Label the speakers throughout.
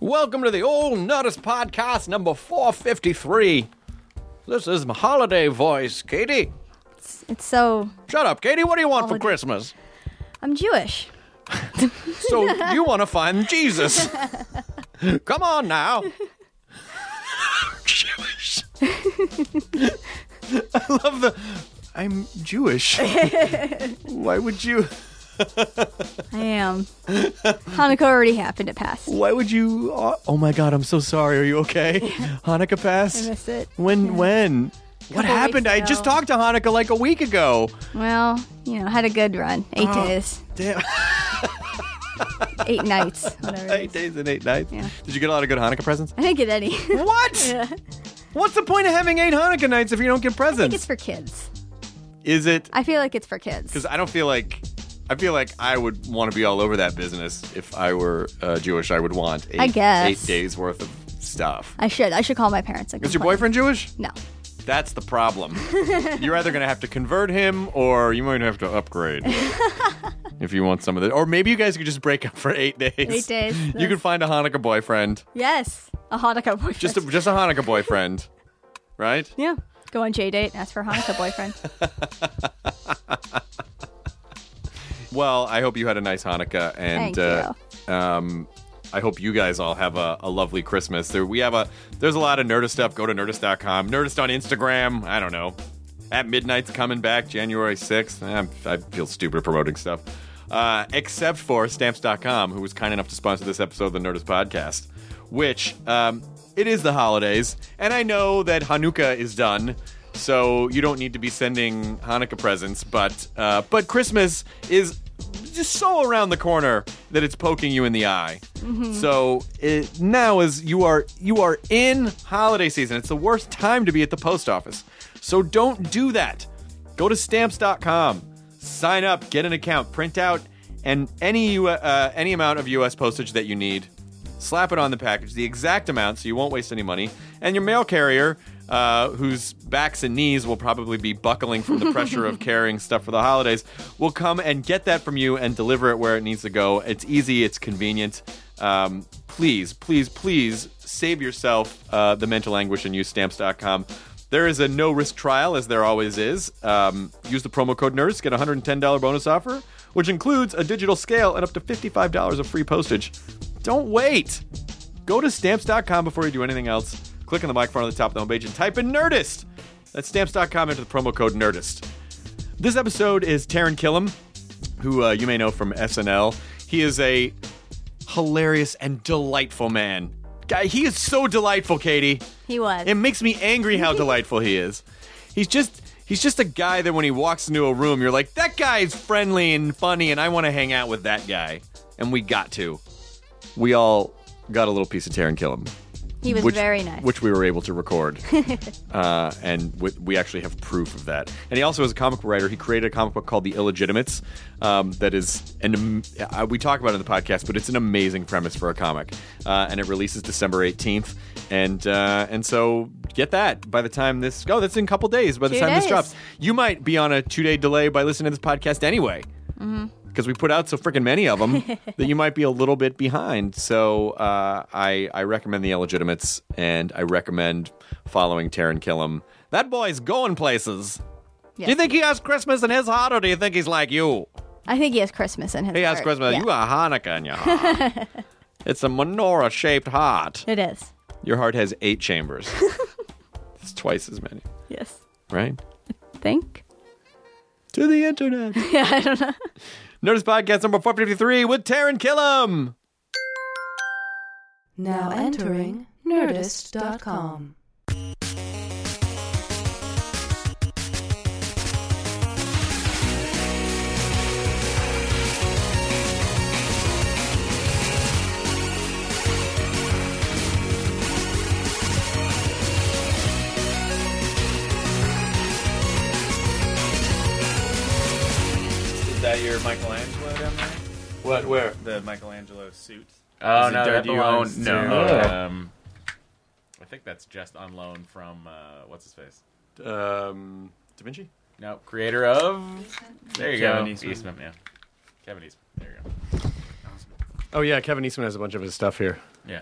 Speaker 1: Welcome to the Old Nuttis Podcast number 453. This is my holiday voice, Katie.
Speaker 2: It's so
Speaker 1: Shut up, Katie. What do you want for
Speaker 2: Holiday.
Speaker 1: Christmas?
Speaker 2: I'm Jewish.
Speaker 1: So you want to find Jesus. Come on now. Jewish. I love the I'm Jewish. Why would you
Speaker 2: I am. Hanukkah already happened. It passed.
Speaker 1: why would you Oh my god, I'm so sorry. Are you okay? Hanukkah passed?
Speaker 2: I missed it.
Speaker 1: When when? What
Speaker 2: Couple weeks
Speaker 1: happened? I just
Speaker 2: ago.
Speaker 1: talked to Hanukkah like a week ago.
Speaker 2: Well, you know, had a good run. Eight
Speaker 1: Oh.
Speaker 2: days,
Speaker 1: Damn.
Speaker 2: eight nights, whatever. it
Speaker 1: eight
Speaker 2: is.
Speaker 1: days and eight nights.
Speaker 2: Yeah.
Speaker 1: Did you get a lot of good Hanukkah presents?
Speaker 2: I didn't get any. I
Speaker 1: What? What's the point of having eight Hanukkah nights if you don't get
Speaker 2: think
Speaker 1: presents?
Speaker 2: it's for kids.
Speaker 1: Is it?
Speaker 2: I feel like it's for kids.
Speaker 1: Because I don't feel like. I feel like I would want to be all over that business if I were uh, Jewish. I would want eight,
Speaker 2: I guess.
Speaker 1: eight days worth of stuff.
Speaker 2: I should. I should call my parents. and
Speaker 1: Is your
Speaker 2: complain.
Speaker 1: boyfriend Jewish?
Speaker 2: No.
Speaker 1: That's the problem. You're either going to have to convert him or you might have to upgrade if you want some of this. Or maybe you guys could just break up for eight days.
Speaker 2: Eight days,
Speaker 1: You could find a Hanukkah boyfriend.
Speaker 2: Yes, a Hanukkah boyfriend.
Speaker 1: Just a, just a Hanukkah boyfriend, right?
Speaker 2: yeah. Go on J date. Ask for a Hanukkah boyfriend.
Speaker 1: Well, I hope you had a nice Hanukkah, and
Speaker 2: Thank
Speaker 1: uh, um, I hope you guys all have a, a lovely Christmas. There, we have a there's a lot of Nerdist stuff. Go to Nerdist.com, Nerdist on Instagram. I don't know. At midnight's coming back January sixth. Eh, I feel stupid promoting stuff, uh, except for Stamps.com, who was kind enough to sponsor this episode of the Nerdist podcast. Which um, it is the holidays, and I know that Hanukkah is done so you don't need to be sending Hanukkah presents. But uh, but Christmas is just so around the corner that it's poking you in the eye. So it, now is you are you are in holiday season. It's the worst time to be at the post office. So don't do that. Go to stamps.com, sign up, get an account, print out and any U- uh, any amount of U.S. postage that you need slap it on the package, the exact amount, so you won't waste any money. And your mail carrier, uh, whose backs and knees will probably be buckling from the pressure of carrying stuff for the holidays, will come and get that from you and deliver it where it needs to go. It's easy, it's convenient. Um, please, please, please save yourself uh, the mental anguish and use stamps.com. There is a no risk trial, as there always is. Um, use the promo code NERDS, get a $110 bonus offer, which includes a digital scale and up to $55 of free postage. Don't wait. Go to stamps.com before you do anything else. Click on the microphone at the top of the homepage and type in Nerdist. That's stamps.com enter the promo code Nerdist. This episode is Taryn Killam, who uh, you may know from SNL. He is a hilarious and delightful man. Guy, he is so delightful, Katie.
Speaker 2: He was.
Speaker 1: It makes me angry how delightful he is. He's just he's just a guy that when he walks into a room, you're like, that guy is friendly and funny, and I want to hang out with that guy. And we got to. We all got a little piece of Taron Killam.
Speaker 2: he was
Speaker 1: which,
Speaker 2: very nice.
Speaker 1: Which we were able to record. uh, and we, we actually have proof of that. And he also is a comic writer. He created a comic book called The Illegitimates um, that is, an, am- uh, we talk about it in the podcast, but it's an amazing premise for a comic. Uh, and it releases December 18th. And uh, and so get that by the time this, oh, that's in a couple days. By the
Speaker 2: Two
Speaker 1: time this
Speaker 2: days.
Speaker 1: drops, you might be on a two day delay by listening to this podcast anyway because we put out so freaking many of them that you might be a little bit behind. So uh, I I recommend the illegitimates, and I recommend following Taron Killam. That boy's going places.
Speaker 2: Yeah.
Speaker 1: Do you think he has Christmas in his heart, or do you think he's like you?
Speaker 2: I think he has Christmas in his.
Speaker 1: He has
Speaker 2: heart.
Speaker 1: Christmas.
Speaker 2: Yeah.
Speaker 1: You got Hanukkah in your heart. it's a menorah shaped heart.
Speaker 2: It is.
Speaker 1: Your heart has eight chambers. it's twice as many,
Speaker 2: Yes.
Speaker 1: right?
Speaker 2: think.
Speaker 1: To the internet.
Speaker 2: Yeah, I don't know.
Speaker 1: Notice podcast number 453 with Taryn Killam.
Speaker 3: Now entering Nerdist.com.
Speaker 4: Is that your Michelangelo down there?
Speaker 1: What, where?
Speaker 4: The Michelangelo suit?
Speaker 5: Oh
Speaker 4: Is it-
Speaker 5: no,
Speaker 4: or
Speaker 5: that
Speaker 4: do you own-
Speaker 5: belongs no.
Speaker 4: to,
Speaker 5: okay.
Speaker 4: um, I think that's just on loan from uh, what's his face?
Speaker 1: Um, da Vinci?
Speaker 4: No, creator of. There you
Speaker 5: Kevin
Speaker 4: go,
Speaker 5: Eastman.
Speaker 4: Yeah, Kevin Eastman. There you go.
Speaker 1: Oh, yeah, Kevin Eastman has a bunch of his stuff here.
Speaker 4: Yeah.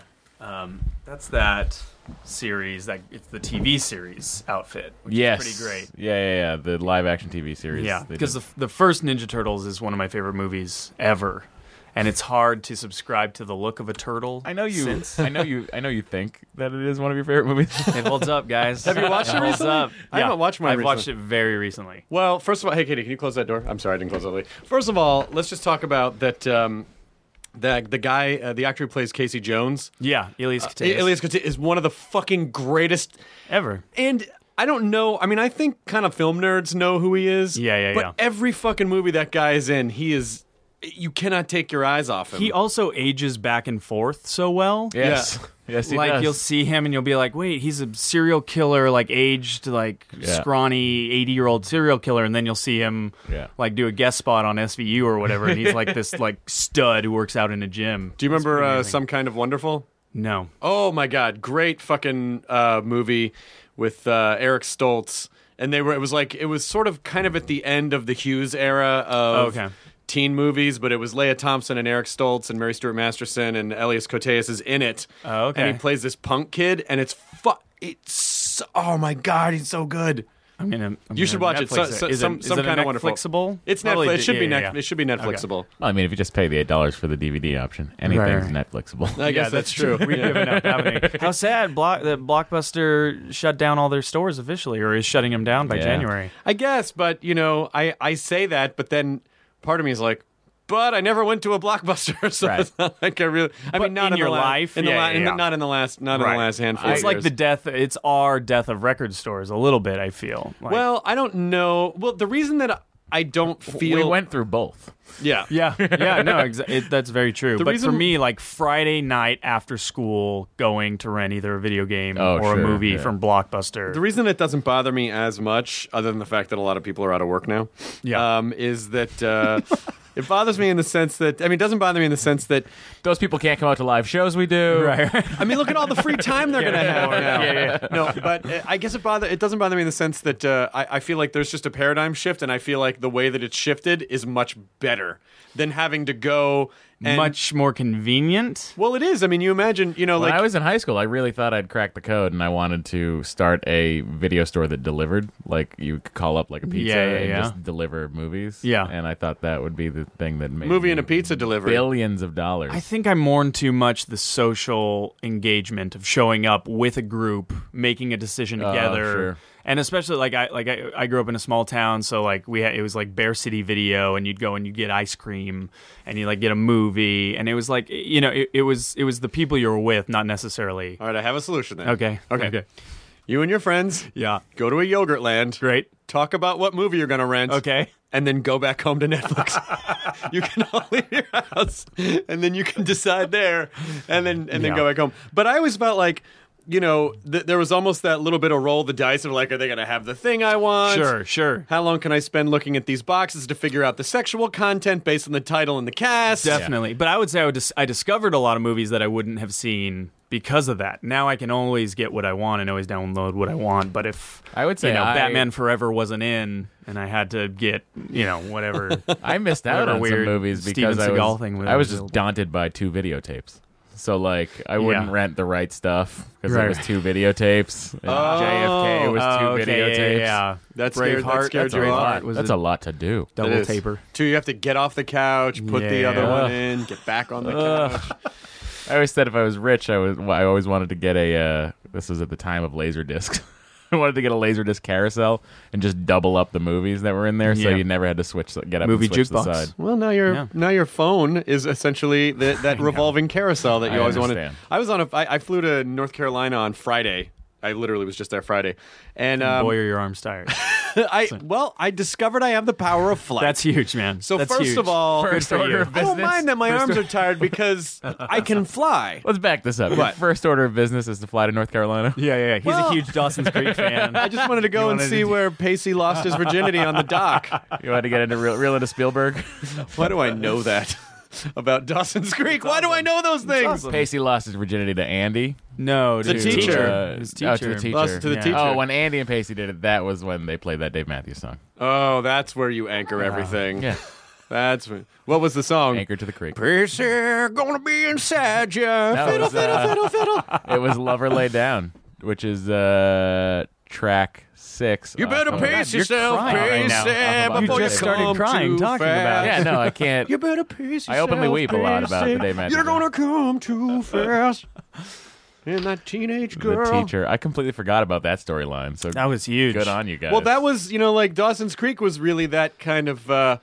Speaker 6: That's that series. That it's the TV series outfit. Which
Speaker 4: Yes.
Speaker 6: is pretty great.
Speaker 4: Yeah, yeah, yeah. The live action TV series.
Speaker 6: Yeah,
Speaker 4: they
Speaker 6: because
Speaker 4: did.
Speaker 6: the, the first Ninja Turtles is one of my favorite movies ever, and it's hard to subscribe to the look of a turtle.
Speaker 4: I know you.
Speaker 6: since.
Speaker 4: I know you. I know you think that it is one of your favorite movies.
Speaker 6: It holds up, guys.
Speaker 1: Have you watched it
Speaker 6: holds
Speaker 1: recently?
Speaker 6: Up.
Speaker 1: I haven't watched mine
Speaker 6: I've watched it very recently.
Speaker 1: Well, first of all, hey, Katie, can you close that door? I'm sorry, I didn't close that. door. First of all, let's just talk about that. Um, that the guy, uh, the actor who plays Casey Jones,
Speaker 6: Yeah, Elias Koteas.
Speaker 1: Elias Koteas, is one of the fucking greatest
Speaker 6: ever.
Speaker 1: And I don't know. I mean, I think kind of film nerds know who he is.
Speaker 6: Yeah, yeah,
Speaker 1: but
Speaker 6: yeah.
Speaker 1: every fucking movie that guy is in, he is. You cannot take your eyes off him.
Speaker 6: He also ages back and forth so well.
Speaker 4: yes. Yes. He
Speaker 6: like
Speaker 4: does.
Speaker 6: you'll see him and you'll be like, wait, he's a serial killer, like aged, like
Speaker 4: Yeah.
Speaker 6: scrawny, eighty-year-old serial killer, and then you'll see him,
Speaker 4: Yeah.
Speaker 6: like do a guest spot on SVU or whatever, and he's like this like stud who works out in a gym.
Speaker 1: Do you remember uh, some kind of wonderful?
Speaker 6: No,
Speaker 1: Oh my god, great fucking uh, movie with uh, Eric Stoltz, and they were. It was like it was sort of kind of at the end of the Hughes era of
Speaker 6: Oh, Okay.
Speaker 1: teen movies, but it was Leah Thompson and Eric Stoltz and Mary Stuart Masterson and Elias Koteas is in it.
Speaker 6: Oh, okay.
Speaker 1: and he plays this punk kid, and it's fu- It's oh my god, he's so good.
Speaker 6: I'm gonna. I'm
Speaker 1: You should
Speaker 6: gonna
Speaker 1: watch it. So,
Speaker 6: Netflix
Speaker 1: so-
Speaker 6: Is it-
Speaker 1: some
Speaker 6: is
Speaker 1: some
Speaker 6: it a
Speaker 1: kind of wonderful.
Speaker 6: Netflixable?
Speaker 1: It's
Speaker 6: Probably
Speaker 1: Netflix. It
Speaker 6: did-
Speaker 1: should be
Speaker 6: yeah,
Speaker 1: Net-
Speaker 6: yeah, yeah.
Speaker 1: It should be Netflixable.
Speaker 4: Well, I mean, if you just pay the eight dollars for the DVD option, anything's
Speaker 6: right.
Speaker 4: Netflixable.
Speaker 1: I guess
Speaker 6: Yeah,
Speaker 1: that's true.
Speaker 6: We've
Speaker 1: Yeah.
Speaker 6: given up, haven't we? How sad! Block that Blockbuster shut down all their stores officially, or is shutting them down by
Speaker 4: Yeah.
Speaker 6: January.
Speaker 1: I guess, but you know, I I say that, but then part of me is like, but I never went to a blockbuster, so
Speaker 4: Right.
Speaker 1: it's not like I really. I
Speaker 6: But
Speaker 1: mean, not
Speaker 6: in
Speaker 1: in,
Speaker 6: your
Speaker 1: the la-
Speaker 6: life?
Speaker 1: in the
Speaker 6: Yeah,
Speaker 1: la-
Speaker 6: yeah,
Speaker 1: in the-
Speaker 6: yeah.
Speaker 1: not in the last, not in
Speaker 6: Right.
Speaker 1: the last handful.
Speaker 6: It's
Speaker 1: of
Speaker 6: like
Speaker 1: years.
Speaker 6: the death. It's our death of record stores a little bit. I feel. Like,
Speaker 1: Well, I don't know. Well, the reason that I don't feel
Speaker 4: We went through both.
Speaker 1: yeah
Speaker 6: Yeah, yeah, no, exa- it, that's very true.
Speaker 1: The
Speaker 6: but for
Speaker 1: reason-
Speaker 6: me, like Friday night after school, going to rent either a video game
Speaker 4: Oh,
Speaker 6: or
Speaker 4: sure,
Speaker 6: a movie
Speaker 4: yeah.
Speaker 6: from Blockbuster.
Speaker 1: The reason it doesn't bother me as much, other than the fact that a lot of people are out of work now,
Speaker 6: Yeah.
Speaker 1: um, is that uh, it bothers me in the sense that I mean, it doesn't bother me in the sense that
Speaker 4: Those people can't come out to live shows we do.
Speaker 6: Right, right.
Speaker 1: I mean, look at all the free time they're gonna have
Speaker 6: yeah,
Speaker 1: now.
Speaker 6: yeah, yeah.
Speaker 1: No, but uh, I guess it bother it doesn't bother me in the sense that uh, I, I feel like there's just a paradigm shift, and I feel like the way that it's shifted is much better than having to go and
Speaker 6: much more convenient.
Speaker 1: Well, it is. I mean, you imagine, you know,
Speaker 4: When
Speaker 1: like
Speaker 4: I was in high school, I really thought I'd cracked the code, and I wanted to start a video store that delivered. Like you could call up like a pizza
Speaker 6: Yeah, yeah,
Speaker 4: and
Speaker 6: yeah.
Speaker 4: just deliver movies.
Speaker 6: Yeah.
Speaker 4: and I thought that would be the thing that made
Speaker 1: movie and a
Speaker 4: me
Speaker 1: pizza delivery.
Speaker 4: billions of dollars.
Speaker 6: I think I mourn too much the social engagement of showing up with a group, making a decision
Speaker 4: Oh,
Speaker 6: together,
Speaker 4: sure.
Speaker 6: and especially like I like I, I grew up in a small town, so like we had, it was like Bear City Video, and you'd go and you get ice cream, and you like get a movie, and it was like you know it, it was it was the people you were with, not necessarily.
Speaker 1: all right, I have a solution then.
Speaker 6: Okay.
Speaker 1: okay,
Speaker 6: Okay.
Speaker 1: You and your friends,
Speaker 6: Yeah.
Speaker 1: go to a yogurt land.
Speaker 6: Great.
Speaker 1: Talk about what movie you're gonna rent.
Speaker 6: Okay.
Speaker 1: and then go back home to Netflix. you can all leave your house, and then you can decide there, and then and then
Speaker 6: Yeah.
Speaker 1: go back home. But I always felt like. You know, th- there was almost that little bit of roll the dice of like, are they going to have the thing I want?
Speaker 6: Sure, sure.
Speaker 1: How long can I spend looking at these boxes to figure out the sexual content based on the title and the cast?
Speaker 6: Definitely. But I would say I, would dis- I discovered a lot of movies that I wouldn't have seen because of that. Now I can always get what I want and always download what I want. But if
Speaker 4: I would say
Speaker 6: you know,
Speaker 4: I-
Speaker 6: Batman Forever wasn't in and I had to get, you know, whatever.
Speaker 4: I missed out
Speaker 6: Whatever
Speaker 4: on some
Speaker 6: weird
Speaker 4: movies
Speaker 6: Steven
Speaker 4: because I
Speaker 6: Seagal
Speaker 4: was,
Speaker 6: thing was
Speaker 4: I was just
Speaker 6: available.
Speaker 4: daunted by two videotapes. So like I wouldn't
Speaker 6: Yeah.
Speaker 4: rent the right stuff because it
Speaker 6: Right.
Speaker 4: was two videotapes. And JFK was two
Speaker 6: Oh, okay,
Speaker 4: videotapes.
Speaker 6: yeah, yeah, yeah.
Speaker 1: That scared- that
Speaker 6: Braveheart,
Speaker 1: scared
Speaker 4: That's
Speaker 1: you
Speaker 4: a
Speaker 1: Braveheart
Speaker 4: lot.
Speaker 6: was
Speaker 4: That's a lot to do.
Speaker 1: It
Speaker 6: double
Speaker 1: is.
Speaker 6: taper.
Speaker 1: Two, you have to get off the couch, put the
Speaker 6: Yeah.
Speaker 1: other one in, get back on the couch.
Speaker 4: I always said if I was rich, I was. I always wanted to get a. Uh, this was at the time of laser discs. I wanted to get a laserdisc carousel and just double up the movies that were in there, so
Speaker 6: Yeah.
Speaker 4: you never had to switch. the- Get up,
Speaker 6: Movie
Speaker 4: and switch
Speaker 6: jukebox.
Speaker 4: The side.
Speaker 1: Well, now your
Speaker 6: Yeah.
Speaker 1: now your phone is essentially the, that revolving carousel that you
Speaker 4: I
Speaker 1: always
Speaker 4: understand.
Speaker 1: wanted. I was on a I, I flew to North Carolina on Friday. I literally was just there Friday, and um,
Speaker 6: Boy, are your arms tired.
Speaker 1: I well I discovered I have the power of flight.
Speaker 6: That's huge, man.
Speaker 1: so
Speaker 6: That's
Speaker 1: first
Speaker 6: huge.
Speaker 1: of all,
Speaker 4: First
Speaker 6: for you.
Speaker 4: order of
Speaker 1: I
Speaker 4: business.
Speaker 1: don't mind that my
Speaker 4: First
Speaker 1: arms
Speaker 4: or-
Speaker 1: are tired because I can fly.
Speaker 4: Let's back this up. Your
Speaker 1: What?
Speaker 4: first order of business is to fly to North Carolina.
Speaker 6: yeah, yeah, yeah. he's
Speaker 1: Well-
Speaker 6: a huge Dawson's Creek fan.
Speaker 1: I just wanted to go
Speaker 6: You
Speaker 1: and
Speaker 6: wanted
Speaker 1: see
Speaker 6: to do-
Speaker 1: where Pacey lost his virginity on the dock.
Speaker 4: You had to get into real, real into Spielberg.
Speaker 1: Why do I know that about Dawson's Creek? Why do I know those things?
Speaker 4: Pacey lost his virginity to Andy.
Speaker 6: no,
Speaker 1: The
Speaker 6: dude.
Speaker 1: teacher.
Speaker 4: Uh,
Speaker 6: His
Speaker 4: Oh, to
Speaker 6: teacher.
Speaker 4: the teacher.
Speaker 1: Lost it to the
Speaker 6: Yeah.
Speaker 1: teacher.
Speaker 4: Oh, when Andy and Pacey did it, that was when they played that Dave Matthews song.
Speaker 1: Oh, that's where you anchor everything.
Speaker 4: Uh, Yeah.
Speaker 1: That's wh- what was the song?
Speaker 4: Anchor to the Creek.
Speaker 1: Piercer gonna be inside ya.
Speaker 4: That
Speaker 1: fiddle,
Speaker 4: was,
Speaker 1: fiddle,
Speaker 4: uh,
Speaker 1: fiddle, fiddle.
Speaker 4: It was Lover Lay Down, which is uh, track six.
Speaker 1: You
Speaker 4: off
Speaker 1: better
Speaker 4: of-
Speaker 1: pace
Speaker 4: Oh, You're
Speaker 1: yourself,
Speaker 4: crying right
Speaker 1: pace
Speaker 4: now.
Speaker 1: it,
Speaker 4: Off
Speaker 1: before
Speaker 4: of Dave
Speaker 1: you
Speaker 6: just
Speaker 4: Matthews.
Speaker 6: started
Speaker 1: come
Speaker 6: crying
Speaker 1: too
Speaker 6: talking
Speaker 1: fast.
Speaker 6: about
Speaker 4: Yeah, no, I can't.
Speaker 1: You better pace yourself.
Speaker 4: I openly weep a lot
Speaker 1: pace
Speaker 4: about the
Speaker 1: it.
Speaker 4: Dave Matthews
Speaker 1: You're
Speaker 4: Band.
Speaker 1: gonna come too fast. And that teenage girl.
Speaker 4: The teacher. I completely forgot about that storyline. So
Speaker 6: That was huge.
Speaker 4: good on you guys.
Speaker 1: Well, that was you know like Dawson's Creek was really that kind of uh,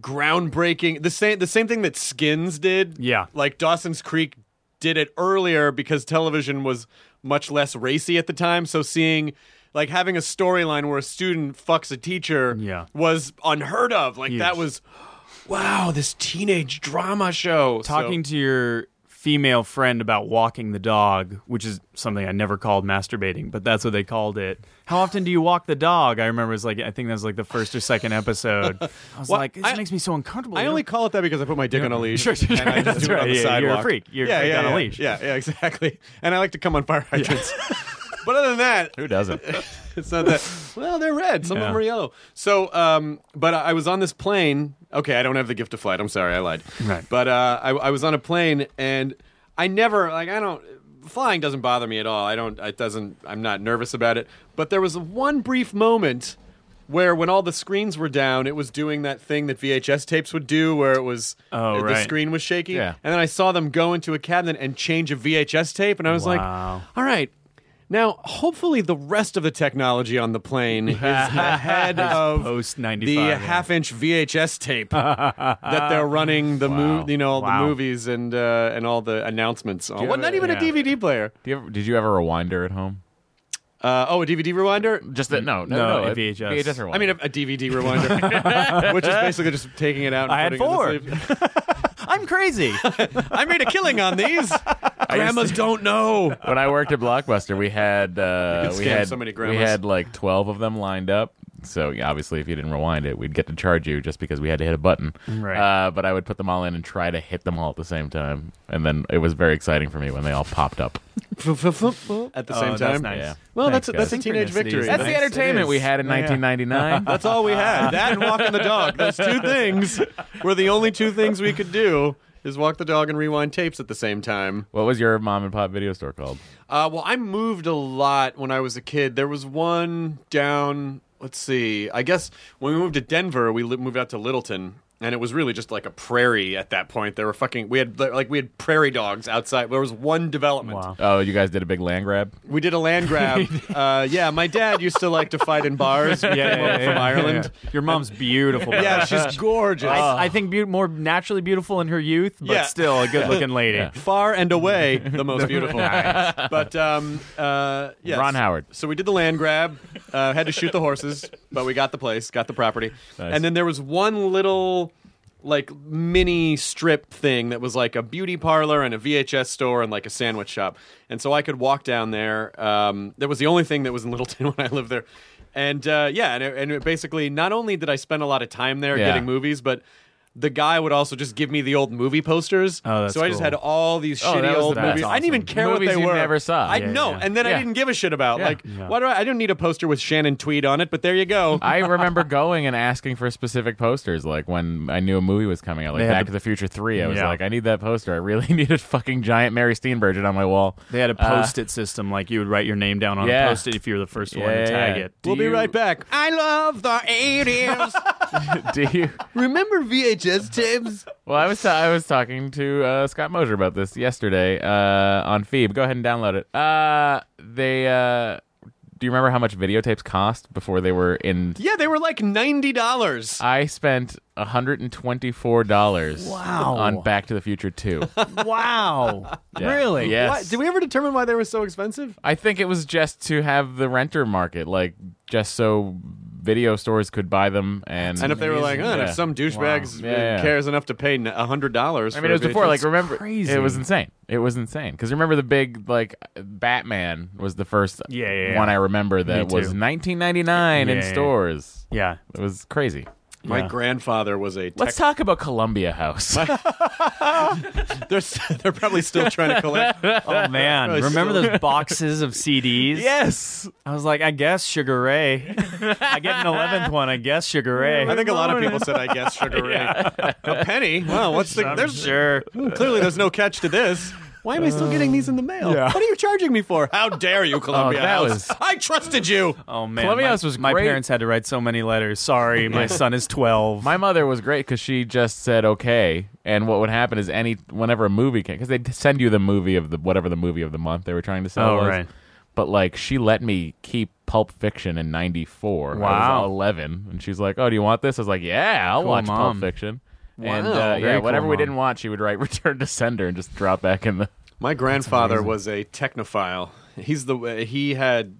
Speaker 1: groundbreaking. The same the same thing that Skins did.
Speaker 6: Yeah.
Speaker 1: like Dawson's Creek did it earlier because television was much less racy at the time. So seeing like having a storyline where a student fucks a teacher
Speaker 6: Yeah.
Speaker 1: was unheard of. Like
Speaker 6: Huge.
Speaker 1: that was wow, this teenage drama show. So-
Speaker 6: talking to your female friend about walking the dog, which is something I never called masturbating, but that's what they called it. How often do you walk the dog? I remember it was like I think that was like the first or second episode. I was
Speaker 1: Well,
Speaker 6: like, this
Speaker 1: I-
Speaker 6: makes me so uncomfortable.
Speaker 1: I
Speaker 6: you
Speaker 1: only
Speaker 6: know?
Speaker 1: call it that because I put my dick on a leash.
Speaker 6: Sure, sure,
Speaker 1: and I
Speaker 6: sure.
Speaker 1: just do it on the
Speaker 6: That's right. Yeah,
Speaker 1: sidewalk.
Speaker 6: you're a freak. You're a
Speaker 1: yeah,
Speaker 6: freak
Speaker 1: yeah,
Speaker 6: on a
Speaker 1: yeah.
Speaker 6: leash.
Speaker 1: Yeah, yeah, exactly. And I like to come on fire hydrants. but other than that,
Speaker 4: Who doesn't?
Speaker 1: it's not that. Well, they're red. Some of
Speaker 6: Yeah.
Speaker 1: them are yellow. So, um, but I I was on this plane. Okay, I don't have the gift of flight. I'm sorry, I lied.
Speaker 6: Right.
Speaker 1: But uh, I, I was on a plane, and I never like I don't. Flying doesn't bother me at all. I don't. It doesn't. I'm not nervous about it. But there was one brief moment where, when all the screens were down, it was doing that thing that VHS tapes would do, where it was
Speaker 6: Oh,
Speaker 1: the
Speaker 6: right.
Speaker 1: screen was shaky.
Speaker 4: Yeah.
Speaker 1: And then I saw them go into a cabinet and change a VHS tape, and I was
Speaker 6: Wow.
Speaker 1: like, all right. Now, hopefully, the rest of the technology on the plane is ahead of
Speaker 6: post
Speaker 1: the
Speaker 6: 95. yeah.
Speaker 1: half-inch VHS tape that they're running the mo- you know all
Speaker 6: Wow.
Speaker 1: the movies and uh, and all the announcements. on.
Speaker 4: you
Speaker 1: Well,
Speaker 4: have
Speaker 1: not
Speaker 4: a-
Speaker 1: even
Speaker 4: yeah.
Speaker 1: a DVD player.
Speaker 4: Do you ever, did you have a rewinder at home?
Speaker 1: Uh, oh, a DVD rewinder.
Speaker 4: Just that? No, no,
Speaker 6: No,
Speaker 4: no.
Speaker 6: a
Speaker 4: it-
Speaker 6: VHS.
Speaker 4: VHS rewinder.
Speaker 1: I mean, a, a DVD rewinder, which is basically just taking it out. And
Speaker 6: I had
Speaker 1: putting it in the
Speaker 6: four.
Speaker 1: sleeve.
Speaker 6: I'm crazy.
Speaker 1: I made a killing on these. Grandmas don't know.
Speaker 4: when I worked at Blockbuster, we had uh,
Speaker 1: You could
Speaker 4: we
Speaker 1: scam
Speaker 4: had
Speaker 1: so many
Speaker 4: we
Speaker 1: grandmas.
Speaker 4: had like twelve of them lined up. So yeah, obviously, if you didn't rewind it, we'd get to charge you just because we had to hit a button.
Speaker 6: Right.
Speaker 4: Uh, but I would put them all in and try to hit them all at the same time, and then it was very exciting for me when they all popped up.
Speaker 1: At the
Speaker 6: Oh,
Speaker 1: same
Speaker 6: that's
Speaker 1: time,
Speaker 6: nice.
Speaker 4: Yeah.
Speaker 1: well,
Speaker 4: Thanks,
Speaker 1: that's a, that's a
Speaker 4: guys.
Speaker 1: teenage victory.
Speaker 6: That's
Speaker 4: That's
Speaker 6: the
Speaker 4: the
Speaker 6: Nice. entertainment
Speaker 4: entertainment
Speaker 6: we
Speaker 4: we had in 1999.
Speaker 1: That's all we had. That and walking the dog. Those two things were the only two things we could do is walk the dog and rewind tapes at the same time.
Speaker 4: What was your mom and pop video store called?
Speaker 1: Uh, well, I moved a lot when I was a kid. There was one down. Let's see. I guess when we moved to Denver, we li- moved out to Littleton, and it was really just like a prairie at that point. There were fucking we had like we had prairie dogs outside. There was one development.
Speaker 6: Wow.
Speaker 4: Oh, you guys did a big land grab.
Speaker 1: We did a land grab. uh, yeah, my dad used to like to fight in bars.
Speaker 6: Yeah, yeah, yeah,
Speaker 1: from
Speaker 6: yeah.
Speaker 1: Ireland.
Speaker 6: Your mom's beautiful.
Speaker 1: Yeah,
Speaker 6: by the way.
Speaker 1: she's gorgeous.
Speaker 6: I, I think be- more naturally beautiful in her youth, but
Speaker 1: Yeah.
Speaker 6: still a good-looking lady.
Speaker 1: far and away the most beautiful. but um, uh, yes.
Speaker 4: Ron Howard.
Speaker 1: So we did the land grab, uh, had to shoot the horses, but we got the place, got the property,
Speaker 4: Nice.
Speaker 1: and then there was one little like mini strip thing that was like a beauty parlor and a VHS store and like a sandwich shop, and so I could walk down there. Um, that was the only thing that was in Littleton when I lived there. And uh, yeah, and, it, and it basically, not only did I spend a lot of time there
Speaker 4: Yeah.
Speaker 1: getting movies, but the guy would also just give me the old movie posters.
Speaker 6: Oh, that's
Speaker 1: so I just
Speaker 6: cool.
Speaker 1: had all these
Speaker 4: Oh, that
Speaker 1: shitty
Speaker 4: was
Speaker 1: old
Speaker 4: the
Speaker 1: movies.
Speaker 4: best.
Speaker 1: I didn't even
Speaker 4: Awesome.
Speaker 1: care
Speaker 4: Movies
Speaker 1: what they
Speaker 4: you
Speaker 1: were.
Speaker 4: never saw.
Speaker 1: I
Speaker 4: Yeah,
Speaker 1: know,
Speaker 6: yeah.
Speaker 1: and then I
Speaker 4: Yeah.
Speaker 1: didn't give a shit about.
Speaker 4: Yeah.
Speaker 1: Like, why do I? I don't need a poster with Shannon Tweed on it, but there you go.
Speaker 4: I remember going and asking for specific posters, like when I knew a movie was coming out, like
Speaker 6: They had
Speaker 4: Back
Speaker 6: the-
Speaker 4: to the Future Three. I was
Speaker 6: Yeah.
Speaker 4: like, I need that poster. I really need a fucking giant Mary Steenburgen on my wall.
Speaker 6: They had a
Speaker 4: Uh,
Speaker 6: post-it system, like you would write your name down on
Speaker 4: Yeah.
Speaker 6: a post-it if you were the first one
Speaker 4: Yeah,
Speaker 6: to tag
Speaker 4: yeah.
Speaker 6: it.
Speaker 1: we'll be right back. I love the eighties.
Speaker 4: do you?
Speaker 1: Remember VHS tapes?
Speaker 4: Well, I was I was talking to uh, Scott Mosier about this yesterday uh, on Phoebe. Go ahead and download it. Uh, they uh, do you remember how much videotapes cost before they were in?
Speaker 1: Yeah, they were like ninety dollars.
Speaker 4: I spent hundred and twenty-four dollars
Speaker 6: Wow.
Speaker 4: on Back to the Future Two.
Speaker 6: Wow.
Speaker 4: Yeah.
Speaker 6: Really?
Speaker 4: Yes.
Speaker 1: Did we ever determine why they were so expensive?
Speaker 4: I think it was just to have the renter market, like just so video stores could buy them, and
Speaker 1: And if they were like, oh,
Speaker 4: Yeah.
Speaker 1: if some douchebags
Speaker 4: Wow. Yeah, yeah.
Speaker 1: cares enough to pay hundred dollars,
Speaker 4: I mean, it was before. Like, remember,
Speaker 6: crazy.
Speaker 4: it was insane. It was insane because remember the big like Batman was the first
Speaker 6: Yeah, yeah, yeah.
Speaker 4: one I remember that
Speaker 6: too.
Speaker 4: was 1999 in
Speaker 6: Yeah, yeah, yeah.
Speaker 4: stores.
Speaker 6: Yeah.
Speaker 4: It was crazy.
Speaker 1: my
Speaker 6: Yeah.
Speaker 1: grandfather was a. Tech-
Speaker 4: Let's talk about Columbia House.
Speaker 1: they're s- they're probably still trying to collect.
Speaker 6: Oh man,
Speaker 1: Really
Speaker 6: remember
Speaker 1: silly.
Speaker 6: those boxes of CDs?
Speaker 4: yes,
Speaker 6: I was like, I guess Sugar Ray. I get an eleventh one. I guess Sugar Ray.
Speaker 1: I think a lot of people said, "I guess Sugar Ray." A penny? Wow, what's the?
Speaker 6: I'm
Speaker 1: There's Hmm,
Speaker 6: sure.
Speaker 1: clearly there's no catch to this. Why am I still getting these in the mail?
Speaker 4: yeah.
Speaker 1: What are you charging me for? How dare you, Columbia
Speaker 4: Oh, that
Speaker 1: House?
Speaker 4: was-
Speaker 1: I trusted you.
Speaker 6: Oh man,
Speaker 4: Columbia
Speaker 6: my,
Speaker 4: House was
Speaker 6: my
Speaker 4: great.
Speaker 6: parents had to write so many letters. Sorry, my son is twelve.
Speaker 4: my mother was great because she just said okay, and what would happen is any whenever a movie came because they'd send you the movie of the whatever the movie of the month they were trying to sell.
Speaker 6: Oh,
Speaker 4: was.
Speaker 6: right.
Speaker 4: But like she let me keep Pulp Fiction in '94. I
Speaker 6: Wow.
Speaker 4: was eleven, and she's like, "Oh, do you want this?" I was like, "Yeah, I'll
Speaker 6: Cool
Speaker 4: watch Pulp
Speaker 6: mom.
Speaker 4: Fiction." And
Speaker 1: Wow.
Speaker 4: uh,
Speaker 6: Very
Speaker 4: yeah,
Speaker 6: cool
Speaker 4: whatever we
Speaker 6: mom.
Speaker 4: didn't want, she would write "Return to Sender" and just drop back in the.
Speaker 1: My grandfather was a technophile. He's the uh, he had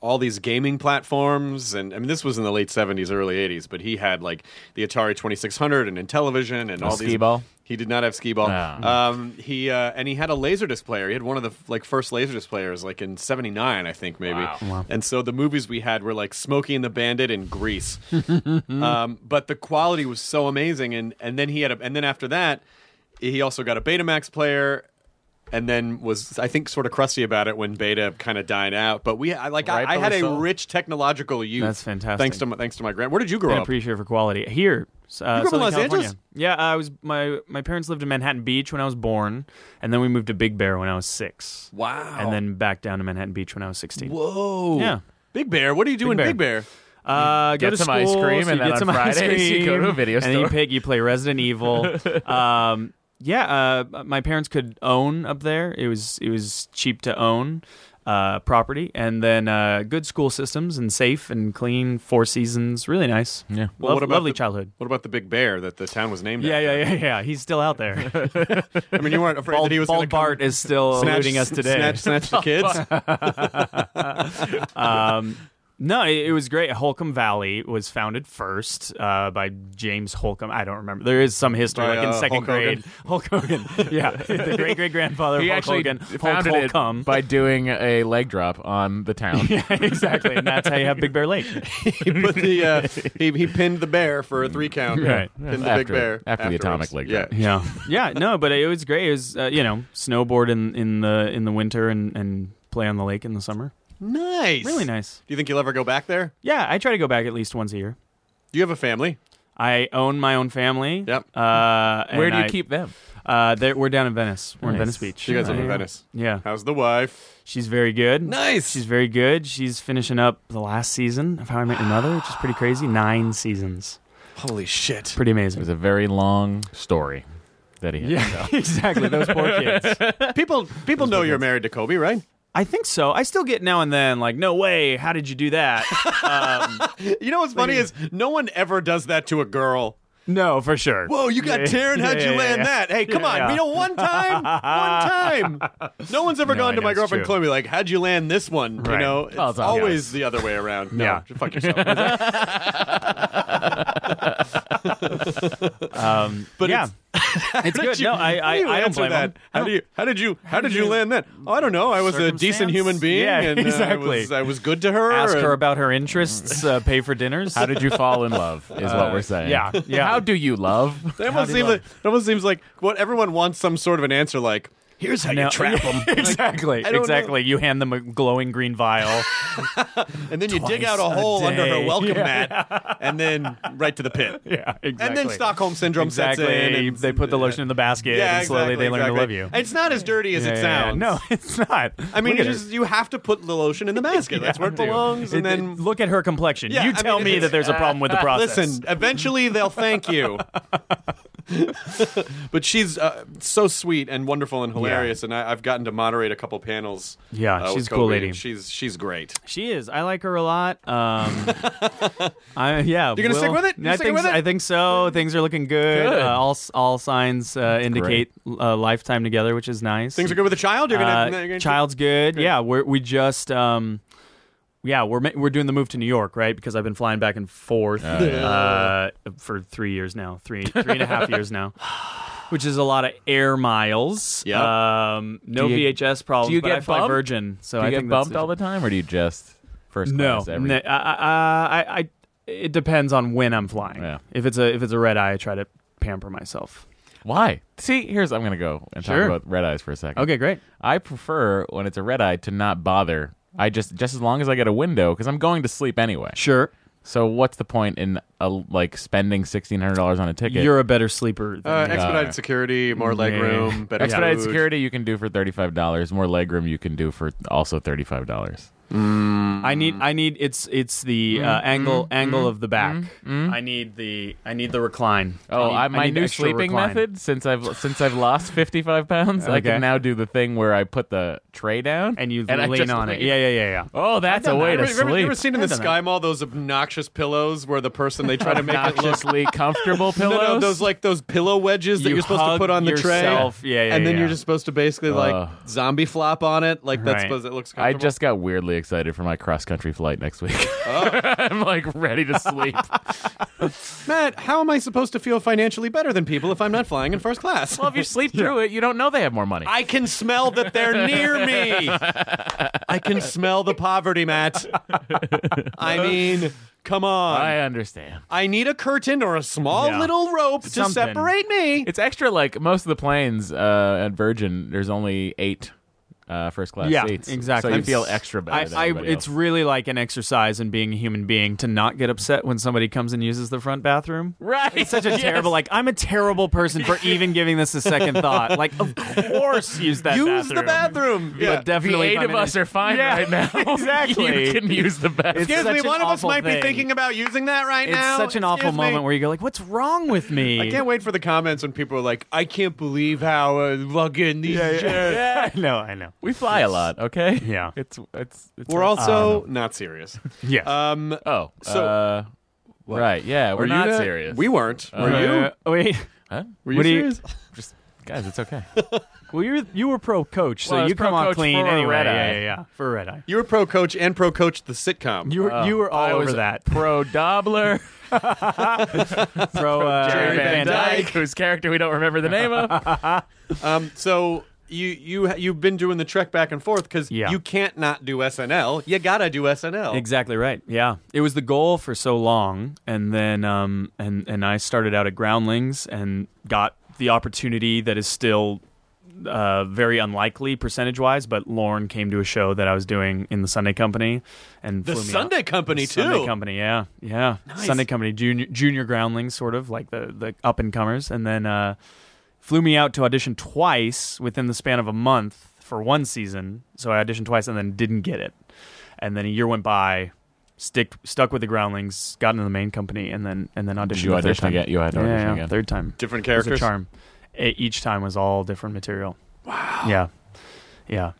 Speaker 1: all these gaming platforms, and I mean this was in the late seventies, early eighties. But he had like the Atari Twenty Six Hundred and Intellivision and all these.
Speaker 4: skee-ball?
Speaker 1: He did not have skee ball.
Speaker 4: Ah.
Speaker 1: Um, he uh, and he had a laserdisc player. He had one of the like first laserdisc players, like in '79, I think maybe.
Speaker 4: Wow.
Speaker 1: And so the movies we had were like Smokey and the Bandit and Grease. um, but the quality was so amazing, and and then he had a, and then after that, he also got a Betamax player and then was I think sort of crusty about it when beta kind of died out. But we I, like I, I had a
Speaker 4: Rightfully so.
Speaker 1: rich technological youth.
Speaker 6: That's fantastic.
Speaker 1: Thanks to my, thanks to my grand. Where did you grow
Speaker 6: and
Speaker 1: up?
Speaker 6: appreciate for quality here. Uh,
Speaker 1: You grew up in
Speaker 6: Southern
Speaker 1: Los
Speaker 6: California.
Speaker 1: Angeles?
Speaker 6: Yeah, I was my my parents lived in Manhattan Beach when I was born, and then we moved to Big Bear when I was six,
Speaker 1: wow.
Speaker 6: and then back down to Manhattan Beach when I was sixteen.
Speaker 1: whoa.
Speaker 6: Yeah.
Speaker 1: Big Bear, what are you doing,
Speaker 6: Bear.
Speaker 1: Big Bear?
Speaker 6: Uh,
Speaker 4: Get
Speaker 6: go to
Speaker 4: some
Speaker 6: school,
Speaker 4: ice cream,
Speaker 6: so you
Speaker 4: and then
Speaker 6: get
Speaker 4: on
Speaker 6: some ice
Speaker 4: Fridays
Speaker 6: cream,
Speaker 4: you go to a video
Speaker 6: and then you
Speaker 4: store.
Speaker 6: pick, you play Resident Evil. um, yeah, uh, my parents could own up there. It was it was cheap to own uh, property, and then uh, good school systems and safe and clean. Four seasons, really nice.
Speaker 4: Yeah.
Speaker 1: Well, what
Speaker 6: Lov-
Speaker 1: about
Speaker 6: lovely
Speaker 1: the-
Speaker 6: childhood.
Speaker 1: What about the Big Bear that the town was named?
Speaker 6: Yeah,
Speaker 1: after?
Speaker 6: yeah, yeah, yeah. He's still out there.
Speaker 1: I mean, you weren't afraid
Speaker 6: Bald,
Speaker 1: that he was
Speaker 6: Bald
Speaker 1: going
Speaker 6: Bart is still
Speaker 1: snatch,
Speaker 6: eluding us today.
Speaker 1: Snatch, snatch the kids.
Speaker 6: um, no, it, it was great. Holcomb Valley was founded first uh, by James Holcomb. I don't remember. There is some history,
Speaker 1: By,
Speaker 6: like in
Speaker 1: uh,
Speaker 6: second
Speaker 1: Hulk Hogan.
Speaker 6: grade. Hulk Hogan, yeah, the great great grandfather of
Speaker 4: He
Speaker 6: Hulk
Speaker 4: actually
Speaker 6: Hogan. Hulk
Speaker 4: founded it
Speaker 6: Holcomb.
Speaker 4: by doing a leg drop on the town.
Speaker 6: yeah, exactly, and that's how you have Big Bear Lake.
Speaker 1: he put the uh, he, he pinned the bear for a three count.
Speaker 6: Right.
Speaker 1: Pinned the
Speaker 4: After-
Speaker 1: Big Bear
Speaker 4: after the
Speaker 1: afterwards.
Speaker 4: atomic leg
Speaker 1: Yeah.
Speaker 4: drop.
Speaker 6: Yeah, yeah, no, but it was great. It was uh, you know snowboard in, in the in the winter and and play on the lake in the summer.
Speaker 1: Nice.
Speaker 6: Really nice.
Speaker 1: Do you think you'll ever go back there?
Speaker 6: Yeah, I try to go back at least once a year.
Speaker 1: Do you have a family?
Speaker 6: I own my own family.
Speaker 1: Yep.
Speaker 6: Uh,
Speaker 4: Where
Speaker 6: and
Speaker 4: do you
Speaker 6: I-
Speaker 4: keep them?
Speaker 6: Uh, there- we're down in Venice. We're in
Speaker 4: Nice.
Speaker 6: Venice Beach.
Speaker 1: You guys live in
Speaker 6: Yeah.
Speaker 1: Venice.
Speaker 6: Yeah,
Speaker 1: How's the wife?
Speaker 6: she's very good.
Speaker 1: Nice.
Speaker 6: She's very good. She's finishing up the last season of How I Met Your Mother, which is pretty crazy. Nine seasons.
Speaker 1: Holy shit.
Speaker 6: Pretty
Speaker 4: It
Speaker 6: amazing.
Speaker 4: was a very long story that he had.
Speaker 6: Yeah, exactly. Those poor kids.
Speaker 1: People people know you're married to Kobe, right?
Speaker 6: I think so. I still get now and then like, no way. How did you do that?
Speaker 1: You know what's funny is no one ever does that to a girl.
Speaker 6: no, Oh, for sure.
Speaker 1: Whoa, you got
Speaker 6: Yeah,
Speaker 1: Taryn.
Speaker 6: yeah,
Speaker 1: How'd you
Speaker 6: yeah,
Speaker 1: land
Speaker 6: yeah.
Speaker 1: that? Hey, come
Speaker 6: Yeah,
Speaker 1: on.
Speaker 6: yeah.
Speaker 1: You know, one time, one time. No one's ever
Speaker 6: No,
Speaker 1: gone
Speaker 6: I
Speaker 1: to
Speaker 6: know,
Speaker 1: my
Speaker 6: it's
Speaker 1: girlfriend
Speaker 6: true.
Speaker 1: Chloe like, how'd you land this one? You
Speaker 6: Right. Oh,
Speaker 1: know, it's,
Speaker 4: Well, it's obvious.
Speaker 1: always the other way around. No,
Speaker 6: Yeah.
Speaker 1: fuck yourself.
Speaker 6: Um, but yeah, it's, good.
Speaker 1: you-
Speaker 6: no, I I,
Speaker 1: How do you
Speaker 6: I don't
Speaker 1: answer
Speaker 6: blame
Speaker 1: that.
Speaker 6: them.
Speaker 1: How do you? How did you? How did you land that? Oh, I don't know. I was a decent
Speaker 6: Circumstance?
Speaker 1: human being,
Speaker 6: Yeah,
Speaker 1: and uh, I,
Speaker 6: exactly.
Speaker 1: was, I was good to her.
Speaker 6: Ask
Speaker 1: and-
Speaker 6: her about her interests. Uh, pay for dinners.
Speaker 4: How did you fall in love? Is what we're saying.
Speaker 6: yeah, yeah.
Speaker 4: How Uh, do you love?
Speaker 1: It almost,
Speaker 6: How'd he
Speaker 1: seems like,
Speaker 6: look?
Speaker 1: it almost seems like what everyone wants some sort of an answer like, here's how
Speaker 6: No.
Speaker 1: you trap them.
Speaker 6: exactly.
Speaker 1: I don't know.
Speaker 6: Exactly. You hand them a glowing green vial.
Speaker 1: And then you dig out a
Speaker 6: Twice a
Speaker 1: hole under her
Speaker 6: day.
Speaker 1: welcome mat and then right to the pit.
Speaker 6: yeah, exactly.
Speaker 1: And then Stockholm Syndrome
Speaker 6: Exactly.
Speaker 1: sets in. And,
Speaker 6: they put the lotion in the basket,
Speaker 1: yeah,
Speaker 6: and slowly
Speaker 1: exactly,
Speaker 6: they learn
Speaker 1: exactly.
Speaker 6: to love you.
Speaker 1: It's not as dirty as
Speaker 6: Yeah,
Speaker 1: it
Speaker 6: yeah, yeah.
Speaker 1: sounds.
Speaker 6: No, it's not.
Speaker 1: I mean,
Speaker 6: Look
Speaker 1: you,
Speaker 6: at her.
Speaker 1: just, you have to put the lotion in the basket. That's where it
Speaker 6: Dude,
Speaker 1: belongs.
Speaker 6: it-
Speaker 1: And
Speaker 6: it-
Speaker 1: then,
Speaker 6: look at her complexion.
Speaker 1: Yeah, I
Speaker 6: you
Speaker 1: mean,
Speaker 6: tell me
Speaker 1: it's-
Speaker 6: that there's a problem with the process.
Speaker 1: listen, eventually they'll thank you. but she's uh, so sweet and wonderful and hilarious, and I, I've gotten to moderate a couple panels.
Speaker 6: Yeah,
Speaker 1: uh, with
Speaker 6: she's a cool
Speaker 1: Kobe,
Speaker 6: lady.
Speaker 1: and She's she's great.
Speaker 6: She is. I like her a lot. Um, I, yeah,
Speaker 1: You're gonna stick with it? You're
Speaker 6: I
Speaker 1: sticking
Speaker 6: think
Speaker 1: with it?
Speaker 6: I think so. Things are looking good.
Speaker 1: Good.
Speaker 6: Uh, all s- all signs uh, indicate uh, lifetime together, which is nice.
Speaker 1: Things are good with the child. You're
Speaker 6: Uh,
Speaker 1: gonna, you're gonna
Speaker 6: child's good. Yeah, we're, we just um, yeah we're ma- we're doing the move to New York, right? Because I've been flying back and forth
Speaker 4: Oh,
Speaker 6: uh, for three years now, three three and a half years now. Which is a lot of air miles.
Speaker 1: Yep.
Speaker 6: Um, no
Speaker 4: Do you-
Speaker 6: VHS problems.
Speaker 4: do you
Speaker 6: but
Speaker 4: get
Speaker 6: I fly
Speaker 4: bumped?
Speaker 6: Virgin, so
Speaker 4: do you
Speaker 6: I
Speaker 4: get
Speaker 6: think that's-
Speaker 4: bumped all the time, or do you just first
Speaker 6: no,
Speaker 4: class every?
Speaker 6: no, I, I, I, I, it depends on when I'm flying.
Speaker 4: Yeah.
Speaker 6: If it's a if it's a red eye, I try to pamper myself.
Speaker 4: Why? See, here's I'm gonna go and
Speaker 6: Sure.
Speaker 4: talk about red eyes for a second.
Speaker 6: Okay, great.
Speaker 4: I prefer when it's a red eye to not bother. I just just as long as I get a window because I'm going to sleep anyway.
Speaker 6: Sure,
Speaker 4: So what's the point in a, like spending sixteen hundred dollars on a ticket?
Speaker 6: you're a better sleeper. Than
Speaker 1: Uh,
Speaker 6: me.
Speaker 1: expedited security, more leg room, better
Speaker 4: Expedited
Speaker 1: food.
Speaker 4: security you can do for thirty five dollars. More legroom you can do for also thirty five dollars.
Speaker 6: I need
Speaker 4: Mm-hmm.
Speaker 6: I need it's it's the uh, angle angle of the back. I need the I need the recline. I
Speaker 4: Mm-hmm. Oh,
Speaker 6: need-
Speaker 4: I,
Speaker 6: I
Speaker 4: my
Speaker 6: need
Speaker 4: new
Speaker 6: extra
Speaker 4: sleeping
Speaker 6: recline.
Speaker 4: method since I've since I've lost fifty five pounds, I
Speaker 6: Okay.
Speaker 4: can now do the thing where I put the tray down
Speaker 6: and you
Speaker 4: I
Speaker 6: lean
Speaker 4: just
Speaker 6: on it.
Speaker 4: lean.
Speaker 6: Yeah, yeah, yeah, yeah.
Speaker 4: Oh, that's a
Speaker 6: done
Speaker 4: way
Speaker 6: that.
Speaker 4: to
Speaker 1: Remember, remember, you ever
Speaker 4: sleep.
Speaker 1: seen in the Sky Mall those obnoxious pillows where the person they try to make it look
Speaker 4: Obnoxiously comfortable
Speaker 1: No,
Speaker 4: pillows.
Speaker 1: no, those like those pillow wedges that
Speaker 6: You
Speaker 1: you're supposed to
Speaker 6: hug
Speaker 1: put on the
Speaker 6: yourself.
Speaker 1: tray,
Speaker 6: Yeah, yeah,
Speaker 1: and then
Speaker 6: yeah.
Speaker 1: you're just supposed to basically like
Speaker 4: Ugh.
Speaker 1: zombie flop on it, like that's
Speaker 6: Right.
Speaker 1: supposed it looks.
Speaker 4: I
Speaker 1: Comfortable.
Speaker 4: just got weirdly excited for my cross country flight next week. I'm like ready to sleep.
Speaker 1: Matt, how am I supposed to feel financially better than people if I'm not flying in first class?
Speaker 4: well, if you sleep through it, you don't know they have more money.
Speaker 1: I can smell that they're near me. I can smell the poverty, Matt. I mean, come on.
Speaker 4: I
Speaker 1: I,
Speaker 4: understand.
Speaker 1: need a curtain or a small
Speaker 6: Yeah.
Speaker 1: little rope to
Speaker 6: Something.
Speaker 1: separate me.
Speaker 4: It's extra like most of the planes uh, at Virgin. There's only eight uh, first class
Speaker 6: Yeah,
Speaker 4: seats.
Speaker 6: exactly.
Speaker 4: So you
Speaker 6: I'm
Speaker 4: feel
Speaker 1: s-
Speaker 4: extra better.
Speaker 6: I,
Speaker 4: than
Speaker 6: I
Speaker 4: everybody
Speaker 6: it's
Speaker 4: else.
Speaker 6: really like an exercise in being a human being to not get upset when somebody comes and uses the front bathroom.
Speaker 4: right.
Speaker 6: It's such a terrible like I'm a terrible person for even giving this a second thought. Like of course use that
Speaker 1: Use the bathroom.
Speaker 6: But
Speaker 1: Yeah.
Speaker 6: definitely if
Speaker 4: The eight
Speaker 6: I'm
Speaker 4: of
Speaker 6: in
Speaker 4: us
Speaker 6: a-
Speaker 4: are fine
Speaker 6: Yeah,
Speaker 4: right now.
Speaker 6: Exactly.
Speaker 4: you can use the bathroom.
Speaker 6: It's-
Speaker 1: Excuse me,
Speaker 6: such an
Speaker 1: one of us
Speaker 6: awful
Speaker 1: might be
Speaker 6: thing.
Speaker 1: thinking about using that right
Speaker 6: It's
Speaker 1: now.
Speaker 6: such an awful
Speaker 1: Excuse me.
Speaker 6: moment where you go like, "What's wrong with me?"
Speaker 1: I can't wait for the comments when people are like, "I can't believe how uh, fucking these."
Speaker 6: Yeah, I know, I know.
Speaker 4: we fly a lot, okay?
Speaker 6: Yeah.
Speaker 4: It's it's, it's
Speaker 1: We're also
Speaker 6: Um,
Speaker 1: not serious.
Speaker 6: Yeah.
Speaker 1: Um,
Speaker 4: Oh,
Speaker 1: So-
Speaker 4: uh, right, yeah, we're
Speaker 1: were you
Speaker 4: not
Speaker 1: the-
Speaker 4: serious.
Speaker 1: We weren't. were you?
Speaker 6: you? Wait.
Speaker 4: huh?
Speaker 1: were you
Speaker 6: Uh-huh. what do you-
Speaker 1: serious?
Speaker 4: just guys, it's okay.
Speaker 6: Well, you you were pro coach, so
Speaker 4: Well, I was
Speaker 6: you come on
Speaker 4: pro-coach
Speaker 6: clean
Speaker 4: for a
Speaker 6: anyway.
Speaker 4: red
Speaker 6: yeah,
Speaker 4: eye. Uh,
Speaker 6: yeah, yeah. For a red eye.
Speaker 1: You were pro coach and pro coach the sitcom.
Speaker 6: You were you were all
Speaker 4: I
Speaker 6: over
Speaker 4: was
Speaker 6: that.
Speaker 4: pro Dobler,
Speaker 6: Pro uh,
Speaker 4: Jerry Van, Dyke,
Speaker 1: Dyke.
Speaker 4: whose character we don't remember the name of.
Speaker 1: um, so you you you've been doing the trek back and forth because
Speaker 6: Yeah.
Speaker 1: you can't not do SNL. You gotta do SNL.
Speaker 6: Exactly right. Yeah, it was the goal for so long, and then um, and and I started out at Groundlings and got the opportunity that is still uh, very unlikely percentage wise. But Lauren came to a show that I was doing in the Sunday Company, and
Speaker 1: The
Speaker 6: flew me out.
Speaker 1: Sunday Company too.
Speaker 6: Sunday Company, yeah, yeah. Sunday Company, junior, junior groundlings, sort of like the the up and comers, and then uh, flew me out to audition twice within the span of a month for one season. So I auditioned twice and then didn't get it, and then a year went by. Stick stuck with the groundlings, got into the main company, and then and then auditioned.
Speaker 4: you
Speaker 6: the third
Speaker 4: audition
Speaker 6: time.
Speaker 4: again? You had to
Speaker 6: Yeah,
Speaker 4: audition
Speaker 6: yeah,
Speaker 4: again.
Speaker 6: Third time,
Speaker 1: Different
Speaker 6: It was a
Speaker 1: characters?
Speaker 6: charm. E- each time was all different material. Wow. Yeah, yeah.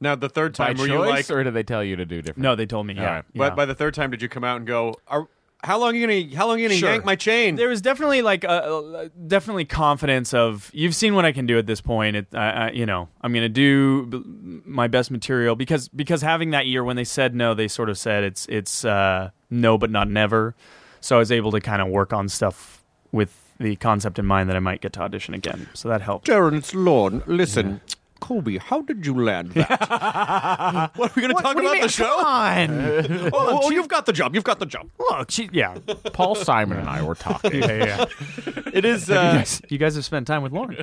Speaker 1: Now the third
Speaker 4: By
Speaker 1: time were
Speaker 4: choice,
Speaker 1: you like,
Speaker 4: or did they tell you to do different?
Speaker 6: No, they told me. Yeah,
Speaker 4: right.
Speaker 6: yeah.
Speaker 1: but by the third time did you come out and go? Are, how long are you gonna? How long are you gonna
Speaker 6: Sure.
Speaker 1: yank my chain?
Speaker 6: There was definitely like a, definitely confidence of you've seen what I can do at this point. It, I, I, you know, I'm gonna do b- my best material because because having that year when they said no, they sort of said it's it's uh, no but not never. So I was able to kind of work on stuff with the concept in mind that I might get to audition again. So that helped.
Speaker 5: Darren, it's Lorne. Listen, Colby, how did you land that?
Speaker 1: what are we gonna talk about the show?
Speaker 6: on.
Speaker 1: Oh, oh, oh, you've got the job. You've got the job.
Speaker 6: Look, she, yeah, Uh,
Speaker 4: Paul Simon and I were talking.
Speaker 6: yeah, yeah.
Speaker 1: It is. Uh,
Speaker 6: you guys have spent time with Lauren.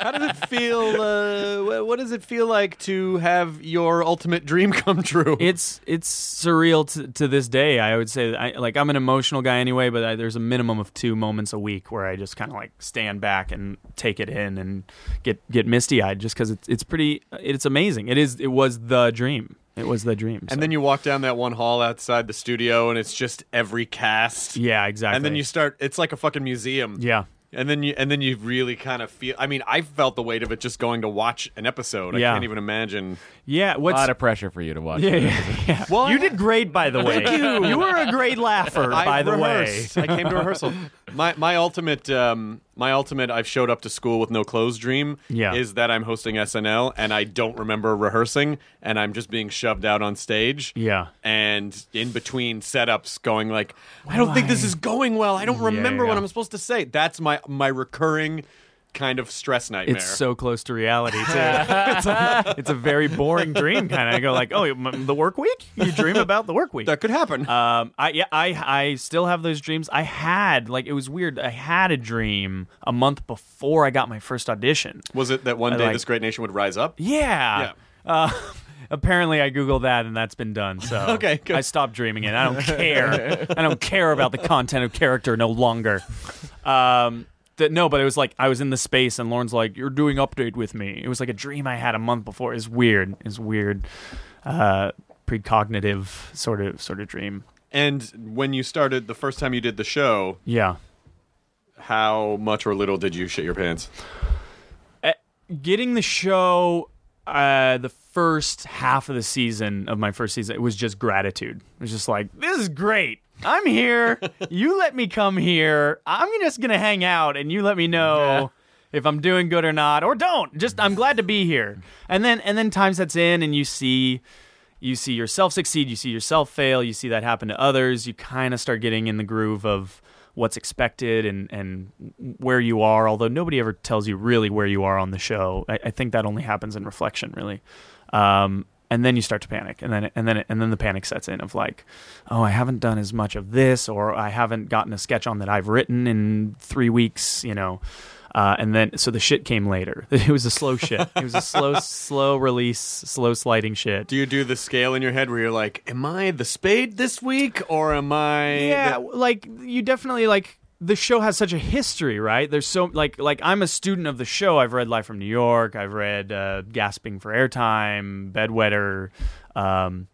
Speaker 1: How does it feel? Uh, wh- what does it feel like to have your ultimate dream come true?
Speaker 6: it's it's surreal to, to this day. I would say that I like I'm an emotional guy anyway, but I, there's a minimum of two moments a week where I just kind of like stand back and take it in and get get misty eyed just because it's it's pretty it's amazing. It is it was the dream. It was the dream. so.
Speaker 1: and then you walk down that one hall outside the studio, and it's just every cast.
Speaker 6: yeah, exactly.
Speaker 1: And then you start. It's like a fucking museum.
Speaker 6: yeah
Speaker 1: And then you and then you really kind of feel. I mean, I felt the weight of it just going to watch an episode. I
Speaker 6: Yeah.
Speaker 1: can't even imagine.
Speaker 6: Yeah,
Speaker 4: A
Speaker 6: what's
Speaker 4: lot of pressure for you to watch.
Speaker 6: yeah, yeah, yeah.
Speaker 1: Well,
Speaker 6: you did great, by the way. you. were a great laugher, by the way.
Speaker 1: rehearsed. I came to rehearsal. My my ultimate um my ultimate I've showed up to school with no clothes dream
Speaker 6: Yeah.
Speaker 1: is that I'm hosting SNL and I don't remember rehearsing and I'm just being shoved out on stage.
Speaker 6: Yeah.
Speaker 1: And in between setups going like I don't think this is going well. I don't remember what
Speaker 6: yeah.
Speaker 1: I'm supposed to say. That's my my recurring kind of stress nightmare.
Speaker 6: It's so close to reality too. it's, a, it's a very boring dream kind of. I go like, oh, m- the work week? You dream about the work week?
Speaker 1: that could happen.
Speaker 6: Um, I yeah, I I still have those dreams. I had like it was weird. I had a dream a month before I got my first audition.
Speaker 1: was it that one
Speaker 6: I
Speaker 1: day
Speaker 6: like-
Speaker 1: this great nation would rise up?
Speaker 6: Yeah. Uh, apparently, I googled that, and that's been done. So
Speaker 1: Okay, good.
Speaker 6: I stopped dreaming it. I don't care. I don't care about the content of character no longer. Um, that no, but it was like I was in the space, and Lauren's like, "You're doing update with me." It was like a dream I had a month before. It's weird. It's weird. Uh, precognitive sort of sort of dream.
Speaker 1: And when you started the first time you did the show,
Speaker 6: Yeah.
Speaker 1: how much or little did you shit your pants?
Speaker 6: Uh, getting the show uh the first half of the season of my first season it was just gratitude it was just like this is great i'm here you let me come here i'm just gonna hang out and you let me know if i'm doing good or not or don't just i'm glad to be here and then and then time sets in and you see you see yourself succeed, you see yourself fail, you see that happen to others, you kind of start getting in the groove of what's expected and, and where you are, although nobody ever tells you really where you are on the show. I, I think that only happens in reflection, really. Um, and then you start to panic, and then and then and then the panic sets in of like, oh, I haven't done as much of this, or I haven't gotten a sketch on that I've written in three weeks, you know, uh, and then so the shit came later. It was a slow shit. It was a slow, slow release, slow sliding shit.
Speaker 1: Do you do the scale in your head where you're like, am I the spade this week or am I
Speaker 6: yeah
Speaker 1: the-
Speaker 6: w- like you definitely like the show has such a history right there's so like like i'm a student of the show i've read live from new york i've read uh, gasping for airtime bedwetter um,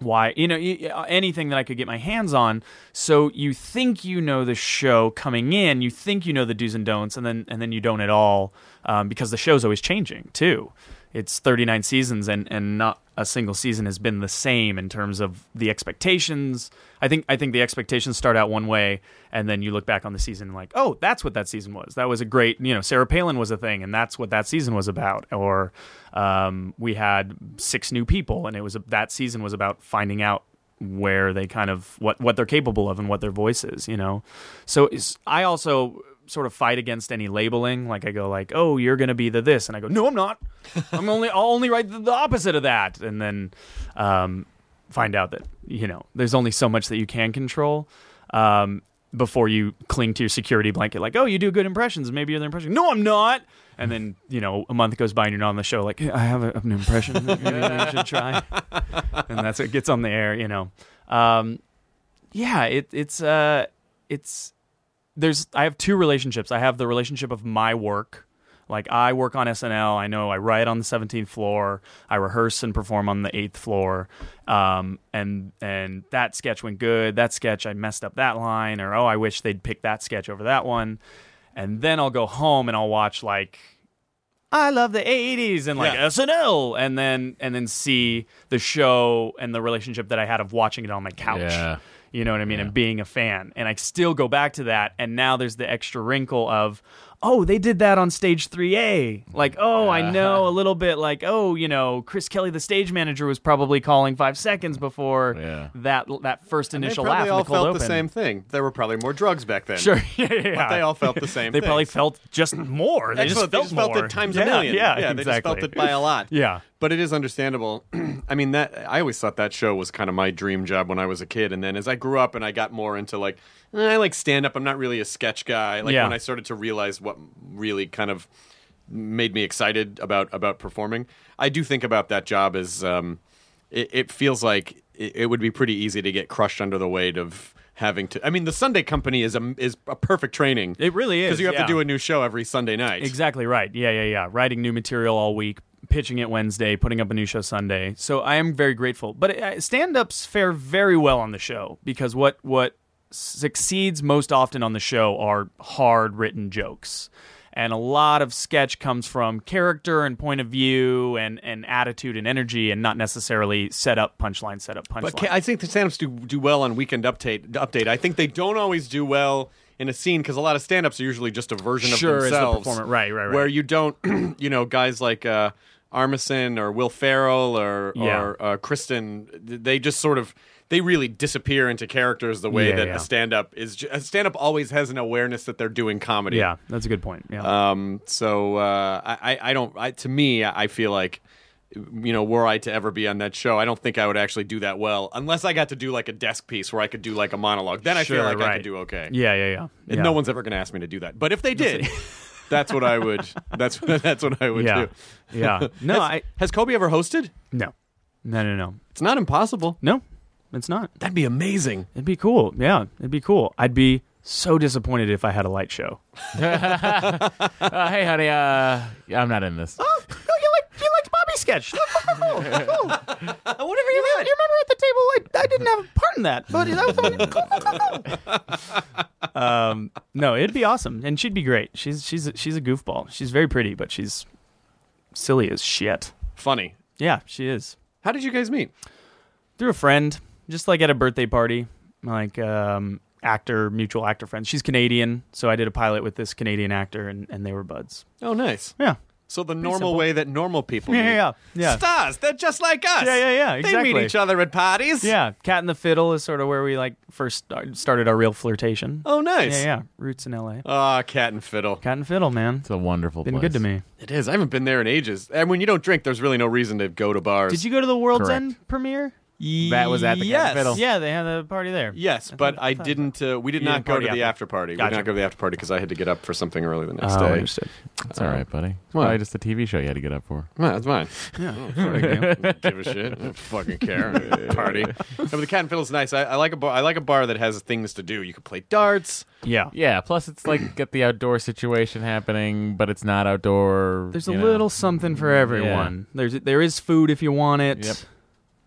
Speaker 6: why you know y- y- anything that i could get my hands on so you think you know the show coming in you think you know the do's and don'ts and then and then you don't at all um, because the show's always changing too it's 39 seasons and and not a single season has been the same in terms of the expectations i think i think the expectations start out one way and then you look back on the season and like oh that's what that season was that was a great you know sarah palin was a thing and that's what that season was about or um, we had six new people and it was that season was about finding out where they kind of what what they're capable of and what their voice is you know so it's, i also sort of fight against any labeling like i go like oh you're gonna be the this and i go no i'm not i'm only i'll only write the, the opposite of that and then um, find out that you know there's only so much that you can control um, before you cling to your security blanket like oh you do good impressions maybe you're the impression no i'm not and then you know a month goes by and you're not on the show like i have a, an impression that maybe i should try and that's what gets on the air, you know. Um, yeah, it, it's uh, it's there's I have two relationships. I have the relationship of my work. Like I work on SNL. I know I write on the 17th floor. I rehearse and perform on the eighth floor. Um, and and that sketch went good. That sketch I messed up that line, or oh, I wish they'd pick that sketch over that one. And then I'll go home and I'll watch like I love the 80s and like
Speaker 1: Yeah.
Speaker 6: SNL, and then and then see the show and the relationship that I had of watching it on my couch.
Speaker 4: Yeah.
Speaker 6: You know what I mean? And being a fan. And I still go back to that. And now there's the extra wrinkle of, oh, they did that on stage 3A. Like, oh, I know a little bit. Like, oh, you know, Chris Kelly, the stage manager, was probably calling five seconds before
Speaker 4: Yeah.
Speaker 6: that that first
Speaker 1: They
Speaker 6: initial
Speaker 1: probably
Speaker 6: laugh in
Speaker 1: all
Speaker 6: the cold
Speaker 1: felt
Speaker 6: open.
Speaker 1: the same thing. There were probably more drugs back then.
Speaker 6: Sure. Yeah, yeah,
Speaker 1: But they
Speaker 6: yeah.
Speaker 1: all felt the same
Speaker 6: They
Speaker 1: thing.
Speaker 6: probably felt just more. They
Speaker 1: Excellent.
Speaker 6: just felt more.
Speaker 1: it times
Speaker 6: Yeah,
Speaker 1: a million.
Speaker 6: Yeah,
Speaker 1: they
Speaker 6: exactly.
Speaker 1: just felt it by a lot.
Speaker 6: Yeah.
Speaker 1: But it is understandable. I mean, that I always thought that show was kind of my dream job when I was a kid, and then as I grew up and I got more into like, eh, I like stand up. I'm not really a sketch guy. Like
Speaker 6: Yeah.
Speaker 1: when I started to realize what really kind of made me excited about about performing, I do think about that job as um, it, it feels like it, it would be pretty easy to get crushed under the weight of having to. I mean, the Sunday Company is a is a perfect training.
Speaker 6: It really is.
Speaker 1: because you have
Speaker 6: yeah.
Speaker 1: to do a new show every Sunday night.
Speaker 6: Exactly right. Yeah, yeah, yeah. Writing new material all week, pitching it Wednesday, putting up a new show Sunday. So I am very grateful. But uh, stand-ups fare very well on the show because what what succeeds most often on the show are hard written jokes. And a lot of sketch comes from character and point of view and, and attitude and energy and not necessarily set up punchline, set up punchline.
Speaker 1: But ca I think the stand-ups do, do well on weekend update. Update. I think they don't always do well in a scene because a lot of stand-ups are usually just a version
Speaker 6: Sure,
Speaker 1: of
Speaker 6: as the
Speaker 1: themselves.
Speaker 6: performer- right, right, right.
Speaker 1: Where you don't, you know, guys like uh, Armisen or Will Ferrell or
Speaker 6: Yeah.
Speaker 1: or uh, Kristen, th- they just sort of they really disappear into characters the way
Speaker 6: Yeah,
Speaker 1: that
Speaker 6: yeah.
Speaker 1: a stand-up is. ju- A stand-up always has an awareness that they're doing comedy.
Speaker 6: yeah, that's a good point. Yeah.
Speaker 1: Um, so uh, I, I- I don't. I, to me, I I feel like you know, were I to ever be on that show, I don't think I would actually do that well, unless I got to do like a desk piece where I could do like a monologue. Then I feel
Speaker 6: Sure,
Speaker 1: like I
Speaker 6: right.
Speaker 1: could do okay.
Speaker 6: yeah, yeah, yeah.
Speaker 1: And
Speaker 6: yeah.
Speaker 1: no one's ever going to ask me to do that. But if they did, that's what I would. That's that's what I would
Speaker 6: Yeah.
Speaker 1: do.
Speaker 6: yeah. No,
Speaker 1: Has-
Speaker 6: I.
Speaker 1: has Kobe ever hosted?
Speaker 6: No. No, no, no.
Speaker 1: It's not impossible.
Speaker 6: No, it's not.
Speaker 1: That'd be amazing.
Speaker 6: It'd be cool. Yeah, it'd be cool. I'd be so disappointed if I had a light show.
Speaker 4: Uh, hey, honey, uh, I'm not in this.
Speaker 6: Oh, you like you liked Bobby sketch. Uh,
Speaker 1: Whatever you want.
Speaker 6: remember at the table? I, I didn't have a part in that, but that was um, no, it'd be awesome, and she'd be great. She's she's a, she's a goofball. She's very pretty, but she's silly as shit.
Speaker 1: Funny.
Speaker 6: Yeah, she is.
Speaker 1: How did you guys meet?
Speaker 6: through a friend, just like at a birthday party, like um, actor, mutual actor friends. She's Canadian, so I did a pilot with this Canadian actor, and, and they were buds.
Speaker 1: Oh, nice.
Speaker 6: Yeah,
Speaker 1: So the normal
Speaker 6: simple.
Speaker 1: way that normal people
Speaker 6: yeah,
Speaker 1: meet.
Speaker 6: yeah, yeah,
Speaker 1: Stars, they're just like us.
Speaker 6: Yeah, yeah, yeah,
Speaker 1: They meet
Speaker 6: exactly.
Speaker 1: each other at parties.
Speaker 6: yeah. Cat and the Fiddle is sort of where we like first start, started our real flirtation.
Speaker 1: Oh, nice.
Speaker 6: Yeah, yeah. Roots in L.A.
Speaker 1: Ah, cat and fiddle.
Speaker 6: Cat and Fiddle, man.
Speaker 4: It's a wonderful
Speaker 6: Been
Speaker 4: place.
Speaker 6: good to me.
Speaker 1: It is. I haven't been there in ages. And when you don't drink, there's really no reason to go to bars.
Speaker 6: Did you go to the World's
Speaker 4: Correct.
Speaker 6: End premiere?
Speaker 4: That was at the Cat
Speaker 1: yes.
Speaker 4: and Fiddle.
Speaker 6: Yeah, they had a party there.
Speaker 1: Yes, but I didn't. Uh, we did
Speaker 6: You
Speaker 1: not
Speaker 6: didn't
Speaker 1: go to
Speaker 6: party
Speaker 1: the
Speaker 6: after.
Speaker 1: after party. We
Speaker 6: Gotcha.
Speaker 1: did not go to the after party because I had to get up for something early the next
Speaker 6: Oh,
Speaker 1: day.
Speaker 6: understood.
Speaker 4: It's all right, buddy. It's
Speaker 1: What?
Speaker 4: probably just a TV show you had to get up for.
Speaker 1: Well, that's mine. Give a shit. I don't fucking care. Party. No, but the Cat and Fiddle's nice. I, I like a bar. I like a bar that has things to do. You could play darts.
Speaker 6: Yeah.
Speaker 4: Yeah. Plus, it's like get the outdoor situation happening, but it's not outdoor.
Speaker 6: There's a
Speaker 4: you know.
Speaker 6: little something for everyone. There's there is food if you want it.
Speaker 4: Yep.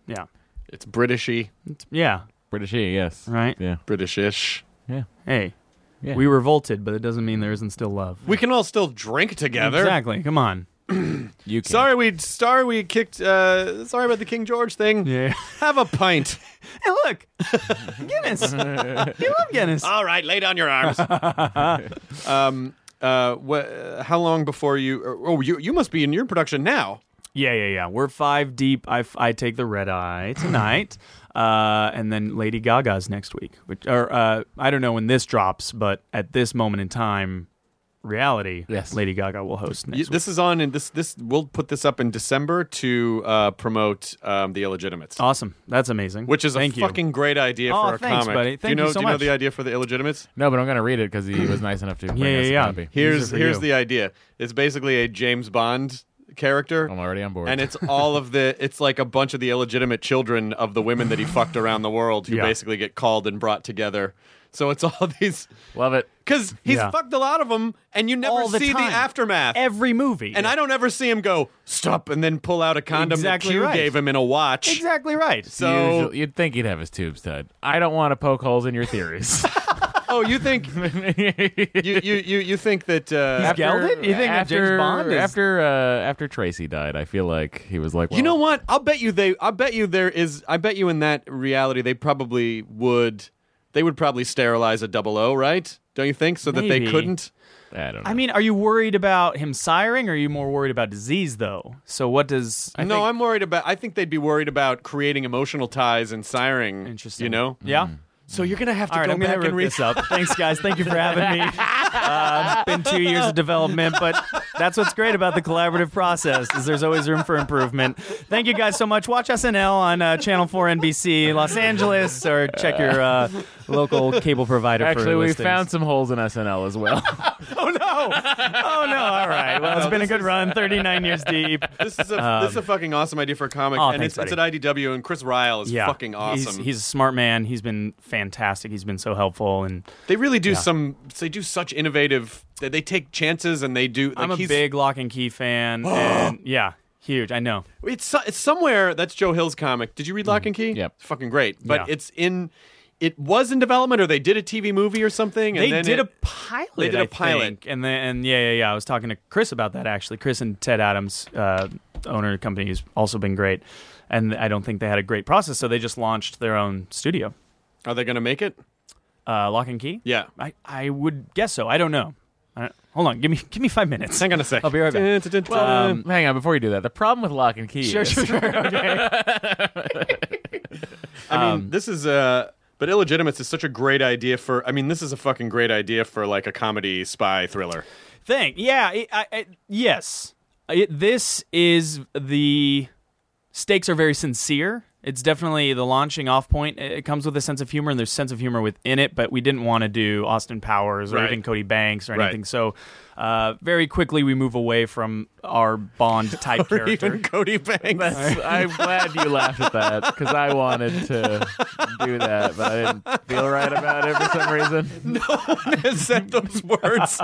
Speaker 6: Yeah.
Speaker 1: It's Britishy,
Speaker 6: Yeah.
Speaker 4: British, yes.
Speaker 6: Right.
Speaker 4: Yeah.
Speaker 1: Britishish.
Speaker 6: Hey,
Speaker 4: Yeah.
Speaker 6: we revolted, but it doesn't mean there isn't still love.
Speaker 1: We can all still drink together.
Speaker 6: Exactly. Come on.
Speaker 4: You can.
Speaker 1: Sorry we sorry we kicked. Uh, sorry about the King George thing.
Speaker 6: Yeah.
Speaker 1: Have a pint.
Speaker 6: Hey, look, Guinness. you love Guinness.
Speaker 1: All right, lay down your arms. um, uh, wh- how long before you? Oh, you you must be in your production now.
Speaker 6: Yeah, yeah, yeah. We're five deep. I, f- I take the red eye tonight, uh, and then Lady Gaga's next week. Which, or uh, I don't know when this drops, but at this moment in time, reality.
Speaker 4: Yes.
Speaker 6: Lady Gaga will host next
Speaker 1: Y- this is on, and this this we'll put this up in December to uh, promote um, the Illegitimates,
Speaker 6: week. Awesome. That's amazing.
Speaker 1: which is a
Speaker 6: Thank you.
Speaker 1: fucking great idea
Speaker 6: Oh,
Speaker 1: for a
Speaker 6: thanks,
Speaker 1: comic.
Speaker 6: buddy.
Speaker 1: do
Speaker 6: Thank
Speaker 1: you
Speaker 6: you
Speaker 1: know? do
Speaker 6: so
Speaker 1: you know
Speaker 6: much.
Speaker 1: the idea for the Illegitimates?
Speaker 4: No, but I'm gonna read it because he was nice enough to bring
Speaker 6: yeah,
Speaker 4: us
Speaker 6: yeah.
Speaker 4: a copy.
Speaker 1: Here's
Speaker 6: These are for
Speaker 1: here's
Speaker 6: you.
Speaker 1: the idea. It's basically a James Bond character.
Speaker 4: I'm already on board.
Speaker 1: and it's all of the it's like a bunch of the illegitimate children of the women that he fucked around the world who
Speaker 6: Yeah.
Speaker 1: basically get called and brought together so it's all these
Speaker 4: love it.
Speaker 1: because he's
Speaker 6: Yeah.
Speaker 1: fucked a lot of them and you never
Speaker 6: All the
Speaker 1: see
Speaker 6: time.
Speaker 1: the aftermath
Speaker 6: Every movie.
Speaker 1: and i don't ever see him go stop and then pull out a condom
Speaker 6: Exactly
Speaker 1: that q
Speaker 6: right.
Speaker 1: gave him in a watch
Speaker 6: Exactly right.
Speaker 1: so
Speaker 4: Usual- you'd think he'd have his tubes tied. I don't want to poke holes in your theories.
Speaker 1: oh you think you, you you you think that uh,
Speaker 6: He's gelled it? You think that
Speaker 4: after,
Speaker 6: James Bond is-
Speaker 4: after uh, after Tracy died, I feel like he was like, well,
Speaker 1: you know what i'll bet you they i bet you there is i bet you in that reality they probably would they would probably sterilize a double o right don't you think so that
Speaker 6: Maybe.
Speaker 1: they couldn't
Speaker 4: I don't know.
Speaker 6: I mean, are you worried about him siring, or are you more worried about disease, though? So what does? I
Speaker 1: no,
Speaker 6: think-
Speaker 1: I'm worried about. I think they'd be worried about creating emotional ties and siring.
Speaker 6: interesting.
Speaker 1: You know.
Speaker 6: Yeah.
Speaker 4: Mm-hmm.
Speaker 1: So you're gonna have to
Speaker 6: All right,
Speaker 1: go
Speaker 6: I'm
Speaker 1: back
Speaker 6: gonna wrap
Speaker 1: and read
Speaker 6: this up. Thanks, guys. Thank you for having me. Uh, been two years of development, but that's what's great about the collaborative process is there's always room for improvement. Thank you guys so much. Watch SNL on uh, Channel 4 NBC Los Angeles, or check your uh, local cable provider.
Speaker 4: Actually,
Speaker 6: for
Speaker 4: we
Speaker 6: listings.
Speaker 4: found some holes in SNL as well.
Speaker 6: Oh no! Oh no! All right. Well, it's been a good run. 39 years deep.
Speaker 1: This is a this is a fucking awesome idea for a comic,
Speaker 6: Um, oh,
Speaker 1: and
Speaker 6: thanks,
Speaker 1: it's, it's at
Speaker 6: buddy.
Speaker 1: IDW, and Chris Ryle is fucking awesome.
Speaker 6: He's, he's a smart man. He's been fantastic. He's been so helpful. And
Speaker 1: they really do some. They do such innovative. They, they take chances, and they do. Like
Speaker 6: I'm a
Speaker 1: he's-
Speaker 6: big Lock and Key fan. and yeah, huge. I know.
Speaker 1: It's, so- it's somewhere. That's Joe Hill's comic. Did you read Lock and Key?
Speaker 4: Yep.
Speaker 1: It's fucking great. But
Speaker 6: Mm-hmm. Yeah.
Speaker 1: it's in. it was in development, or they did a TV movie or something. And
Speaker 6: they
Speaker 1: then
Speaker 6: did
Speaker 1: it-
Speaker 6: a pilot.
Speaker 1: They did a
Speaker 6: I
Speaker 1: pilot.
Speaker 6: think. and then and yeah, yeah, yeah. I was talking to Chris about that actually. Chris and Ted Adams, uh, owner of the company, who's also been great. And I don't think they had a great process, so they just launched their own studio,
Speaker 1: Are they going to make it?
Speaker 6: uh, Lock and Key.
Speaker 1: Yeah.
Speaker 6: I, I would guess so. I don't know. I don't- hold on, give me give me five minutes.
Speaker 1: Hang on a sec.
Speaker 4: I'll be right back.
Speaker 1: Dun-dun-dun-dun.
Speaker 4: Um, hang on, before you do that, the problem with lock and key is
Speaker 1: I
Speaker 6: um,
Speaker 1: mean, this is uh but Illegitimates is such a great idea for. I mean, this is a fucking great idea for like a comedy spy thriller.
Speaker 6: thing. Yeah, it, I, I, yes. It, this is the stakes are very sincere. It's definitely the launching off point. It, it comes with a sense of humor, and there's sense of humor within it. But we didn't want to do Austin Powers or
Speaker 1: Right.
Speaker 6: even Cody Banks or
Speaker 1: Right.
Speaker 6: anything. So uh, very quickly we move away from our Bond type
Speaker 1: Or
Speaker 6: character.
Speaker 1: even Cody Banks.
Speaker 4: I'm glad you laughed at that because I wanted to do that, but I didn't feel right about it for some reason.
Speaker 1: has said those words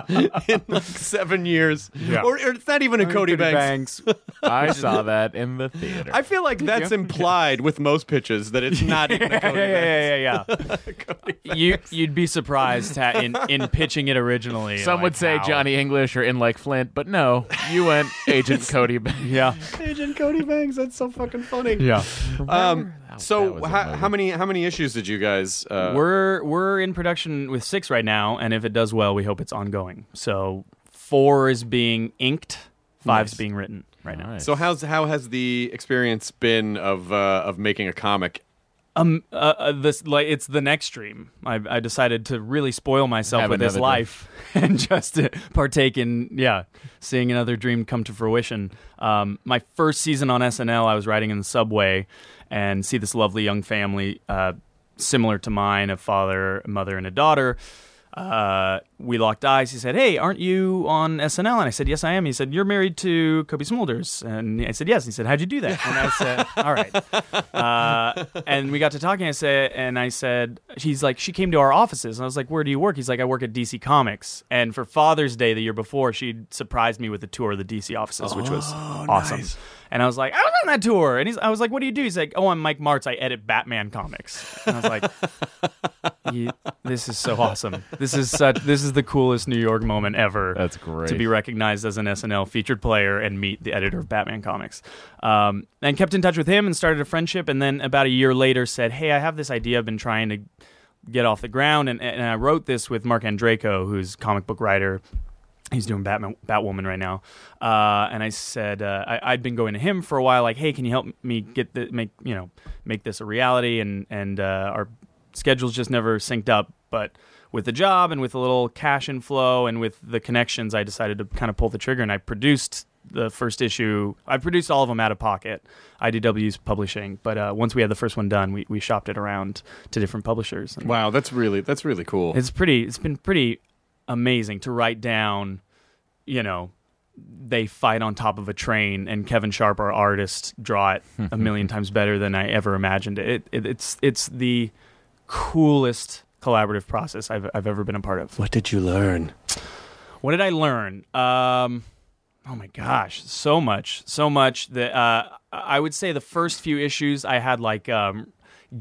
Speaker 1: in like seven years,
Speaker 6: Yeah.
Speaker 1: or, or it's not even a Cody, Banks.
Speaker 6: Banks.
Speaker 4: I saw that in the theater.
Speaker 1: I feel like that's implied with most pitches that it's not even a Cody
Speaker 6: yeah,
Speaker 1: Banks.
Speaker 6: yeah, yeah, yeah, yeah. you you'd be surprised ha- in in pitching it originally.
Speaker 4: some
Speaker 6: like,
Speaker 4: would say
Speaker 6: how-
Speaker 4: Johnny English or in like Flint, but no, you went Agent Cody Banks.
Speaker 6: Yeah,
Speaker 1: Agent Cody Bangs. That's so fucking funny.
Speaker 6: yeah.
Speaker 1: Um.
Speaker 4: that
Speaker 1: So
Speaker 4: was a
Speaker 1: how,
Speaker 4: movie.
Speaker 1: how many how many issues did you guys? Uh,
Speaker 6: we're we're in production with six right now, and if it does well, we hope it's ongoing. So four is being inked, five's being written right now.
Speaker 4: Nice.
Speaker 1: so how's how has the experience been of uh, of making a comic?
Speaker 6: Um, uh, uh, this like it's the next stream. I I decided to really spoil myself
Speaker 4: Have
Speaker 6: with this
Speaker 4: another dream.
Speaker 6: life and just to partake in yeah, seeing another dream come to fruition. Um, my first season on SNL, I was riding in the subway and see this lovely young family, uh, similar to mine, a father, a mother, and a daughter. Uh, we locked eyes. He said, "Hey, aren't you on SNL?" And I said, "Yes, I am." He said, "You're married to Kobe Smulders," and I said, "Yes." He said, "How'd you do that?" And I said, "All right." uh, and we got to talking. I said, and I said, she's like, she came to our offices, and I was like, where do you work? He's like, I work at DC Comics. And for Father's Day the year before, she surprised me with a tour of the DC offices, which was awesome. And I was like, I was on that tour. And he's, I was like, what do you do? He's like, oh, I'm Mike Martz. I edit Batman comics. And I was like, you- this is so awesome. This is such. This is the coolest New York moment ever.
Speaker 4: That's great.
Speaker 6: To be recognized as an SNL featured player and meet the editor of Batman Comics. Um, and kept in touch with him and started a friendship. And then about a year later, said, "Hey, I have this idea. I've been trying to get off the ground." And, and I wrote this with Mark Andreyko, who's a comic book writer he's doing Batman, Batwoman right now. Uh, and I said uh, I, I'd been going to him for a while, like, hey, can you help me get the make you know make this a reality? And and uh, our schedules just never synced up, but. With the job and with a little cash inflow and with the connections, I decided to kind of pull the trigger and I produced the first issue. I produced all of them out of pocket, IDW's publishing. But uh, once we had the first one done, we, we shopped it around to different publishers. And
Speaker 1: Wow, that's really that's really cool.
Speaker 6: it's pretty. It's been pretty amazing to write down. You know, they fight on top of a train, and Kevin Sharp, our artist, draw it a million times better than I ever imagined. It, it it's it's the coolest collaborative process I've I've ever been a part of.
Speaker 1: what did you learn?
Speaker 6: What did I learn? Um, oh my gosh, so much, so much that uh, I would say the first few issues I had like um,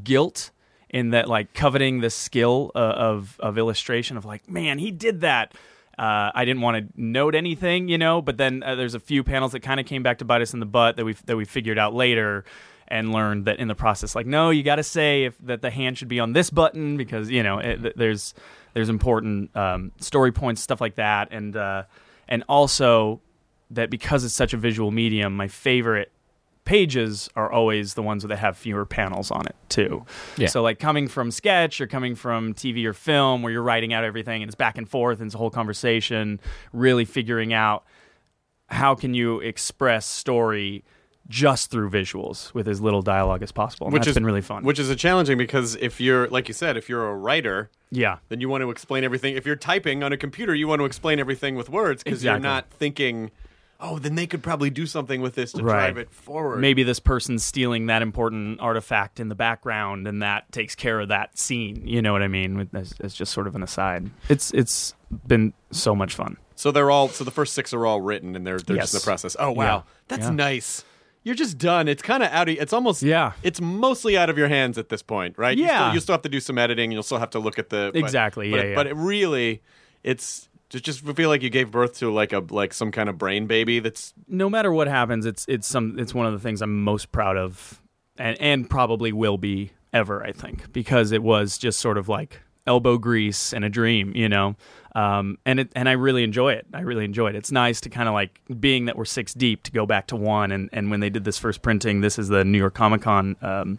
Speaker 6: guilt in that like coveting the skill uh, of of illustration of like man he did that. Uh, I didn't want to note anything, you know. But then uh, there's a few panels that kind of came back to bite us in the butt that we that we figured out later and learned that in the process like no you got to say if that the hand should be on this button because you know it, th- there's there's important um, story points stuff like that and uh, and also that because it's such a visual medium my favorite pages are always the ones that have fewer panels on it too
Speaker 4: Yeah.
Speaker 6: so like coming from sketch or coming from tv or film where you're writing out everything and it's back and forth and it's a whole conversation really figuring out how can you express story just through visuals with as little dialogue as possible. And
Speaker 1: Which
Speaker 6: has
Speaker 1: has
Speaker 6: been really fun.
Speaker 1: Which is a challenging because if you're like you said, if you're a writer,
Speaker 6: yeah,
Speaker 1: then you want to explain everything. If you're typing on a computer, you want to explain everything with words because
Speaker 6: Exactly.
Speaker 1: you're not thinking, oh, then they could probably do something with this to
Speaker 6: Right.
Speaker 1: drive it forward.
Speaker 6: maybe this person's stealing that important artifact in the background, and that takes care of that scene. You know what I mean? With- As, as just sort of an aside, it's it's been so much fun.
Speaker 1: So they're all so the first six are all written and they're they're just in
Speaker 6: Yes.
Speaker 1: the process. Oh wow,
Speaker 6: Yeah.
Speaker 1: that's
Speaker 6: Yeah.
Speaker 1: nice. you're just done. It's kind of out of. It's almost
Speaker 6: Yeah.
Speaker 1: It's mostly out of your hands at this point, right? You
Speaker 6: Yeah.
Speaker 1: still, you still have to do some editing. and You'll still have to look at the but-
Speaker 6: Exactly,
Speaker 1: But,
Speaker 6: yeah,
Speaker 1: it,
Speaker 6: yeah.
Speaker 1: but it really, it's just just feel like you gave birth to like a like some kind of brain baby. That's
Speaker 6: no matter what happens, it's it's some it's one of the things I'm most proud of, and and probably will be ever. I think because it was just sort of like elbow grease and a dream, you know. Um, and it and I really enjoy it. I really enjoy it. It's nice to kind of like being that we're six deep to go back to one. And and when they did this first printing, this is the New York Comic Con. Um,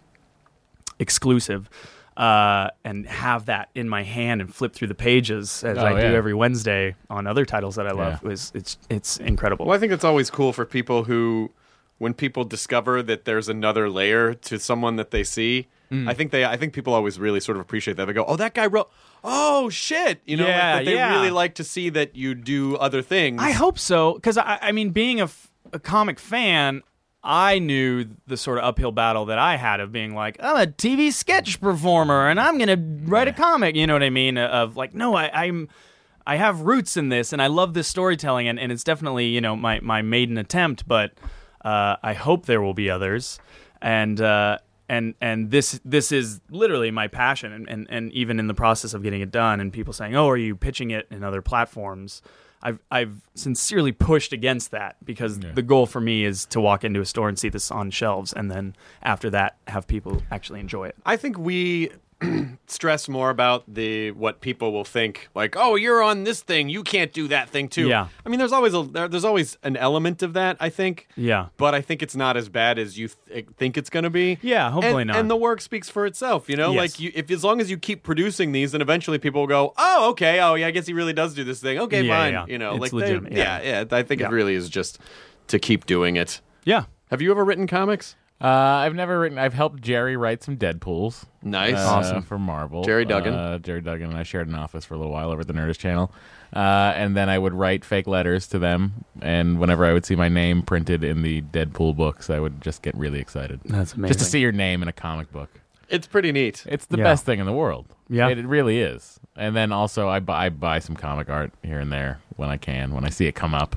Speaker 6: exclusive uh, and have that in my hand and flip through the pages as
Speaker 4: Oh,
Speaker 6: I
Speaker 4: yeah.
Speaker 6: do every Wednesday on other titles that I love
Speaker 4: Yeah.
Speaker 6: was it's it's incredible.
Speaker 1: well, I think it's always cool for people who, when people discover that there's another layer to someone that they see.
Speaker 6: Hmm.
Speaker 1: I think they. I think people always really sort of appreciate that. They go, "Oh, that guy wrote. Oh shit!" You know, like,
Speaker 6: Yeah,
Speaker 1: that they
Speaker 6: yeah.
Speaker 1: really like to see that you do other things.
Speaker 6: I hope so, because I, I mean, being a, f- a comic fan, I knew the sort of uphill battle that I had of being like, I'm a TV sketch performer, and I'm gonna write a comic. You know what I mean? Of like, no, I, I'm. I have roots in this, and I love this storytelling, and, and it's definitely you know my, my maiden attempt. But uh, I hope there will be others, and uh, and and this this is literally my passion, and, and and even in the process of getting it done, and people saying, "Oh, are you pitching it in other platforms?" I've I've sincerely pushed against that because the goal for me is to walk into a store and see this on shelves, and then after that, have people actually enjoy it.
Speaker 1: I think we stress more about the what people will think like oh you're on this thing you can't do that thing too
Speaker 6: Yeah.
Speaker 1: i mean there's always a there, there's always an element of that i think
Speaker 6: Yeah.
Speaker 1: but i think it's not as bad as you th- think it's going to be
Speaker 6: Yeah, hopefully
Speaker 1: and,
Speaker 6: not.
Speaker 1: and the work speaks for itself you know
Speaker 6: Yes.
Speaker 1: like you if as long as you keep producing these then eventually people will go oh okay oh yeah i guess he really does do this thing okay
Speaker 6: Yeah,
Speaker 1: fine
Speaker 6: yeah.
Speaker 1: you know
Speaker 6: It's
Speaker 1: like
Speaker 6: legitimate,
Speaker 1: they,
Speaker 6: yeah.
Speaker 1: yeah. yeah i think
Speaker 6: Yeah.
Speaker 1: it really is just to keep doing it
Speaker 6: Yeah,
Speaker 1: have you ever written comics
Speaker 4: Uh, I've never written. I've helped Jerry write some Deadpool's.
Speaker 1: nice
Speaker 4: uh, for Marvel.
Speaker 1: Jerry Duggan.
Speaker 4: Uh, Jerry Duggan and I shared an office for a little while over at the Nerdist channel, uh, and then I would write fake letters to them. And whenever I would see my name printed in the Deadpool books, I would just get really excited.
Speaker 6: that's amazing.
Speaker 4: Just to see your name in a comic book.
Speaker 1: it's pretty neat
Speaker 4: It's the
Speaker 6: Yeah.
Speaker 4: best thing in the world.
Speaker 6: Yeah.
Speaker 4: it, it really is. And then also, I buy, I buy some comic art here and there when I can. When I see it come up,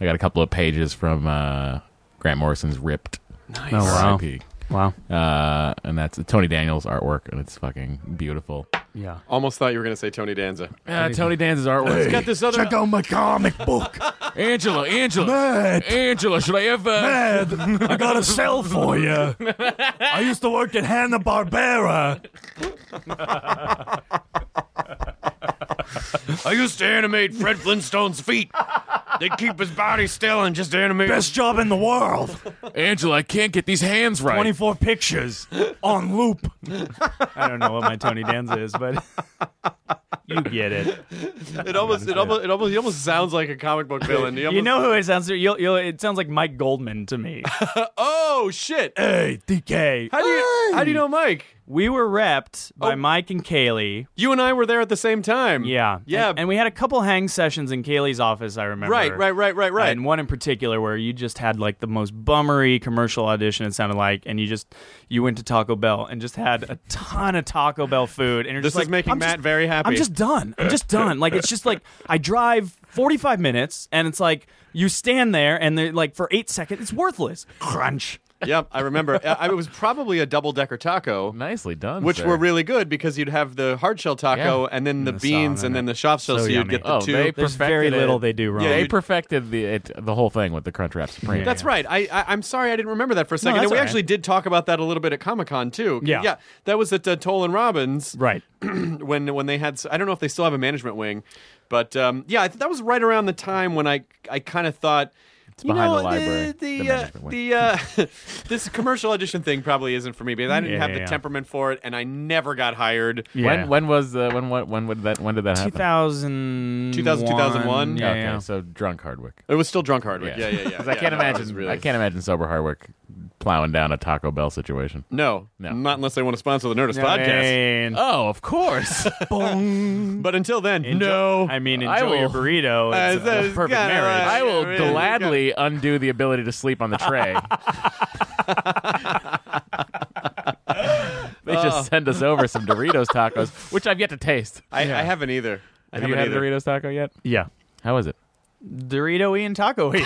Speaker 4: I got a couple of pages from uh, Grant Morrison's Ripped.
Speaker 1: nice
Speaker 6: Oh, wow.
Speaker 4: RIP.
Speaker 6: wow,
Speaker 4: Uh, and that's Tony Daniels' artwork, and it's fucking beautiful.
Speaker 6: yeah.
Speaker 1: almost thought you were going to say tony danza
Speaker 4: Uh, Tony Danza's artwork. He's got this other. Check out my comic book. Angela, Angela, Angela. Should I uh, ever?
Speaker 7: I got a cell for you. I used to work at Hanna Barbera.
Speaker 1: I used to animate Fred Flintstone's feet. They'd keep his body still and just animate.
Speaker 7: Best job in the world.
Speaker 4: Angela, I can't get these hands right.
Speaker 7: 24 pictures on loop.
Speaker 6: I don't know what my Tony Danza is, but you get it.
Speaker 1: It almost, it almost, it almost, he almost sounds like a comic book villain. He
Speaker 6: You
Speaker 1: almost-
Speaker 6: know who it sounds? You'll, you'll, it sounds like Mike Goldman to me.
Speaker 1: Oh shit! How
Speaker 7: Hey, DK.
Speaker 1: do you, how do you know Mike?
Speaker 6: we were repped by
Speaker 1: Oh.
Speaker 6: Mike and Kaylee.
Speaker 1: You and I were there at the same time.
Speaker 6: Yeah,
Speaker 1: yeah.
Speaker 6: And, and we had a couple hang sessions in Kaylee's office. I remember.
Speaker 1: right, right, right, right, right.
Speaker 6: And one in particular where you just had like the most bummery commercial audition. It sounded like, and you just you went to Taco Bell and just had a ton of Taco Bell food. And you're
Speaker 1: This
Speaker 6: just like,
Speaker 1: is making
Speaker 6: I'm
Speaker 1: Matt
Speaker 6: just-
Speaker 1: very happy.
Speaker 6: I'm just done. I'm just done. Like it's just like I drive 45 minutes, and it's like you stand there, and they're like for eight seconds, it's worthless. Crunch.
Speaker 1: yep, I remember. I, I- it was probably a double decker taco.
Speaker 4: Nicely done.
Speaker 1: Which
Speaker 4: sir.
Speaker 1: were really good because you'd have the hard shell taco
Speaker 4: Yeah.
Speaker 1: and then the,
Speaker 6: the
Speaker 1: beans and
Speaker 6: song and
Speaker 1: then
Speaker 6: it-
Speaker 1: the soft shell, so,
Speaker 6: so
Speaker 1: you'd
Speaker 6: yummy.
Speaker 1: get the
Speaker 4: Oh,
Speaker 1: two.
Speaker 4: they
Speaker 6: There's
Speaker 4: perfected
Speaker 6: very
Speaker 4: it.
Speaker 6: little they do wrong.
Speaker 1: Yeah,
Speaker 4: They
Speaker 1: you-
Speaker 4: perfected the it, the whole thing with the Crunchwrap Supreme.
Speaker 1: That's right. I, I I'm sorry I didn't remember that for a second.
Speaker 6: that's
Speaker 1: and we
Speaker 6: all right.
Speaker 1: actually did talk about that a little bit at Comic Con too.
Speaker 6: Yeah.
Speaker 1: yeah. That was at uh, Tolan Robbins.
Speaker 6: Right.
Speaker 1: when when they had I don't know if they still have a management wing, but um, yeah, I th- that was right around the time when I I kind of thought. It's
Speaker 4: behind
Speaker 1: know,
Speaker 4: the
Speaker 1: The
Speaker 4: library, the
Speaker 1: the, uh,
Speaker 4: management wing.
Speaker 1: the, uh, this commercial audition thing probably isn't for me because I didn't
Speaker 6: Yeah,
Speaker 1: have
Speaker 6: yeah,
Speaker 1: the
Speaker 6: yeah.
Speaker 1: temperament for it, and I never got hired.
Speaker 6: Yeah.
Speaker 4: When when was uh, when what when would that when did that happen?
Speaker 6: 2000
Speaker 1: 2000, 2001?
Speaker 6: Yeah,
Speaker 4: okay,
Speaker 6: yeah.
Speaker 4: so drunk Hardwick.
Speaker 1: It was still drunk Hardwick. Yeah, yeah, yeah.
Speaker 4: 'Cause I
Speaker 1: Yeah,
Speaker 4: can't
Speaker 1: no, it was
Speaker 4: imagine.
Speaker 1: really-
Speaker 4: I can't imagine sober Hardwick plowing down a Taco Bell situation.
Speaker 1: No,
Speaker 4: No.
Speaker 1: not unless they want to sponsor the Nerdist
Speaker 6: I
Speaker 1: podcast.
Speaker 6: mean,
Speaker 4: Oh, of course.
Speaker 1: But until then,
Speaker 6: enjoy-
Speaker 1: no.
Speaker 6: I mean, enjoy
Speaker 4: I
Speaker 6: your
Speaker 4: will-
Speaker 6: burrito.
Speaker 1: Uh,
Speaker 6: It's a
Speaker 1: it's- it's
Speaker 6: perfect
Speaker 1: kinda
Speaker 6: marriage.
Speaker 1: like-
Speaker 4: I will
Speaker 1: Yeah, really,
Speaker 4: gladly undo the ability to sleep on the tray. they just send us over some Doritos tacos, which I've yet to taste.
Speaker 1: I, I haven't either. I
Speaker 4: Have you
Speaker 1: haven't
Speaker 4: had a
Speaker 1: either.
Speaker 4: Doritos taco yet?
Speaker 6: yeah.
Speaker 4: How is it?
Speaker 6: Dorito y and taco y.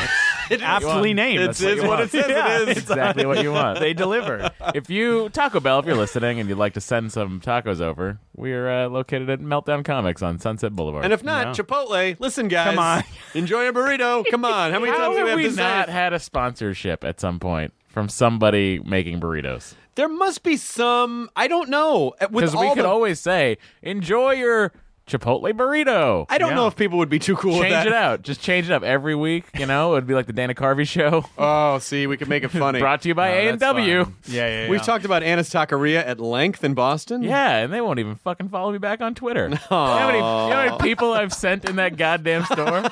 Speaker 6: aptly named.
Speaker 1: It's-
Speaker 6: That's
Speaker 1: it's what
Speaker 6: you
Speaker 1: it
Speaker 6: want.
Speaker 1: says it
Speaker 6: Yeah,
Speaker 1: is.
Speaker 6: it's-
Speaker 4: exactly what you want.
Speaker 6: They deliver. Oh,
Speaker 4: if you Taco Bell, if you're listening and you'd like to send some tacos over, we are uh, located at Meltdown Comics on Sunset Boulevard.
Speaker 1: And if not, Chipotle. Listen, guys.
Speaker 6: Come on.
Speaker 1: Enjoy a burrito. Come on. How many
Speaker 4: how
Speaker 1: times do we
Speaker 4: have
Speaker 1: have
Speaker 4: we
Speaker 1: to say
Speaker 4: not
Speaker 1: it?
Speaker 4: had a sponsorship at some point from somebody making burritos?
Speaker 1: There must be some. I don't know. Uh, With
Speaker 4: Because we
Speaker 1: all
Speaker 4: could
Speaker 1: the-
Speaker 4: always say, "Enjoy your Chipotle burrito."
Speaker 1: I don't
Speaker 6: Yeah.
Speaker 1: know if people would be too cool with
Speaker 4: change
Speaker 1: that.
Speaker 4: it out. Just change it up every week. You know, it'd be like the Dana Carvey show,
Speaker 1: Oh, see, we could make it funny.
Speaker 4: brought to you by A
Speaker 6: Oh,
Speaker 4: and
Speaker 6: that's
Speaker 4: W.
Speaker 6: fine. Yeah, yeah, yeah.
Speaker 1: We've talked about Anna's Taqueria at length in Boston.
Speaker 4: Yeah, and they won't even fucking follow me back on Twitter. You know how many, you know how many people I've sent in that goddamn store?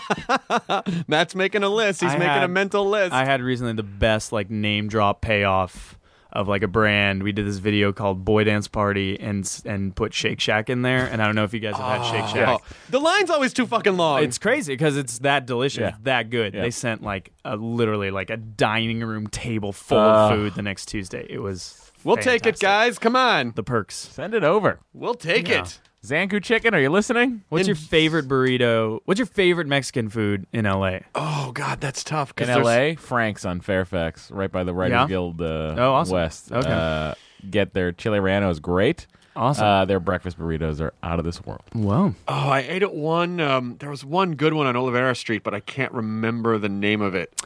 Speaker 1: Matt's making a list. He's
Speaker 6: I
Speaker 1: making a
Speaker 6: had-
Speaker 1: mental list.
Speaker 6: I had recently the best like name drop payoff of like a brand. We did this video called Boy Dance Party and s- and put Shake Shack in there. And I don't know if you guys have had Shake Shack.
Speaker 1: Oh, the line's always too fucking long.
Speaker 6: It's crazy because it's that delicious,
Speaker 4: Yeah.
Speaker 6: that good.
Speaker 4: Yeah.
Speaker 6: They sent like a literally like a dining room table full of
Speaker 4: Uh.
Speaker 6: food the next Tuesday. It was
Speaker 1: Ah. we'll take it,
Speaker 6: fantastic.
Speaker 1: guys. Come on.
Speaker 6: The perks.
Speaker 4: Send it over.
Speaker 1: We'll take it.
Speaker 4: Zanku Chicken, are you listening?
Speaker 6: What's
Speaker 1: And-
Speaker 6: your favorite burrito? What's your favorite Mexican food in LA?
Speaker 1: Oh God, that's tough. 'cause
Speaker 4: In
Speaker 1: there's-
Speaker 4: L.A., Frank's on Fairfax, right by the Writers
Speaker 6: Yeah?
Speaker 4: Guild uh,
Speaker 6: Oh, awesome.
Speaker 4: West.
Speaker 6: Okay.
Speaker 4: Uh, get their chile rano is great.
Speaker 6: Awesome.
Speaker 4: Uh, their breakfast burritos are out of this world.
Speaker 6: Whoa.
Speaker 1: Oh, I ate at one. Um, there was one good one on Olivera Street, but I can't remember the name of it.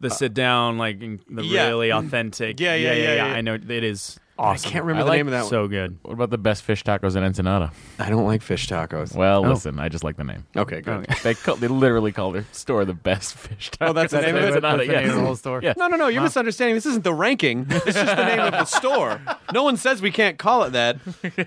Speaker 6: The sit down, like in- the
Speaker 1: Uh, yeah.
Speaker 6: really authentic.
Speaker 1: Yeah, yeah, yeah, yeah.
Speaker 6: I know it is awesome.
Speaker 1: I can't remember the
Speaker 4: like
Speaker 1: name of that
Speaker 6: so good.
Speaker 4: What about the best fish tacos in Ensenada?
Speaker 1: one. I don't like fish tacos.
Speaker 6: Oh.
Speaker 4: Well, listen, I just like the name.
Speaker 1: Okay, good.
Speaker 4: They call, they literally call their store the best fish tacos.
Speaker 1: Oh, that's the
Speaker 4: in
Speaker 1: name of it?
Speaker 4: Ensenada,
Speaker 6: That's the
Speaker 4: yes.
Speaker 6: name of the whole store?
Speaker 4: Yeah.
Speaker 1: No, no, no. You're misunderstanding. This isn't the ranking. It's just the name of the store. No one says we can't call it that.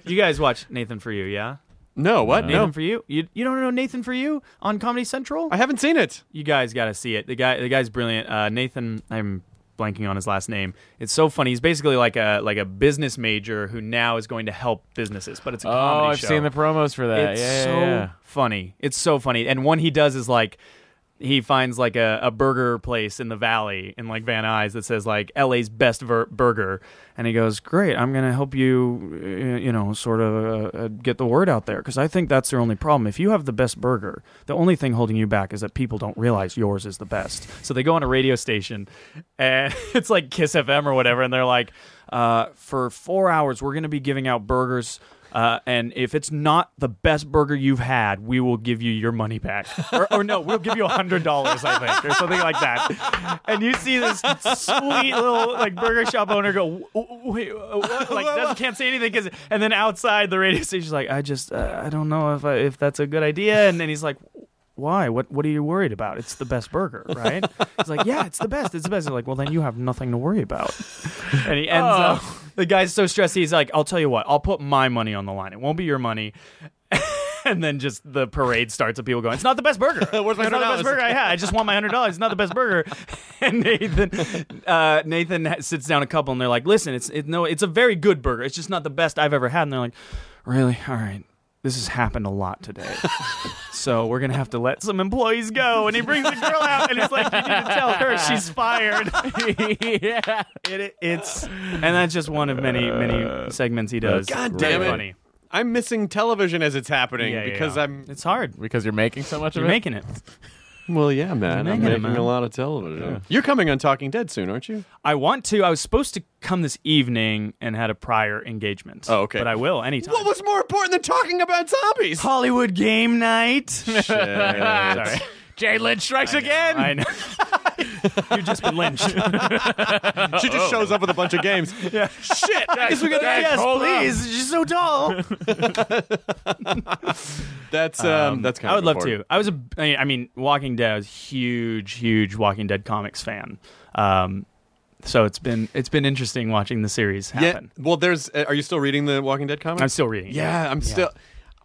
Speaker 6: You guys watch Nathan for You, yeah?
Speaker 1: No, what?
Speaker 6: Nathan
Speaker 1: No.
Speaker 6: for You. You you don't know Nathan for You on Comedy Central?
Speaker 1: I haven't seen it.
Speaker 6: you guys got to see it. The guy, the guy's brilliant. Uh, Nathan, I'm blanking on his last name. It's so funny. He's basically like a like a business major who now is going to help businesses, but it's a
Speaker 4: Oh,
Speaker 6: comedy
Speaker 4: I've
Speaker 6: show.
Speaker 4: seen the promos for that.
Speaker 6: It's
Speaker 4: yeah, yeah,
Speaker 6: so
Speaker 4: yeah.
Speaker 6: funny. It's so funny. And one he does is like he finds like a, a burger place in the valley in like Van Nuys that says like LA's best ver- burger, and he goes, "Great, I'm gonna help you, uh, you know, sort of uh, uh, get the word out there because I think that's their only problem. If you have the best burger, the only thing holding you back is that people don't realize yours is the best. So they go on a radio station, and it's like Kiss FM or whatever, and they're like, uh, for four hours we're gonna be giving out burgers. Uh, and if it's not the best burger you've had, we will give you your money back. Or, or no, we'll give you hundred dollars, I think, or something like that. And you see this sweet little like burger shop owner go, "W- w- wait, uh, what? like doesn't, can't say anything, 'cause- and then outside the radio station's like, I just, uh, I don't know if I, if that's a good idea. And then he's like, why? What What are you worried about? It's the best burger, right? He's like, yeah, it's the best. It's the best. They're like, well, then you have nothing to worry about. And he ends up. The guy's so stressed. He's like, I'll tell you what. I'll put my money on the line. It won't be your money. And then just the parade starts of people going, "It's not the best burger.
Speaker 1: Where's my
Speaker 6: it's not the
Speaker 1: $100?"
Speaker 6: best burger I had. I just want my hundred dollars. It's not the best burger." And Nathan, uh, Nathan ha- sits down a couple, and they're like, "Listen, it's it, no, it's a very good burger. It's just not the best I've ever had." And they're like, "Really? All right, this has happened a lot today." so we're gonna have to let some employees go. And he brings the girl out, and he's like, "You need to tell her she's fired." yeah, it, it's and that's just one of many many segments he does.
Speaker 1: Uh, God
Speaker 6: Very
Speaker 1: damn it.
Speaker 6: Funny.
Speaker 1: I'm missing television as it's happening
Speaker 6: Yeah, yeah,
Speaker 1: because
Speaker 6: yeah.
Speaker 1: I'm.
Speaker 6: It's hard.
Speaker 4: Because you're making so much
Speaker 6: You're
Speaker 4: of it.
Speaker 6: making it.
Speaker 1: Well, yeah, man.
Speaker 6: You're
Speaker 1: I'm
Speaker 6: making it,
Speaker 1: making
Speaker 6: man.
Speaker 1: a lot of television. You're coming on Talking Dead soon, aren't you?
Speaker 6: I want to. I was supposed to come this evening and had a prior engagement.
Speaker 1: Oh, okay.
Speaker 6: But I will anytime.
Speaker 1: What was more important than talking about zombies?
Speaker 6: Hollywood game night?
Speaker 1: Sorry.
Speaker 6: Sorry.
Speaker 4: Jay Lynch strikes again.
Speaker 6: I know. You've just been lynched.
Speaker 1: She just shows up with a bunch of games.
Speaker 6: Shit. I guess we got
Speaker 4: Jack,
Speaker 6: yes,
Speaker 4: hold
Speaker 6: please. She's so tall.
Speaker 1: That's um, that's kind of.
Speaker 6: I would love
Speaker 1: important.
Speaker 6: to. I was a, I mean, Walking Dead. I was a huge, huge Walking Dead comics fan. Um, so it's been it's been interesting watching the series happen.
Speaker 1: Yeah. Well, there's. uh, Are you still reading the Walking Dead comics?
Speaker 6: I'm still reading. it.
Speaker 1: Yeah, I'm still.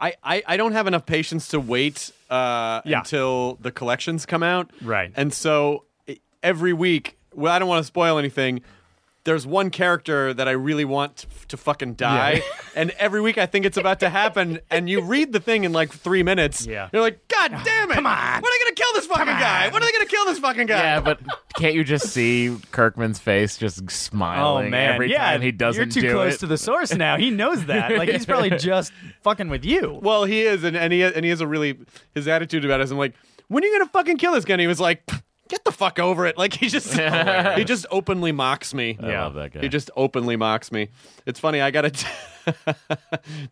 Speaker 1: I, I, I don't have enough patience to wait uh,
Speaker 6: Yeah.
Speaker 1: until the collections come out.
Speaker 6: Right.
Speaker 1: And so i- every week, well, I don't want to spoil anything. There's one character that I really want f- to fucking die. And every week I think it's about to happen. And you read the thing in like three minutes.
Speaker 6: Yeah. Ah,
Speaker 1: You're like, God damn it. Come on. When are they going to kill this fucking guy? When are they going to kill this fucking guy?
Speaker 4: Yeah, but can't you just see Kirkman's face just smiling
Speaker 6: Oh man!
Speaker 4: every
Speaker 6: yeah,
Speaker 4: time he doesn't
Speaker 6: You're too
Speaker 4: do
Speaker 6: close
Speaker 4: it?
Speaker 6: to the source now. He knows that. Like he's probably just fucking with you.
Speaker 1: Well, he is, and, and he and he has a really his attitude about it. is I'm like, when are you gonna fucking kill this guy? And he was like, get the fuck over it. Like he just he just openly mocks me.
Speaker 4: I love that guy.
Speaker 1: He just openly mocks me. It's funny. I got a. T-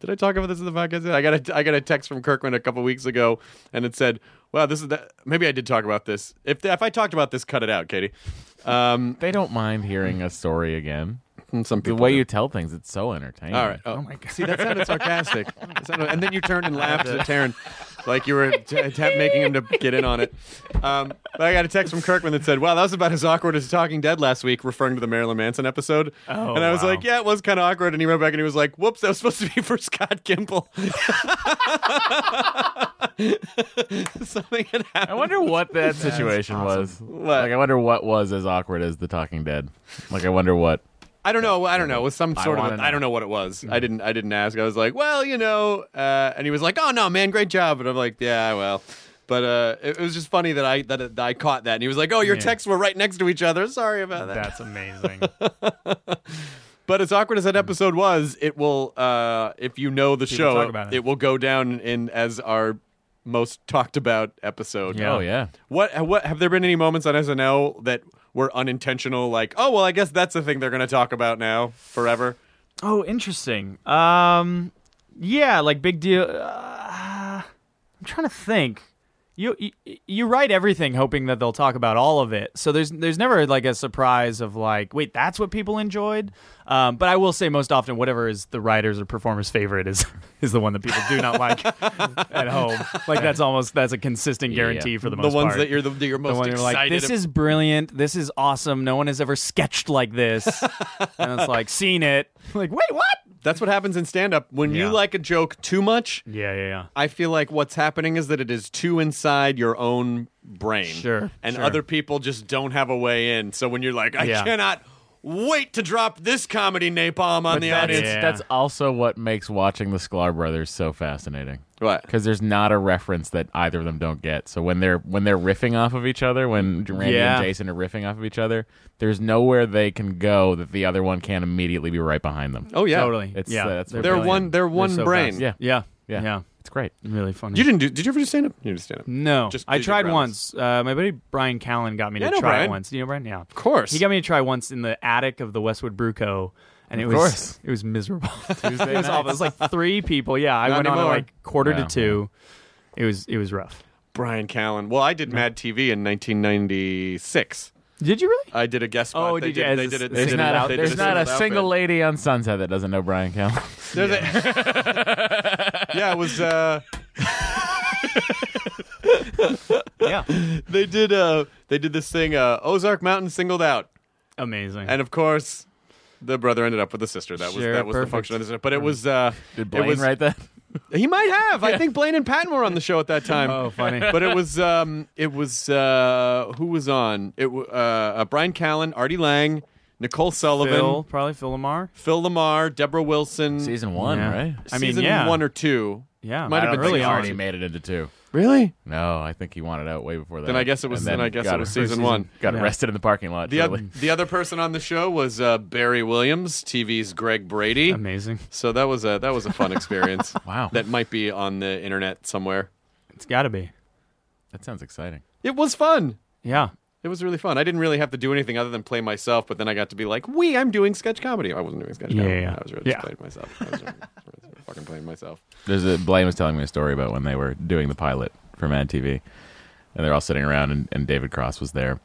Speaker 1: Did I talk about this in the podcast? I got a I got a text from Kirkman a couple weeks ago, and it said, "Wow, this is that." Maybe I did talk about this. If if I talked about this, cut it out, Katie. Um,
Speaker 4: they don't mind hearing a story again.
Speaker 1: some
Speaker 4: The
Speaker 1: people
Speaker 4: way
Speaker 1: do.
Speaker 4: you tell things, it's so entertaining.
Speaker 1: All right. Oh, my god. See, that sounded sarcastic. That sounded- and then you turned and laughed at Taryn, like you were t- t- making him to get in on it. Um, but I got a text from Kirkman that said, "Wow, that was about as awkward as Talking Dead last week," referring to the Marilyn Manson episode.
Speaker 6: Oh,
Speaker 1: and I was
Speaker 6: wow.
Speaker 1: like, "Yeah, it was kind of awkward." And he wrote back and he was like, "Whoops, that was supposed to be for Scott Gimple." Something had happened.
Speaker 4: I wonder what that situation was. Like, I wonder what was as awkward as the Talking Dead. Like, I wonder what.
Speaker 1: I don't know. I don't know. It was some
Speaker 4: I
Speaker 1: sort of.
Speaker 4: wanna
Speaker 1: I don't know what it was.
Speaker 6: Mm.
Speaker 1: I didn't. I didn't ask. I was like, well, you know. Uh, and he was like, oh no, man, great job. And I'm like, yeah, well. But uh, it, it was just funny that I that, that I caught that. And he was like, oh, your texts were right next to each other. Sorry about that.
Speaker 6: That's amazing.
Speaker 1: But as awkward as that episode was, it will. Uh, if you know the
Speaker 6: People
Speaker 1: show,
Speaker 6: talk about it.
Speaker 1: will go down in as our most talked about episode.
Speaker 4: Oh, yeah.
Speaker 1: What what have there been any moments on SNL that were unintentional? Like, oh well, I guess that's the thing they're going to talk about now forever.
Speaker 6: oh, interesting. Um, yeah, like big deal. Uh, I'm trying to think. You, you you write everything hoping that they'll talk about all of it. So there's there's never like a surprise of like, wait, that's what people enjoyed. Um, but I will say most often, whatever is the writer's or performer's favorite is is the one that people do not like at home. Like that's almost that's a consistent
Speaker 4: Yeah.
Speaker 6: guarantee for the most
Speaker 1: the ones
Speaker 6: part.
Speaker 1: that you're the that you're most
Speaker 6: the one you're
Speaker 1: excited.
Speaker 6: like,
Speaker 1: ab-
Speaker 6: this is brilliant. This is awesome. No one has ever sketched like this. and it's like, seen it. Like, wait, what?
Speaker 1: That's what happens in stand up when you
Speaker 6: Yeah.
Speaker 1: like a joke too much.
Speaker 6: Yeah, yeah, yeah.
Speaker 1: I feel like what's happening is that it is too inside your own brain.
Speaker 6: Sure,
Speaker 1: And
Speaker 6: sure.
Speaker 1: other people just don't have a way in. So when you're like, I
Speaker 6: Yeah.
Speaker 1: cannot wait to drop this comedy napalm on the
Speaker 4: that's,
Speaker 1: audience.
Speaker 6: Yeah.
Speaker 4: that's also what makes watching the Sklar brothers so fascinating.
Speaker 1: What?
Speaker 4: Because there's not a reference that either of them don't get. So when they're when they're riffing off of each other, when Randy
Speaker 6: Yeah.
Speaker 4: and Jason are riffing off of each other, there's nowhere they can go that the other one can't immediately be right behind them.
Speaker 1: Oh yeah.
Speaker 6: Totally.
Speaker 4: It's-
Speaker 6: yeah.
Speaker 4: uh, that's
Speaker 1: They're
Speaker 4: Brilliant.
Speaker 1: one they're one
Speaker 6: so
Speaker 1: brain.
Speaker 6: fast.
Speaker 4: Yeah.
Speaker 6: Yeah.
Speaker 4: Yeah. It's great.
Speaker 6: Really funny.
Speaker 1: You didn't do did you ever do stand up? You did stand up.
Speaker 6: no.
Speaker 1: Just
Speaker 6: I
Speaker 1: did your
Speaker 6: tried
Speaker 1: brows.
Speaker 6: once. Uh, my buddy Brian Callen got me
Speaker 1: Yeah, I
Speaker 6: to
Speaker 1: know
Speaker 6: try
Speaker 1: Brian.
Speaker 6: it once. Do you know Brian? Yeah.
Speaker 1: Of course.
Speaker 6: He got me to try once in the attic of the Westwood Brew Co. And it
Speaker 4: Of
Speaker 6: was
Speaker 4: course.
Speaker 6: it was miserable.
Speaker 4: Tuesday
Speaker 6: it was awful. It was like three people. Yeah, I
Speaker 1: Not
Speaker 6: went on
Speaker 1: anymore.
Speaker 6: at like quarter
Speaker 4: Yeah.
Speaker 6: to two. It was it was rough.
Speaker 1: Brian Callen. Well, I did Mad TV in nineteen ninety six.
Speaker 6: Did you really?
Speaker 1: I did a guest spot.
Speaker 6: Oh,
Speaker 1: they
Speaker 6: did you- as
Speaker 1: They
Speaker 6: a
Speaker 1: did it.
Speaker 6: s-
Speaker 1: they
Speaker 4: There's
Speaker 1: did
Speaker 4: not
Speaker 1: it-
Speaker 4: a,
Speaker 1: they did
Speaker 4: there's not a single
Speaker 1: outfit.
Speaker 4: lady on Sunset that doesn't know Brian Callen.
Speaker 1: There's a yeah, it was. Uh,
Speaker 6: Yeah.
Speaker 1: they did. Uh, they did this thing. Uh, Ozark Mountain singled out,
Speaker 6: Amazing.
Speaker 1: and of course, the brother ended up with the sister. That was
Speaker 6: Sure,
Speaker 1: that was the
Speaker 6: perfect.
Speaker 1: function of this. But it was. Uh,
Speaker 4: Did Blaine
Speaker 1: it was,
Speaker 4: write that?
Speaker 1: He might have. I think Blaine and Patton were on the show at that time.
Speaker 6: Oh, funny.
Speaker 1: But it was. Um, it was. Uh, who was on? It wa- uh, uh, Brian Callen, Artie Lang, Nicole Sullivan,
Speaker 6: Phil,
Speaker 1: Phil,
Speaker 6: probably Phil Lamar.
Speaker 1: Lamar, Deborah Wilson.
Speaker 4: Season one,
Speaker 6: Yeah.
Speaker 4: right?
Speaker 6: I mean,
Speaker 1: Season
Speaker 6: yeah.
Speaker 1: one or two.
Speaker 6: Yeah,
Speaker 1: Might
Speaker 4: I
Speaker 1: have
Speaker 4: don't
Speaker 1: been
Speaker 4: think
Speaker 6: early
Speaker 4: he
Speaker 1: on.
Speaker 4: already made it into two.
Speaker 1: Really?
Speaker 4: No, I think he wanted out way before that.
Speaker 1: Then I guess it was-
Speaker 4: And
Speaker 1: then I guess it
Speaker 4: got
Speaker 1: was
Speaker 4: ar-
Speaker 1: season one.
Speaker 4: Got
Speaker 6: Yeah.
Speaker 4: arrested in the parking lot.
Speaker 1: The,
Speaker 4: totally.
Speaker 1: oth- the other person on the show was uh, Barry Williams, TV's Greg Brady.
Speaker 6: Amazing.
Speaker 1: So that was a that was a fun experience.
Speaker 4: Wow.
Speaker 1: that might be on the internet somewhere.
Speaker 6: It's got to be.
Speaker 4: That sounds exciting.
Speaker 1: It was fun.
Speaker 6: Yeah.
Speaker 1: It was really fun. I didn't really have to do anything other than play myself, but then I got to be like, "We, I'm doing sketch comedy." I wasn't doing sketch
Speaker 6: Yeah,
Speaker 1: comedy.
Speaker 6: yeah, yeah.
Speaker 1: I was really just
Speaker 6: Yeah.
Speaker 1: playing myself. I was really- really fucking playing myself.
Speaker 4: There's a Blaine was telling me a story about when they were doing the pilot for Mad TV, and they're all sitting around, and, and David Cross was there,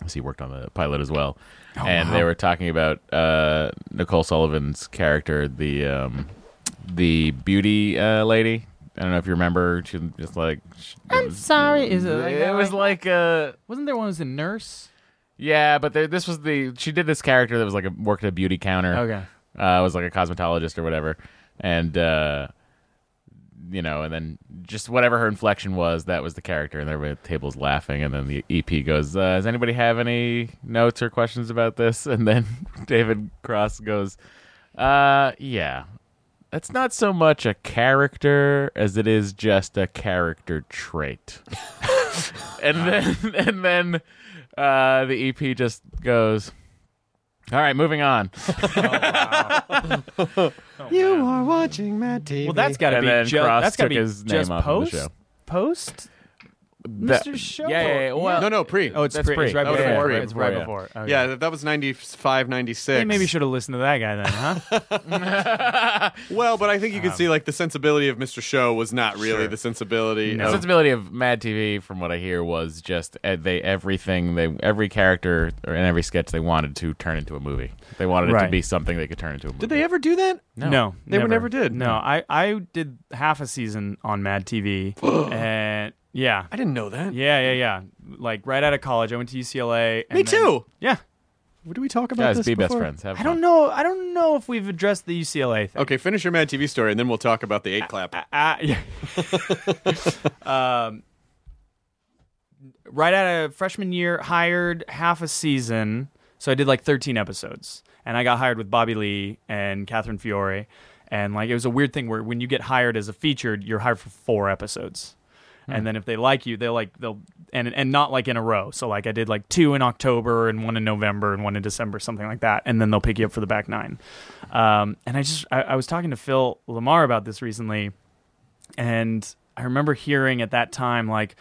Speaker 4: 'cause he worked on the pilot as well, and they were talking about uh, Nicole Sullivan's character, the um, the beauty uh, lady. I don't know if you remember. She just like she- it was,
Speaker 6: Sorry, is
Speaker 4: it was like a
Speaker 6: Wasn't there one was a nurse?
Speaker 4: yeah, but there, this was the she did this character that was like a, worked at a beauty counter
Speaker 6: Okay.
Speaker 4: uh, was like a cosmetologist or whatever, and uh, you know, and then just whatever her inflection was, that was the character, and everybody at the table's laughing, and then the EP goes, uh, "Does anybody have any notes or questions about this?" And then David Cross goes, uh, "Yeah." That's not so much a character as it is just a character trait. and then and then uh, the EP just goes, "All right, moving on."
Speaker 1: You are watching Matt TV.
Speaker 6: Well, that's got to
Speaker 4: And
Speaker 6: be
Speaker 4: then
Speaker 6: ju-
Speaker 4: Cross
Speaker 6: that's got to
Speaker 4: took
Speaker 6: be
Speaker 4: his name
Speaker 6: just
Speaker 4: off of the
Speaker 6: post
Speaker 4: show.
Speaker 6: post
Speaker 4: That-
Speaker 6: Mr. Show?
Speaker 4: Yeah, yeah, yeah. Well,
Speaker 1: no, no, pre.
Speaker 6: Oh, it's
Speaker 4: That's
Speaker 6: pre.
Speaker 4: pre.
Speaker 6: It's right
Speaker 1: That was
Speaker 6: before.
Speaker 1: pre.
Speaker 6: It's right
Speaker 4: Yeah.
Speaker 6: before. Oh,
Speaker 1: yeah, that, that was 95, 96.
Speaker 6: They maybe should have listened to that guy then, huh?
Speaker 1: Well, but I think you could
Speaker 6: Um,
Speaker 1: see like the sensibility of Mr. Show was not really the sensibility.
Speaker 4: The
Speaker 1: of-
Speaker 4: sensibility of Mad TV, from what I hear, was just uh, they everything they every character or in every sketch they wanted to turn into a movie. They wanted it to
Speaker 6: Right.
Speaker 4: be something they could turn into a movie.
Speaker 1: Did they ever do that?
Speaker 4: No.
Speaker 6: No,
Speaker 1: They were never did.
Speaker 6: No, I I did half a season on Mad TV, and yeah,
Speaker 1: I didn't know that.
Speaker 6: yeah, yeah, yeah. Like right out of college, I went to UCLA. And
Speaker 1: Me
Speaker 6: then-
Speaker 1: too.
Speaker 6: Yeah,
Speaker 1: What did we talk about
Speaker 4: Guys,
Speaker 1: this
Speaker 4: be best
Speaker 1: before?
Speaker 4: friends. Have
Speaker 6: I don't know. I don't know if we've addressed the UCLA thing.
Speaker 1: Okay, finish your Mad TV story, and then we'll talk about the eight clap.
Speaker 6: Uh, yeah. um, right out of freshman year, hired half a season. So I did like 13 episodes. And I got hired with Bobby Lee and Catherine Fiore. And like it was a weird thing where when you get hired as a featured, you're hired for four episodes. And then if they like you, they'll like they'll and and not like in a row. So like I did like two in October and one in November and one in December, something like that. And then they'll pick you up for the back nine. Um, and I just I, I was talking to Phil Lamar about this recently, and I remember hearing at that time like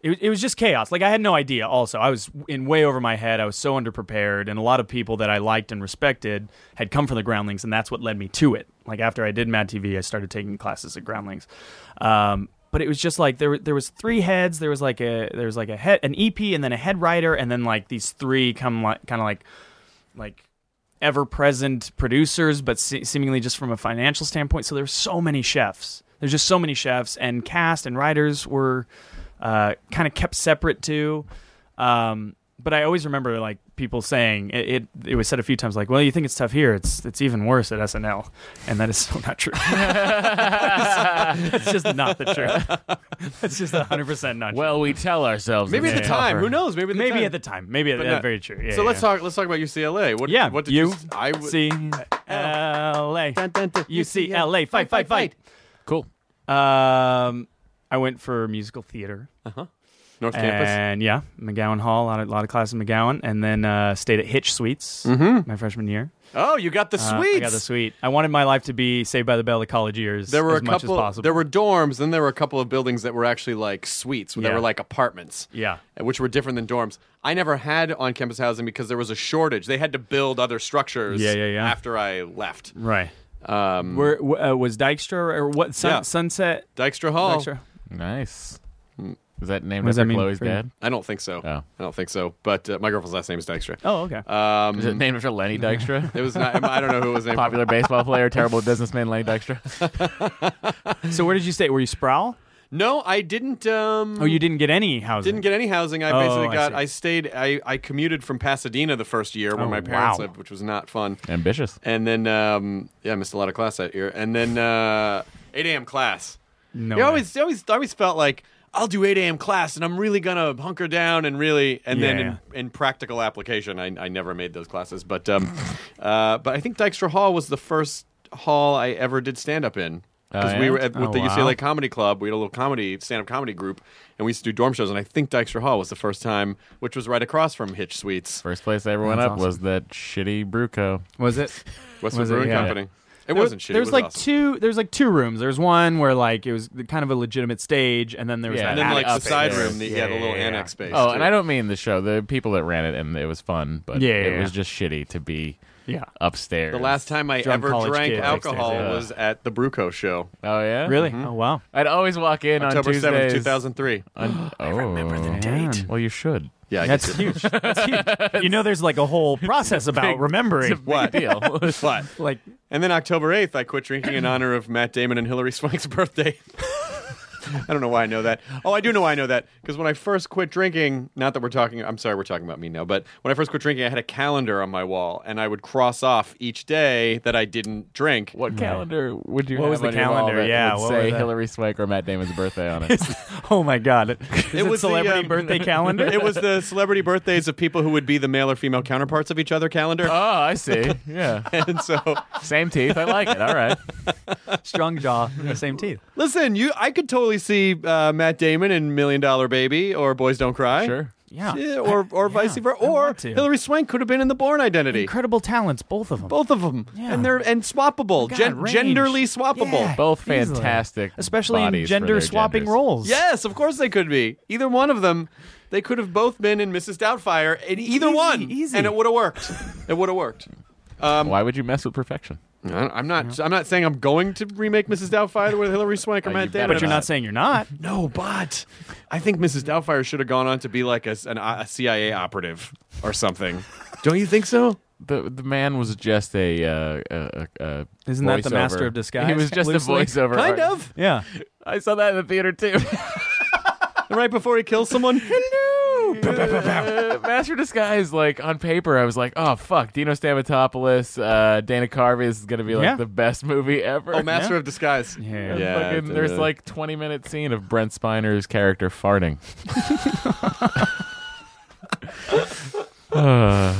Speaker 6: it, was- it was just chaos. Like I had no idea. Also, I was in way over my head. I was so underprepared, and a lot of people that I liked and respected had come from the Groundlings, and that's what led me to it. Like after I did Mad TV, I started taking classes at Groundlings. Um, but it was just like there were- there was three heads. There was like a there was like a head an EP, and then a head writer, and then like these three come like kind of like like ever present producers, but se- seemingly just from a financial standpoint. So there's so many chefs. There's just so many chefs, and cast and writers were uh, kind of kept separate too. Um, but I always remember like people saying it, it. It was said a few times, like, "Well, you think it's tough here? It's it's even worse at SNL," and that is so not true. it's just not the truth. It's just 100 percent not true.
Speaker 4: Well, we tell ourselves.
Speaker 1: Maybe at
Speaker 4: it's
Speaker 1: the time.
Speaker 4: tougher.
Speaker 1: Who knows? Maybe at the
Speaker 6: maybe
Speaker 1: time.
Speaker 6: at the time, maybe at,
Speaker 1: But
Speaker 6: that's
Speaker 1: not-
Speaker 6: very true. Yeah,
Speaker 1: so
Speaker 6: yeah,
Speaker 1: let's
Speaker 6: yeah.
Speaker 1: talk. Let's talk about UCLA. What?
Speaker 6: Yeah,
Speaker 1: What did
Speaker 6: you
Speaker 1: you? I would.
Speaker 6: C L A
Speaker 5: Dun, dun, dun.
Speaker 6: UCLA fight fight fight.
Speaker 4: Cool.
Speaker 6: Um, I went for musical theater,
Speaker 1: North Campus.
Speaker 6: and yeah, McGowan Hall. A lot of, lot of classes in McGowan, and then uh, stayed at Hitch Suites my freshman year.
Speaker 1: Oh, you got the
Speaker 6: Uh,
Speaker 1: Mm-hmm. suites.
Speaker 6: I got the suite. I wanted my life to be Saved by the Bell of college years.
Speaker 1: There were
Speaker 6: as
Speaker 1: a
Speaker 6: much
Speaker 1: couple.
Speaker 6: as possible.
Speaker 1: There were dorms, then there were a couple of buildings that were actually like suites, that
Speaker 6: Yeah.
Speaker 1: were like apartments.
Speaker 6: Yeah.
Speaker 1: which were different than dorms. I never had on-campus housing because there was a shortage. They had to build other structures.
Speaker 6: Yeah, yeah, yeah.
Speaker 1: After I left,
Speaker 6: right.
Speaker 1: um,
Speaker 6: Where w- uh, was Dykstra or what? Sun,
Speaker 1: Yeah. Oh.
Speaker 6: Sunset.
Speaker 1: Dykstra Hall.
Speaker 6: Dykstra?
Speaker 4: Nice. Is that named
Speaker 6: What does
Speaker 4: after
Speaker 6: that mean
Speaker 4: Chloe's
Speaker 6: for you?
Speaker 4: dad?
Speaker 1: I don't think so.
Speaker 4: Oh.
Speaker 1: I don't think so. But uh, my girlfriend's last name is Dykstra.
Speaker 6: Oh, okay.
Speaker 1: Um,
Speaker 4: Is it named after Lenny Dykstra?
Speaker 1: it was not. I don't know who it was named.
Speaker 4: Popular baseball player, terrible businessman, Lenny Dykstra.
Speaker 1: Uh,
Speaker 6: so where did you stay? Were you Sproul?
Speaker 1: No, I didn't. Um,
Speaker 6: Oh, you didn't get any housing.
Speaker 1: Didn't get any housing. I
Speaker 6: Oh,
Speaker 1: basically
Speaker 6: I
Speaker 1: got.
Speaker 6: see.
Speaker 1: I, stayed. I, I commuted from Pasadena the first year where
Speaker 6: Oh,
Speaker 1: my parents
Speaker 6: wow.
Speaker 1: lived, which was not fun.
Speaker 4: Ambitious.
Speaker 1: And then, um, yeah, I missed a lot of class that year. And then, uh, 8 a.m. class.
Speaker 6: No.
Speaker 1: You
Speaker 6: way.
Speaker 1: always, you always, I always felt like I'll do 8 a.m. class, and I'm really gonna hunker down and really. And then
Speaker 6: Yeah.
Speaker 1: in, in practical application, I, I never made those classes. But, um, uh, but I think Dykstra Hall was the first hall I ever did stand up in. Because
Speaker 4: Oh,
Speaker 1: we
Speaker 4: yeah?
Speaker 1: were at, with
Speaker 6: Oh,
Speaker 1: the
Speaker 6: wow.
Speaker 1: UCLA Comedy Club, we had a little comedy stand-up comedy group, and we used to do dorm shows. And I think Dykstra Hall was the first time, which was right across from Hitch Suites,
Speaker 4: First place I ever went
Speaker 6: That's
Speaker 4: up was that shitty Bruco.
Speaker 6: was it?
Speaker 1: Westwood
Speaker 6: Was it?
Speaker 1: Brewing
Speaker 6: Yeah.
Speaker 1: Company. It
Speaker 6: There-
Speaker 1: wasn't shitty.
Speaker 6: There's
Speaker 1: it was
Speaker 6: like
Speaker 1: awesome.
Speaker 6: two. There's like two rooms. There's one where like it was the- kind of a legitimate stage, and then there was
Speaker 4: Yeah,
Speaker 1: and
Speaker 6: that
Speaker 1: then like
Speaker 6: attic
Speaker 1: the
Speaker 4: space.
Speaker 1: side
Speaker 6: space.
Speaker 1: room, the, yeah, the little annex space.
Speaker 4: Oh,
Speaker 1: too.
Speaker 4: and I don't mean the show. The people that ran it and it was fun, but
Speaker 6: Yeah,
Speaker 4: it
Speaker 6: yeah,
Speaker 4: was
Speaker 6: yeah.
Speaker 4: just shitty to be
Speaker 6: Yeah.
Speaker 4: upstairs.
Speaker 1: The last time I
Speaker 6: Drunk
Speaker 1: ever
Speaker 6: college
Speaker 1: drank
Speaker 6: kid.
Speaker 1: alcohol
Speaker 6: Yeah.
Speaker 1: was at the Bruco show,
Speaker 4: Oh yeah,
Speaker 6: Really?
Speaker 1: Mm-hmm.
Speaker 6: Oh wow.
Speaker 4: I'd always walk in
Speaker 1: October
Speaker 4: on
Speaker 1: seventh,
Speaker 4: Tuesdays.
Speaker 1: two thousand three.
Speaker 4: on- oh. I remember the
Speaker 6: date.
Speaker 4: Well, you should.
Speaker 1: Yeah, I guess
Speaker 6: That's
Speaker 1: it-
Speaker 6: huge. That's huge. You know, there's like a whole process about remembering.
Speaker 1: what
Speaker 4: Deal.
Speaker 1: What?
Speaker 6: Like,
Speaker 1: And then October eighth, I quit drinking in honor of Matt Damon and Hillary Swank's birthday. I don't know why I know that. Oh, I do know why I know that because when I first quit drinking, not that we're talking, I'm sorry, we're talking about me now, but when I first quit drinking, I had a calendar on my wall and I would cross off each day that I didn't drink.
Speaker 4: What calendar would you?
Speaker 6: What was
Speaker 4: have
Speaker 6: the
Speaker 4: on your wall
Speaker 6: calendar?
Speaker 4: that
Speaker 6: Yeah,
Speaker 4: would
Speaker 6: what
Speaker 4: say
Speaker 6: was that?
Speaker 4: Hillary Swank or Matt Damon's birthday on it.
Speaker 6: oh my god, is it,
Speaker 1: was the,
Speaker 6: celebrity
Speaker 1: um,
Speaker 6: birthday calendar?
Speaker 1: It was the celebrity birthdays of people who would be the male or female counterparts of each other calendar.
Speaker 4: oh, I see. Yeah,
Speaker 1: And so
Speaker 4: same teeth. I like it. All right.
Speaker 6: strong jaw, and the same teeth.
Speaker 1: Listen, you, I could totally see uh, Matt Damon in Million Dollar Baby or Boys Don't Cry.
Speaker 4: Sure. Yeah.
Speaker 1: Yeah, or or vice
Speaker 4: yeah,
Speaker 1: versa.
Speaker 4: I
Speaker 1: Or
Speaker 4: want to.
Speaker 1: Hillary Swank could have been in the Born Identity.
Speaker 4: Incredible talents, both of them.
Speaker 1: Both of them,
Speaker 4: Yeah. Oh,
Speaker 1: and they're and swappable,
Speaker 4: God,
Speaker 1: gen-
Speaker 4: range.
Speaker 1: genderly swappable.
Speaker 4: Yeah. Both
Speaker 6: Easily.
Speaker 4: fantastic
Speaker 6: especially in
Speaker 4: bodies for their
Speaker 6: gender swapping
Speaker 4: genders.
Speaker 6: roles.
Speaker 1: Yes, of course they could be. Either one of them, they could have both been in Mrs. Doubtfire,
Speaker 4: E-,
Speaker 1: and either
Speaker 6: Easy,
Speaker 1: one,
Speaker 6: easy.
Speaker 1: and it would have worked. it would have worked. Um,
Speaker 4: Why would you mess with perfection?
Speaker 1: I don't- I'm not. I'm not saying I'm going to remake Mrs. Doubtfire with Hillary Swank or
Speaker 4: Oh, you
Speaker 1: Matt Damon.
Speaker 4: better
Speaker 6: but you're not saying you're not.
Speaker 1: No, but I think Mrs. Doubtfire should have gone on to be like a, s- an, a CIA operative or something. Don't you think so?
Speaker 4: The the man was just a uh, a, a, a
Speaker 6: Isn't that the
Speaker 4: voiceover.
Speaker 6: master of disguise,
Speaker 4: He was just
Speaker 6: loosely?
Speaker 4: a voiceover.
Speaker 1: Kind
Speaker 4: artist.
Speaker 1: of.
Speaker 6: Yeah,
Speaker 4: I saw that in the theater too.
Speaker 1: And right before he kills someone,
Speaker 4: Uh, Master of Disguise, like on paper, I was like, oh fuck, Dino Stamatopoulos, uh, Dana Carvey this is gonna be like
Speaker 6: Yeah.
Speaker 4: the best movie ever.
Speaker 1: oh, Master of Disguise.
Speaker 6: Yeah.
Speaker 4: And fucking- there's
Speaker 1: uh,
Speaker 4: like 20 minute scene of Brent Spiner's character farting. Uh,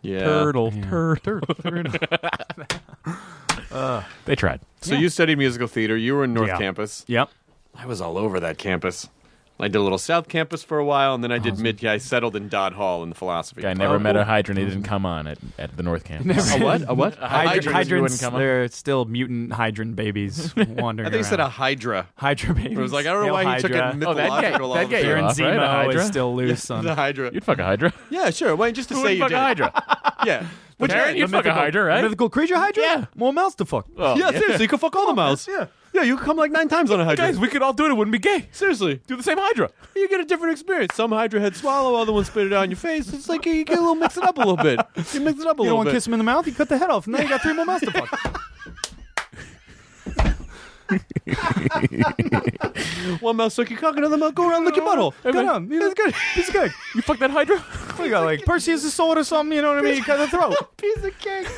Speaker 1: yeah.
Speaker 6: turtle, turtle.
Speaker 4: they tried.
Speaker 1: So you studied musical theater. You were in North
Speaker 6: Yeah.
Speaker 1: Campus.
Speaker 6: Yep.
Speaker 1: I was all over that campus. I did a little South Campus for a while, and then I did mid. I settled in Dodd Hall in the philosophy.
Speaker 4: Guy
Speaker 6: Uh,
Speaker 4: never
Speaker 1: Oh,
Speaker 4: met a
Speaker 1: cool.
Speaker 4: hydrant. He
Speaker 6: mm.
Speaker 4: didn't come on at, at the North Campus.
Speaker 1: A what? A what? A
Speaker 6: Hydra,
Speaker 1: hydra.
Speaker 4: hydra-
Speaker 6: hydrants,
Speaker 4: wouldn't come up?
Speaker 6: they're still mutant hydrant babies wandering
Speaker 1: I think you said a
Speaker 6: around.
Speaker 1: hydra.
Speaker 6: hydra babies.
Speaker 1: It was like I don't know
Speaker 6: Hail
Speaker 1: why he took
Speaker 6: hydra.
Speaker 1: it
Speaker 4: Oh, that guy-
Speaker 1: mythological. all
Speaker 4: that
Speaker 1: of a
Speaker 4: guy
Speaker 1: sudden.
Speaker 6: Baron
Speaker 4: off, right? A
Speaker 6: Zemo
Speaker 4: hydra?
Speaker 6: is still loose on.
Speaker 1: the hydra.
Speaker 4: You'd fuck a hydra.
Speaker 1: Yeah, sure. Why just to
Speaker 4: Who
Speaker 1: say
Speaker 4: would
Speaker 1: you
Speaker 4: fuck
Speaker 1: did?
Speaker 4: a hydra?
Speaker 1: Yeah.
Speaker 4: But
Speaker 1: Which
Speaker 4: Aaron,
Speaker 1: yeah,
Speaker 4: you fuck a hydra, right?
Speaker 6: Mythical creature hydra.
Speaker 4: Yeah.
Speaker 6: more mouths to fuck.
Speaker 4: Oh,
Speaker 1: yeah, seriously, you could fuck all the mouse. Yeah. Yeah, you could come like nine times on a hydra.
Speaker 4: Guys, we could all do it. It wouldn't be gay.
Speaker 1: seriously.
Speaker 4: Do the same hydra.
Speaker 1: You get a different experience. Some hydra head swallow, other one spit it out in your face. It's like you get a little mix it up a little bit. You mix it up a
Speaker 6: You
Speaker 1: little
Speaker 6: don't want
Speaker 1: bit.
Speaker 6: to kiss him in the mouth. You cut the head off, and then you got three more mouths to fuck.
Speaker 1: One mouse suck your cock, another mouse go around lick your butthole.
Speaker 6: Hey, man.
Speaker 1: Come on. It's good.
Speaker 6: Piece of cake.
Speaker 4: You fuck that hydra?
Speaker 6: We got like Perseus' sword or something. You know what I mean? You cut the throat.
Speaker 1: Piece of cake.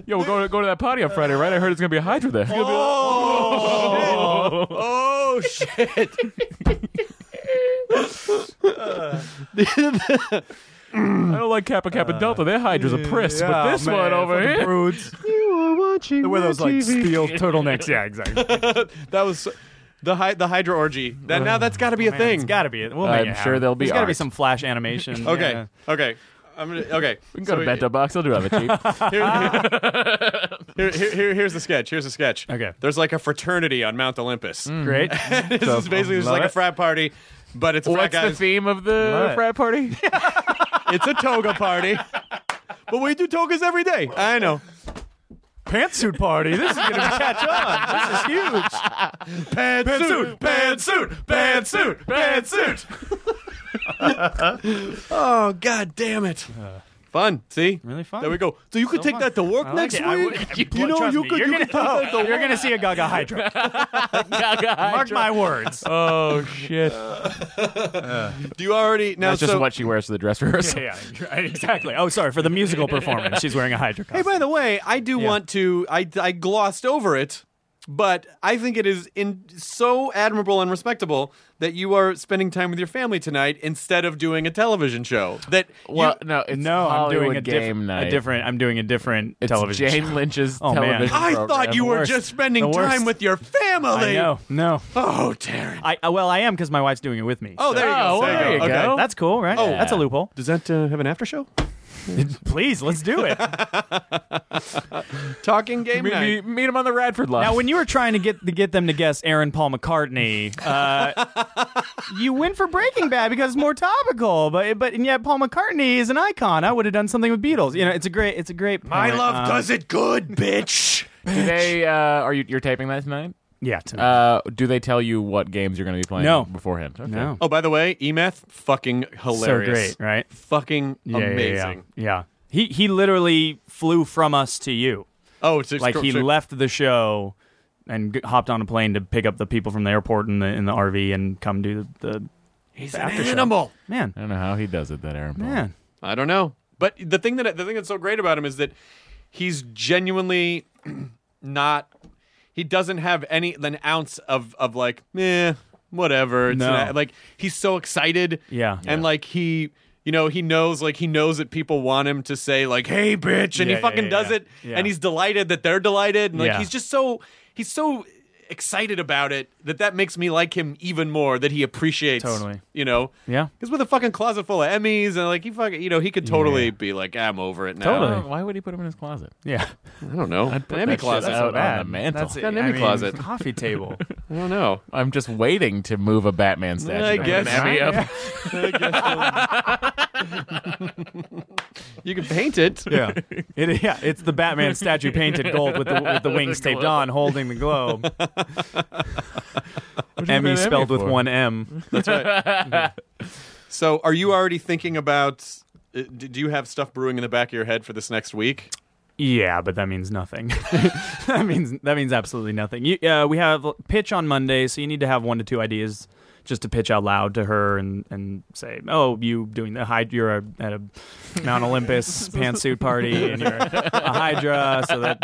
Speaker 4: Yo, we're going to go to that party on Friday, right? I heard it's gonna be a hydra there.
Speaker 1: Oh, shit. Oh, shit.
Speaker 4: I don't like Kappa Kappa Delta. Their hydra's a priss,
Speaker 1: Oh,
Speaker 4: but this one over here.
Speaker 6: Broods.
Speaker 1: You are watching.
Speaker 6: They wear
Speaker 1: my
Speaker 6: those like
Speaker 1: TV.
Speaker 6: steel turtlenecks. Yeah, exactly.
Speaker 1: That was so- the hy- the hydra orgy. That now that's got to be a
Speaker 6: Man,
Speaker 1: thing.
Speaker 6: It's got to be. it. We'll make
Speaker 4: I'm
Speaker 6: it
Speaker 4: sure
Speaker 6: happen.
Speaker 4: there'll be
Speaker 6: There's got to be
Speaker 4: art.
Speaker 6: some flash animation.
Speaker 1: okay.
Speaker 6: yeah.
Speaker 1: Okay. I'm gonna, okay.
Speaker 4: We can go to Bento Box. They'll do it on the cheap.
Speaker 1: Here, here, here, here- here's the sketch. Here's the sketch.
Speaker 6: Okay.
Speaker 1: There's like a fraternity on Mount Olympus.
Speaker 6: Great.
Speaker 1: this is basically just
Speaker 6: Love
Speaker 1: like a
Speaker 6: it.
Speaker 1: frat party, but it's frat
Speaker 4: What's the
Speaker 1: guys.
Speaker 4: theme of the
Speaker 6: What?
Speaker 4: frat party?
Speaker 1: it's a toga party. but we do togas every day. I know.
Speaker 6: Pantsuit party. This is gonna catch on. This is huge.
Speaker 1: Pantsuit, pantsuit, pantsuit, pantsuit. oh god damn it! Fun, see?
Speaker 6: Uh. Really fun.
Speaker 1: There we go. So you could take
Speaker 6: fun.
Speaker 1: that to work
Speaker 6: I like
Speaker 1: next
Speaker 6: it.
Speaker 1: week.
Speaker 6: I would-
Speaker 1: you know,
Speaker 6: trust
Speaker 1: you
Speaker 6: me,
Speaker 1: could.
Speaker 6: You're
Speaker 1: You
Speaker 6: gonna,
Speaker 1: could take that to
Speaker 6: you're gonna see a Gaga Hydra. Mark my words.
Speaker 4: oh shit!
Speaker 1: Do you already now?
Speaker 4: That's just
Speaker 1: so,
Speaker 4: what she wears for the dress rehearsal.
Speaker 6: yeah, yeah, exactly. Oh, sorry for the musical performance. She's wearing a Hydra
Speaker 1: Hey,
Speaker 6: costume.
Speaker 1: by the way, I do
Speaker 6: Yeah.
Speaker 1: want to. I, I glossed over it, but I think it is in so admirable and respectable that you are spending time with your family tonight instead of doing a television show. That
Speaker 4: Well,
Speaker 1: you,
Speaker 4: no, it's
Speaker 6: no, I'm
Speaker 4: Hollywood
Speaker 6: doing a, diff-
Speaker 4: game night.
Speaker 6: a different. I'm doing a different
Speaker 4: It's
Speaker 6: television.
Speaker 4: Jane
Speaker 6: show.
Speaker 4: Lynch's
Speaker 6: Oh, man.
Speaker 4: television.
Speaker 1: I
Speaker 4: program.
Speaker 1: thought you were
Speaker 6: worst.
Speaker 1: just spending
Speaker 6: The worst.
Speaker 1: time with your
Speaker 6: I
Speaker 1: family.
Speaker 6: know. No.
Speaker 1: Oh, Taryn.
Speaker 6: I uh, well, I am because my wife's doing it with me.
Speaker 1: Oh,
Speaker 6: so-
Speaker 1: there you go.
Speaker 4: Oh, there you
Speaker 1: Okay.
Speaker 4: go.
Speaker 6: That's cool, right?
Speaker 4: Oh.
Speaker 6: that's a loophole.
Speaker 1: Does that uh, have an after show?
Speaker 6: Please, let's do it.
Speaker 1: Talking game
Speaker 4: Meet,
Speaker 1: night.
Speaker 4: meet, meet him on the Radford lot.
Speaker 6: Now, when you were trying to get to get them to guess Aaron Paul McCartney, uh, you went for Breaking Bad because it's more topical. But but and yet Paul McCartney is an icon. I would have done something with Beatles. You know, it's a great it's a great. Point.
Speaker 1: My love
Speaker 6: Um,
Speaker 1: does it good, bitch.
Speaker 4: do they uh, are you you're taping that tonight?
Speaker 6: Yeah. To
Speaker 4: Uh, do they tell you what games you're going to be playing
Speaker 6: No.
Speaker 4: beforehand? Okay.
Speaker 6: no.
Speaker 1: Oh, by the way, Emath, fucking
Speaker 6: so
Speaker 1: hilarious.
Speaker 6: great, right?
Speaker 1: Fucking
Speaker 6: Yeah, yeah,
Speaker 1: amazing.
Speaker 6: Yeah, yeah, He he literally flew from us to you.
Speaker 1: Oh, it's
Speaker 6: Like he
Speaker 1: extra-
Speaker 6: left the show and g- hopped on a plane to pick up the people from the airport in the in the RV and come do the, the
Speaker 1: He's
Speaker 6: the
Speaker 1: an
Speaker 6: after show.
Speaker 1: animal.
Speaker 6: man
Speaker 4: I don't know how he does it. That Aaron Paul.
Speaker 6: man.
Speaker 1: I don't know. But the thing that the thing that's so great about him is that he's genuinely not. He doesn't have any an ounce of of like eh, whatever. It's
Speaker 6: No.
Speaker 1: not- like he's so excited.
Speaker 6: Yeah.
Speaker 1: and like he. You know he knows, like he knows that people want him to say, like "Hey, bitch," and
Speaker 6: Yeah,
Speaker 1: he
Speaker 6: yeah,
Speaker 1: fucking
Speaker 6: yeah,
Speaker 1: does
Speaker 6: yeah.
Speaker 1: it,
Speaker 6: Yeah.
Speaker 1: and he's delighted that they're delighted, and like
Speaker 6: Yeah.
Speaker 1: he's just so he's so excited about it that that makes me like him even more. That he appreciates.
Speaker 6: Totally.
Speaker 1: You know.
Speaker 6: Yeah.
Speaker 1: Because with a fucking closet full of Emmys and like he fucking, you know, he could totally be like, I'm over it now.
Speaker 6: Totally.
Speaker 4: Why would he put him in his closet?
Speaker 6: Yeah.
Speaker 1: I don't know.
Speaker 4: I'd put
Speaker 1: an Emmy
Speaker 4: that shit
Speaker 1: closet.
Speaker 4: out on
Speaker 6: bad.
Speaker 4: the mantle.
Speaker 6: That's it.
Speaker 1: Got an Emmy
Speaker 6: I mean,
Speaker 1: closet.
Speaker 6: Coffee table.
Speaker 1: I don't know.
Speaker 4: I'm just waiting to move a Batman statue.
Speaker 1: I
Speaker 4: to put
Speaker 1: guess-
Speaker 4: an Emmy up.
Speaker 1: You can paint it.
Speaker 6: yeah. It, yeah. It's the Batman statue painted gold with the, with the wings taped
Speaker 4: globe.
Speaker 6: on, holding the globe.
Speaker 4: that Emmy
Speaker 6: Emmy spelled with
Speaker 4: for?
Speaker 6: one M.
Speaker 1: So, are you already thinking about? uh, d- Do you have stuff brewing in the back of your head for this next week?
Speaker 6: Yeah, but that means nothing. that means that means absolutely nothing. You, uh, we have pitch on Monday, so you need to have one to two ideas just to pitch out loud to her and, and say, "Oh, you doing the hyd- You're a, at a Mount Olympus pantsuit party, and you're a Hydra." So that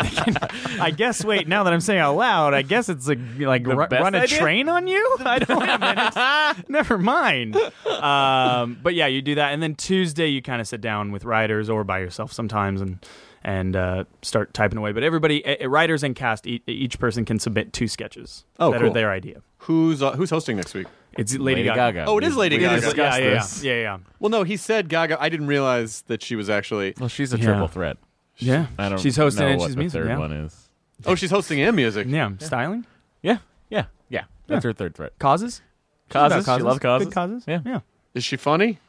Speaker 6: I guess. Wait, now that I'm saying out loud, I guess it's like like ru-
Speaker 4: best
Speaker 6: run a
Speaker 4: idea?
Speaker 6: train on you. I don't. Never mind. Um, but yeah, you do that, and then Tuesday you kind of sit down with writers or by yourself sometimes, and and uh, start typing away. But everybody, uh, writers and cast, e- each person can submit two sketches
Speaker 1: Oh,
Speaker 6: that
Speaker 1: cool.
Speaker 6: are their idea.
Speaker 1: Who's uh, who's hosting next week?
Speaker 6: It's Lady,
Speaker 4: Lady Gaga.
Speaker 1: Oh, it is Lady
Speaker 4: We- we
Speaker 1: Gaga.
Speaker 4: discussed
Speaker 6: Yeah, yeah, yeah,
Speaker 4: this.
Speaker 6: yeah, yeah.
Speaker 1: Well, no, he said Gaga. I didn't realize that she was actually.
Speaker 4: Well, she's a
Speaker 6: Yeah.
Speaker 4: triple threat.
Speaker 6: yeah.
Speaker 4: I don't.
Speaker 6: she's hosting
Speaker 4: know
Speaker 6: and
Speaker 4: what
Speaker 6: she's
Speaker 4: the
Speaker 6: music.
Speaker 4: third
Speaker 6: yeah.
Speaker 4: one is.
Speaker 1: Oh, she's hosting and music.
Speaker 6: yeah, styling
Speaker 4: Yeah, yeah, yeah. That's her third threat.
Speaker 6: causes.
Speaker 4: Causes.
Speaker 6: About
Speaker 4: She loves causes.
Speaker 6: Good causes.
Speaker 4: Yeah.
Speaker 6: yeah.
Speaker 1: Is she funny?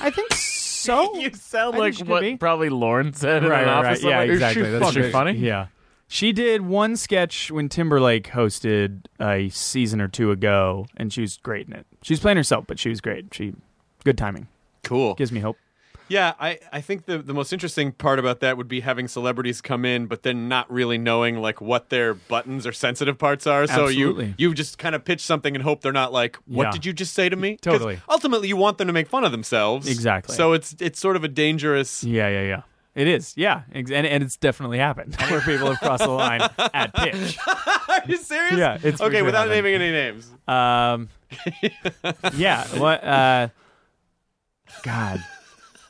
Speaker 6: I think so.
Speaker 4: You sound
Speaker 6: I think she
Speaker 4: like
Speaker 6: could
Speaker 4: what
Speaker 6: be.
Speaker 4: probably Lauren said in
Speaker 6: Right,
Speaker 4: an
Speaker 6: right,
Speaker 4: office.
Speaker 6: right. Yeah,
Speaker 4: I'm like,
Speaker 6: exactly.
Speaker 4: Is she,
Speaker 6: That's
Speaker 4: funny?
Speaker 6: true. Yeah. She did one sketch when Timberlake hosted a season or two ago, and she was great in it. She was playing herself, but she was great. She, good timing.
Speaker 1: Cool.
Speaker 6: Gives me hope.
Speaker 1: Yeah, I, I think the, the most interesting part about that would be having celebrities come in, but then not really knowing like what their buttons or sensitive parts are. So
Speaker 6: Absolutely.
Speaker 1: you you just kind of pitch something and hope they're not like, "What
Speaker 6: Yeah.
Speaker 1: did you just say to me?" 'Cause
Speaker 6: Totally.
Speaker 1: Ultimately, you want them to make fun of themselves.
Speaker 6: Exactly.
Speaker 1: So it's it's sort of a dangerous.
Speaker 6: Yeah, yeah, yeah. It is. Yeah. Ex- And, and it's definitely happened where people have crossed the line at pitch.
Speaker 1: Are you serious?
Speaker 6: Yeah, it's for
Speaker 1: okay.
Speaker 6: sure
Speaker 1: without
Speaker 6: happened.
Speaker 1: naming any names.
Speaker 6: Um, yeah. What? Uh, God.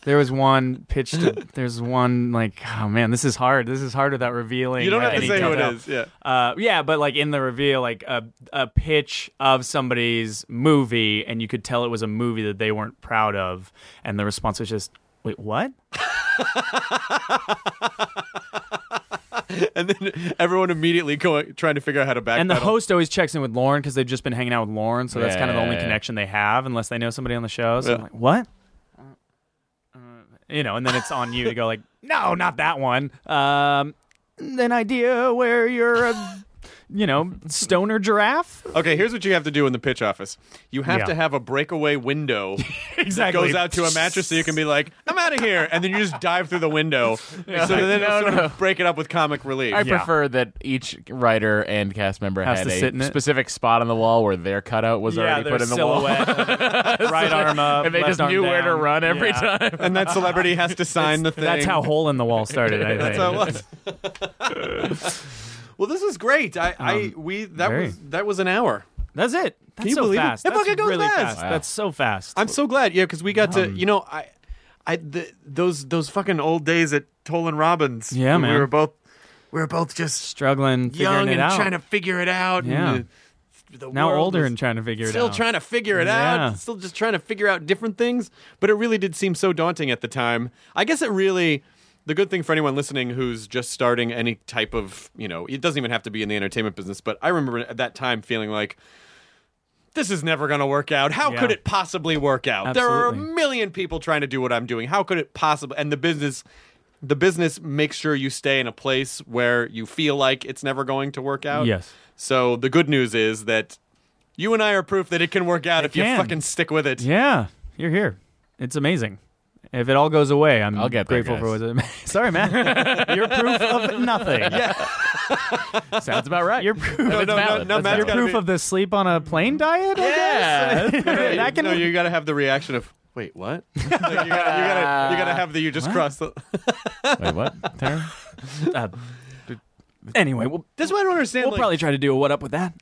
Speaker 6: There was one pitch. To, there's one like, oh man, this is hard. This is hard without revealing.
Speaker 1: You don't have to
Speaker 6: any
Speaker 1: say who it
Speaker 6: detail.
Speaker 1: is. Yeah.
Speaker 6: Uh, yeah, but like in the reveal, like a a pitch of somebody's movie, and you could tell it was a movie that they weren't proud of, and the response was just, "Wait, what?"
Speaker 1: And then everyone immediately going trying to figure out how to backpedal.
Speaker 6: And the host always checks in with Lauren because they've just been hanging out with Lauren, so that's
Speaker 4: Yeah,
Speaker 6: kind of the
Speaker 4: yeah,
Speaker 6: only
Speaker 4: yeah.
Speaker 6: connection they have, unless they know somebody on the show. So I'm
Speaker 1: Yeah.
Speaker 6: like, "What?" Uh, uh, You know, and then it's on you to go like, "No, not that one." Um, an idea where you're a, you know, stoner giraffe.
Speaker 1: Okay, here's what you have to do in the pitch office. You have
Speaker 6: Yeah.
Speaker 1: to have a breakaway window
Speaker 6: Exactly.
Speaker 1: that goes out to a mattress so you can be like, I'm out of here. And then you just dive through the window. So then it'll
Speaker 4: No,
Speaker 1: sort
Speaker 4: no.
Speaker 1: of break it up with comic relief.
Speaker 4: I
Speaker 6: Yeah.
Speaker 4: prefer that each writer and cast member
Speaker 6: Has
Speaker 4: had
Speaker 6: to
Speaker 4: a
Speaker 6: sit in it.
Speaker 4: specific spot on the wall where their cutout was already
Speaker 6: their
Speaker 4: put in the wall,
Speaker 6: silhouette, right arm up,
Speaker 4: and they
Speaker 6: left
Speaker 4: just
Speaker 6: arm
Speaker 4: knew where to
Speaker 6: down.
Speaker 4: run every
Speaker 6: Yeah.
Speaker 4: time.
Speaker 1: and that celebrity has to sign the thing.
Speaker 6: That's how hole in the wall started. I
Speaker 1: That's
Speaker 6: think.
Speaker 1: how it was. well, this was great. I, I we that
Speaker 6: Um, very.
Speaker 1: was that was an hour.
Speaker 6: That's it. That's
Speaker 1: you
Speaker 6: so
Speaker 1: believe it?
Speaker 6: fast.
Speaker 1: It
Speaker 6: That's
Speaker 1: fucking goes
Speaker 6: really
Speaker 1: fast.
Speaker 6: fast.
Speaker 4: Wow.
Speaker 6: That's so fast.
Speaker 1: I'm so glad. Yeah, because we got
Speaker 6: Um,
Speaker 1: to you know I I the, those those fucking old days at Tolan Robbins.
Speaker 6: Yeah,
Speaker 1: we
Speaker 6: man.
Speaker 1: were both we were both just
Speaker 6: struggling, figuring
Speaker 1: young
Speaker 6: it
Speaker 1: and
Speaker 6: out.
Speaker 1: trying to figure it out.
Speaker 6: Yeah.
Speaker 1: And the, the
Speaker 6: now
Speaker 1: world
Speaker 6: older
Speaker 1: was
Speaker 6: and trying to figure it
Speaker 1: still
Speaker 6: out.
Speaker 1: trying to figure it
Speaker 6: Yeah.
Speaker 1: out. Still just trying to figure out different things. But it really did seem so daunting at the time. I guess it really. The good thing for anyone listening who's just starting any type of, you know, it doesn't even have to be in the entertainment business, but I remember at that time feeling like, this is never going to work out. How
Speaker 6: Yeah.
Speaker 1: could it possibly work out? There are a
Speaker 6: Absolutely.
Speaker 1: million people trying to do what I'm doing. How could it possibly? And the business, the business makes sure you stay in a place where you feel like it's never going to work out.
Speaker 6: Yes.
Speaker 1: So the good news is that you and I are proof that it can work out if you
Speaker 6: can.
Speaker 1: fucking stick with it.
Speaker 6: Yeah, you're here. It's amazing. If it all goes away, I'm
Speaker 4: I'll get there,
Speaker 6: grateful
Speaker 4: guys.
Speaker 6: for what. Sorry, Matt. you're proof of nothing. Yeah,
Speaker 4: Sounds about right.
Speaker 6: you're proof.
Speaker 1: No,
Speaker 6: of
Speaker 1: no, no,
Speaker 4: valid.
Speaker 1: no, Matt's
Speaker 4: That's valid.
Speaker 1: gotta
Speaker 6: proof
Speaker 1: be-
Speaker 6: of the sleep on a plane diet. I
Speaker 4: Yeah.
Speaker 6: guess? that can
Speaker 1: no, you gotta have the reaction of wait, what? Like, you, gotta, you gotta, you gotta have the you just crossed the.
Speaker 4: Wait, what? Tara?
Speaker 6: Uh, anyway, we'll,
Speaker 1: That's why I don't understand.
Speaker 6: we'll
Speaker 1: like-
Speaker 6: probably try to do a what up with that.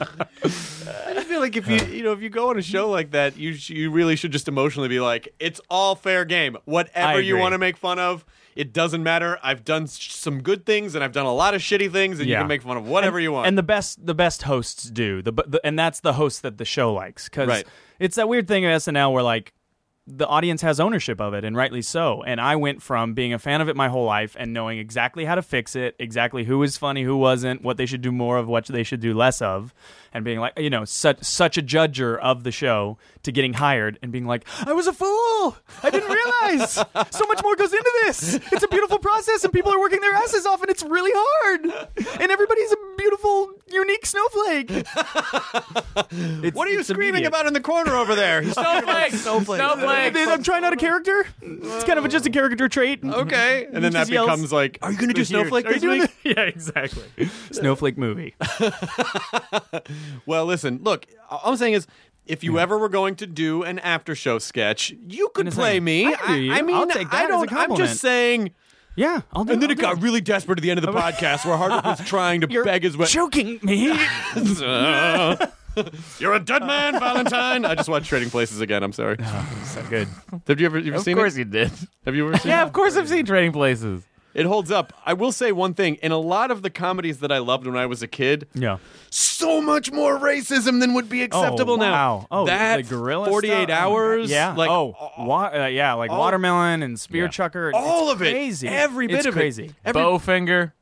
Speaker 1: I feel like if you you know if you go on a show like that, you sh- you really should just emotionally be like, it's all fair game.
Speaker 6: I
Speaker 1: Whatever you
Speaker 6: agree.
Speaker 1: want to make fun of, It doesn't matter. I've done s- some good things and I've done a lot of shitty things, and you
Speaker 6: Yeah.
Speaker 1: can make fun of whatever
Speaker 6: And-
Speaker 1: you want.
Speaker 6: And the best the best hosts do. The, bu- the and that's the host that the show likes cuz
Speaker 1: Right.
Speaker 6: it's that weird thing of SNL where like the audience has ownership of it and rightly so. And I went from being a fan of it my whole life and knowing exactly how to fix it, exactly who was funny, who wasn't, what they should do more of, what they should do less of, and being like, you know, such such a judger of the show to getting hired and being like, I was a fool. I didn't realize. so much more goes into this. It's a beautiful process and people are working their asses off and it's really hard. And everybody's a beautiful, unique snowflake. It's-
Speaker 1: what are you
Speaker 6: it's
Speaker 1: screaming
Speaker 6: immediate.
Speaker 1: about in the corner over there? He's talking about snowflakes.
Speaker 6: I'm trying out a character. It's kind of a, just a caricature trait.
Speaker 1: Okay, and then that
Speaker 6: just yells,
Speaker 1: becomes like, are you going to do
Speaker 6: Who's here?
Speaker 1: snowflake
Speaker 6: Are you
Speaker 1: this
Speaker 6: doing
Speaker 1: week?
Speaker 6: the- Yeah, exactly. Snowflake movie.
Speaker 1: Well, listen, look, all I'm saying is if you ever were going to do an after show sketch, you could
Speaker 6: Innocent.
Speaker 1: play me.
Speaker 6: I can do you.
Speaker 1: I mean,
Speaker 6: I'll take that
Speaker 1: I
Speaker 6: as a
Speaker 1: don't I'm
Speaker 6: compliment.
Speaker 1: just saying
Speaker 6: Yeah, I'll do
Speaker 1: and then
Speaker 6: I'll
Speaker 1: it
Speaker 6: do
Speaker 1: got really desperate at the end of the podcast where Hardwick was trying to
Speaker 6: You're
Speaker 1: beg his way.
Speaker 6: choking me.
Speaker 1: You're a dead man, Valentine. I just watched Trading Places again. I'm sorry.
Speaker 6: good.
Speaker 1: Have you ever you ever
Speaker 4: Of
Speaker 1: seen
Speaker 4: course
Speaker 1: it?
Speaker 4: you did.
Speaker 1: Have you ever seen
Speaker 4: Yeah,
Speaker 1: it?
Speaker 4: of course I've seen Trading Places.
Speaker 1: It holds up. I will say one thing. In a lot of the comedies that I loved when I was a kid,
Speaker 6: Yeah.
Speaker 1: so much more racism than would be acceptable
Speaker 6: oh,
Speaker 1: now.
Speaker 6: Wow. Oh,
Speaker 1: that
Speaker 6: the gorilla.
Speaker 1: 48
Speaker 6: stuff?
Speaker 1: hours.
Speaker 6: Yeah.
Speaker 1: Like,
Speaker 6: oh, wa- uh, yeah. Like watermelon and spear
Speaker 4: Yeah.
Speaker 6: chucker. It's
Speaker 1: all of it,
Speaker 6: Crazy.
Speaker 1: every bit
Speaker 6: It's
Speaker 1: of
Speaker 6: crazy.
Speaker 1: it. Every-
Speaker 4: Bowfinger.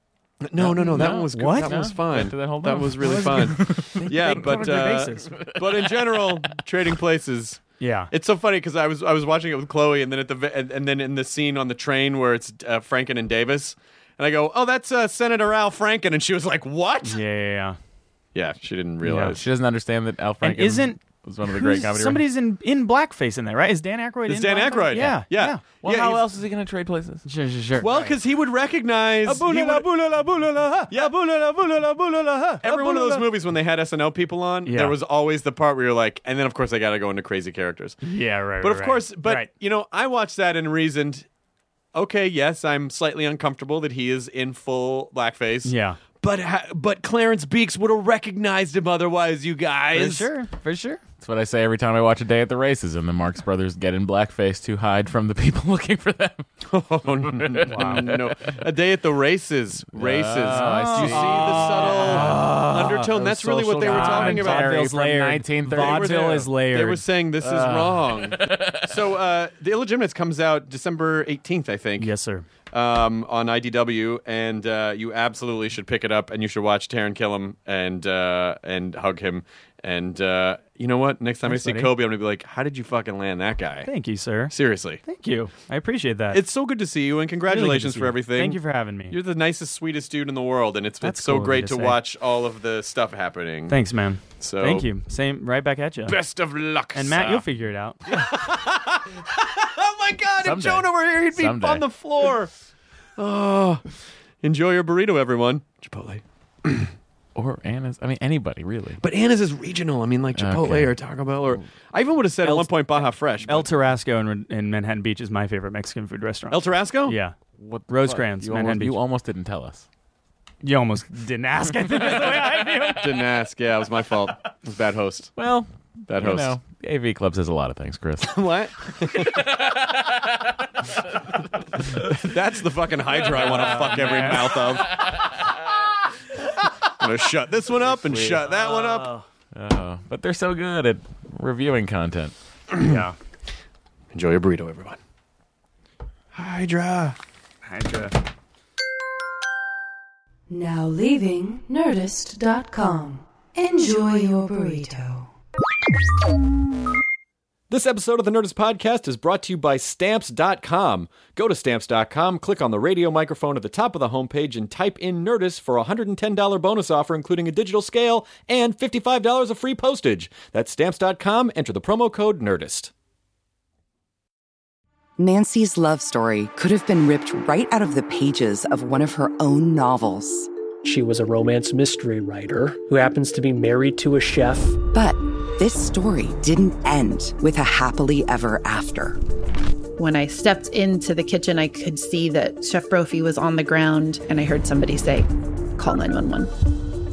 Speaker 1: no, no, no, that one was good.
Speaker 6: What?
Speaker 1: That one
Speaker 6: No,
Speaker 1: was fine.
Speaker 4: that whole
Speaker 1: That
Speaker 4: time.
Speaker 1: was really fine. yeah, but
Speaker 6: covered my
Speaker 1: uh,
Speaker 6: bases.
Speaker 1: but in general, trading places.
Speaker 6: Yeah.
Speaker 1: It's so funny because I was I was watching it with Chloe, and then at the ve- and, and then in the scene on the train where it's uh, Franken and Davis, and I go, "Oh, that's uh, Senator Al Franken," and she was like, "What?"
Speaker 6: yeah. Yeah. yeah.
Speaker 1: Yeah, she didn't
Speaker 4: Yeah,
Speaker 1: realize.
Speaker 4: she doesn't understand that Al Franken
Speaker 6: And isn't
Speaker 4: was one of the great
Speaker 6: who's-
Speaker 4: comedy.
Speaker 6: Somebody's in in blackface in there, right? Is Dan Aykroyd?
Speaker 1: It's
Speaker 6: in
Speaker 1: Dan
Speaker 6: blackface?
Speaker 1: Aykroyd.
Speaker 6: Yeah.
Speaker 1: Yeah.
Speaker 6: Yeah.
Speaker 4: Well,
Speaker 1: Yeah,
Speaker 4: how
Speaker 1: he's-
Speaker 4: else is he going to trade places?
Speaker 6: Sure. Sure. Sure.
Speaker 1: Well, because he would recognize. he would- Yeah. Every one of those movies, when they had SNL people on,
Speaker 6: Yeah.
Speaker 1: there was always the part where you're like, and then of course I got to go into crazy characters.
Speaker 6: Yeah, right.
Speaker 1: But
Speaker 6: right,
Speaker 1: of
Speaker 6: right.
Speaker 1: course, but
Speaker 6: Right.
Speaker 1: you know, I watched that and reasoned, okay, yes, I'm slightly uncomfortable that he is in full blackface.
Speaker 6: yeah,
Speaker 1: But ha- but Clarence Beeks would have recognized him otherwise, you guys.
Speaker 6: for sure.
Speaker 4: That's what I say every time I watch a day at the races, and the Marx Brothers get in blackface to hide from the people looking for them.
Speaker 1: Oh, no. no. A day at the races. Races.
Speaker 6: Oh,
Speaker 4: I
Speaker 1: you see the
Speaker 4: see.
Speaker 6: Ah.
Speaker 1: subtle
Speaker 6: Uh,
Speaker 1: undertone. That's really what they were talking about.
Speaker 4: commentary.
Speaker 6: Vaudeville's
Speaker 4: from
Speaker 6: layered.
Speaker 4: 1930.
Speaker 6: Vaudeville is layered. Uh.
Speaker 1: They were saying this is wrong. so uh, the Illegitimates comes out December 18th, I think.
Speaker 6: yes, sir.
Speaker 1: um, on IDW, and uh, you absolutely should pick it up, and you should watch Taron kill him and uh, and hug him, and uh, you know what? Next time I see
Speaker 6: buddy.
Speaker 1: Kobe, I'm gonna be like, how did you fucking land that guy?
Speaker 6: Thank you, sir.
Speaker 1: Seriously,
Speaker 6: Thank you. I appreciate that.
Speaker 1: it's so good to see you, and congratulations for everything.
Speaker 6: Thank you for having me.
Speaker 1: You're the nicest, sweetest dude in the world, and it's
Speaker 6: That's
Speaker 1: it's so
Speaker 6: cool of you
Speaker 1: great
Speaker 6: to
Speaker 1: to,
Speaker 6: say.
Speaker 1: watch all of the stuff happening.
Speaker 6: Thanks, man.
Speaker 1: So-
Speaker 6: thank you. Same, right back at you.
Speaker 1: Best of luck,
Speaker 6: And Matt,
Speaker 1: sir.
Speaker 6: you'll figure it out.
Speaker 1: Oh my God!
Speaker 4: Someday.
Speaker 1: If Jonah were here, he'd be
Speaker 4: Someday.
Speaker 1: on the floor. oh, enjoy your burrito, everyone. Chipotle.
Speaker 4: Or Anna's. I mean, anybody really.
Speaker 1: But Anna's is regional. I mean, like Chipotle
Speaker 4: Okay.
Speaker 1: or Taco Bell, or I even would have said at
Speaker 6: El-
Speaker 1: one point Baja Fresh. but-
Speaker 6: El Tarasco in, in Manhattan Beach is my favorite Mexican food restaurant.
Speaker 1: El Tarasco?
Speaker 6: yeah,
Speaker 4: What the
Speaker 6: Rosecrans,
Speaker 4: fuck? You,
Speaker 6: Manhattan
Speaker 4: almost, you
Speaker 6: Beach.
Speaker 4: almost didn't tell us.
Speaker 6: you almost didn't ask. I think that's the way I feel.
Speaker 1: Didn't ask. Yeah, it was my fault. It was bad host.
Speaker 4: Well,
Speaker 1: Bad
Speaker 4: you
Speaker 1: host.
Speaker 4: know, AV Club says a lot of things, Chris.
Speaker 1: What? That's the fucking Hydra I want to fuck every mouth of. I'm gonna shut this one up and shut that one up.
Speaker 4: Uh, but they're so good at reviewing content.
Speaker 6: Yeah,
Speaker 1: Enjoy your burrito, everyone. Hydra.
Speaker 3: Now leaving Nerdist.com. Enjoy your burrito.
Speaker 8: This episode of the Nerdist Podcast is brought to you by Stamps.com. Go to Stamps.com, click on the radio microphone at the top of the homepage, and type in Nerdist for a $110 bonus offer, including a digital scale and $55 of free postage. That's Stamps.com. Enter the promo code Nerdist.
Speaker 9: Nancy's love story could have been ripped right out of the pages of one of her own novels.
Speaker 8: She was a romance mystery writer who happens to be married to a chef.
Speaker 9: But this story didn't end with a happily ever after.
Speaker 3: When I stepped into the kitchen, I could see that Chef Brophy was on the ground, and I heard somebody say, Call 911.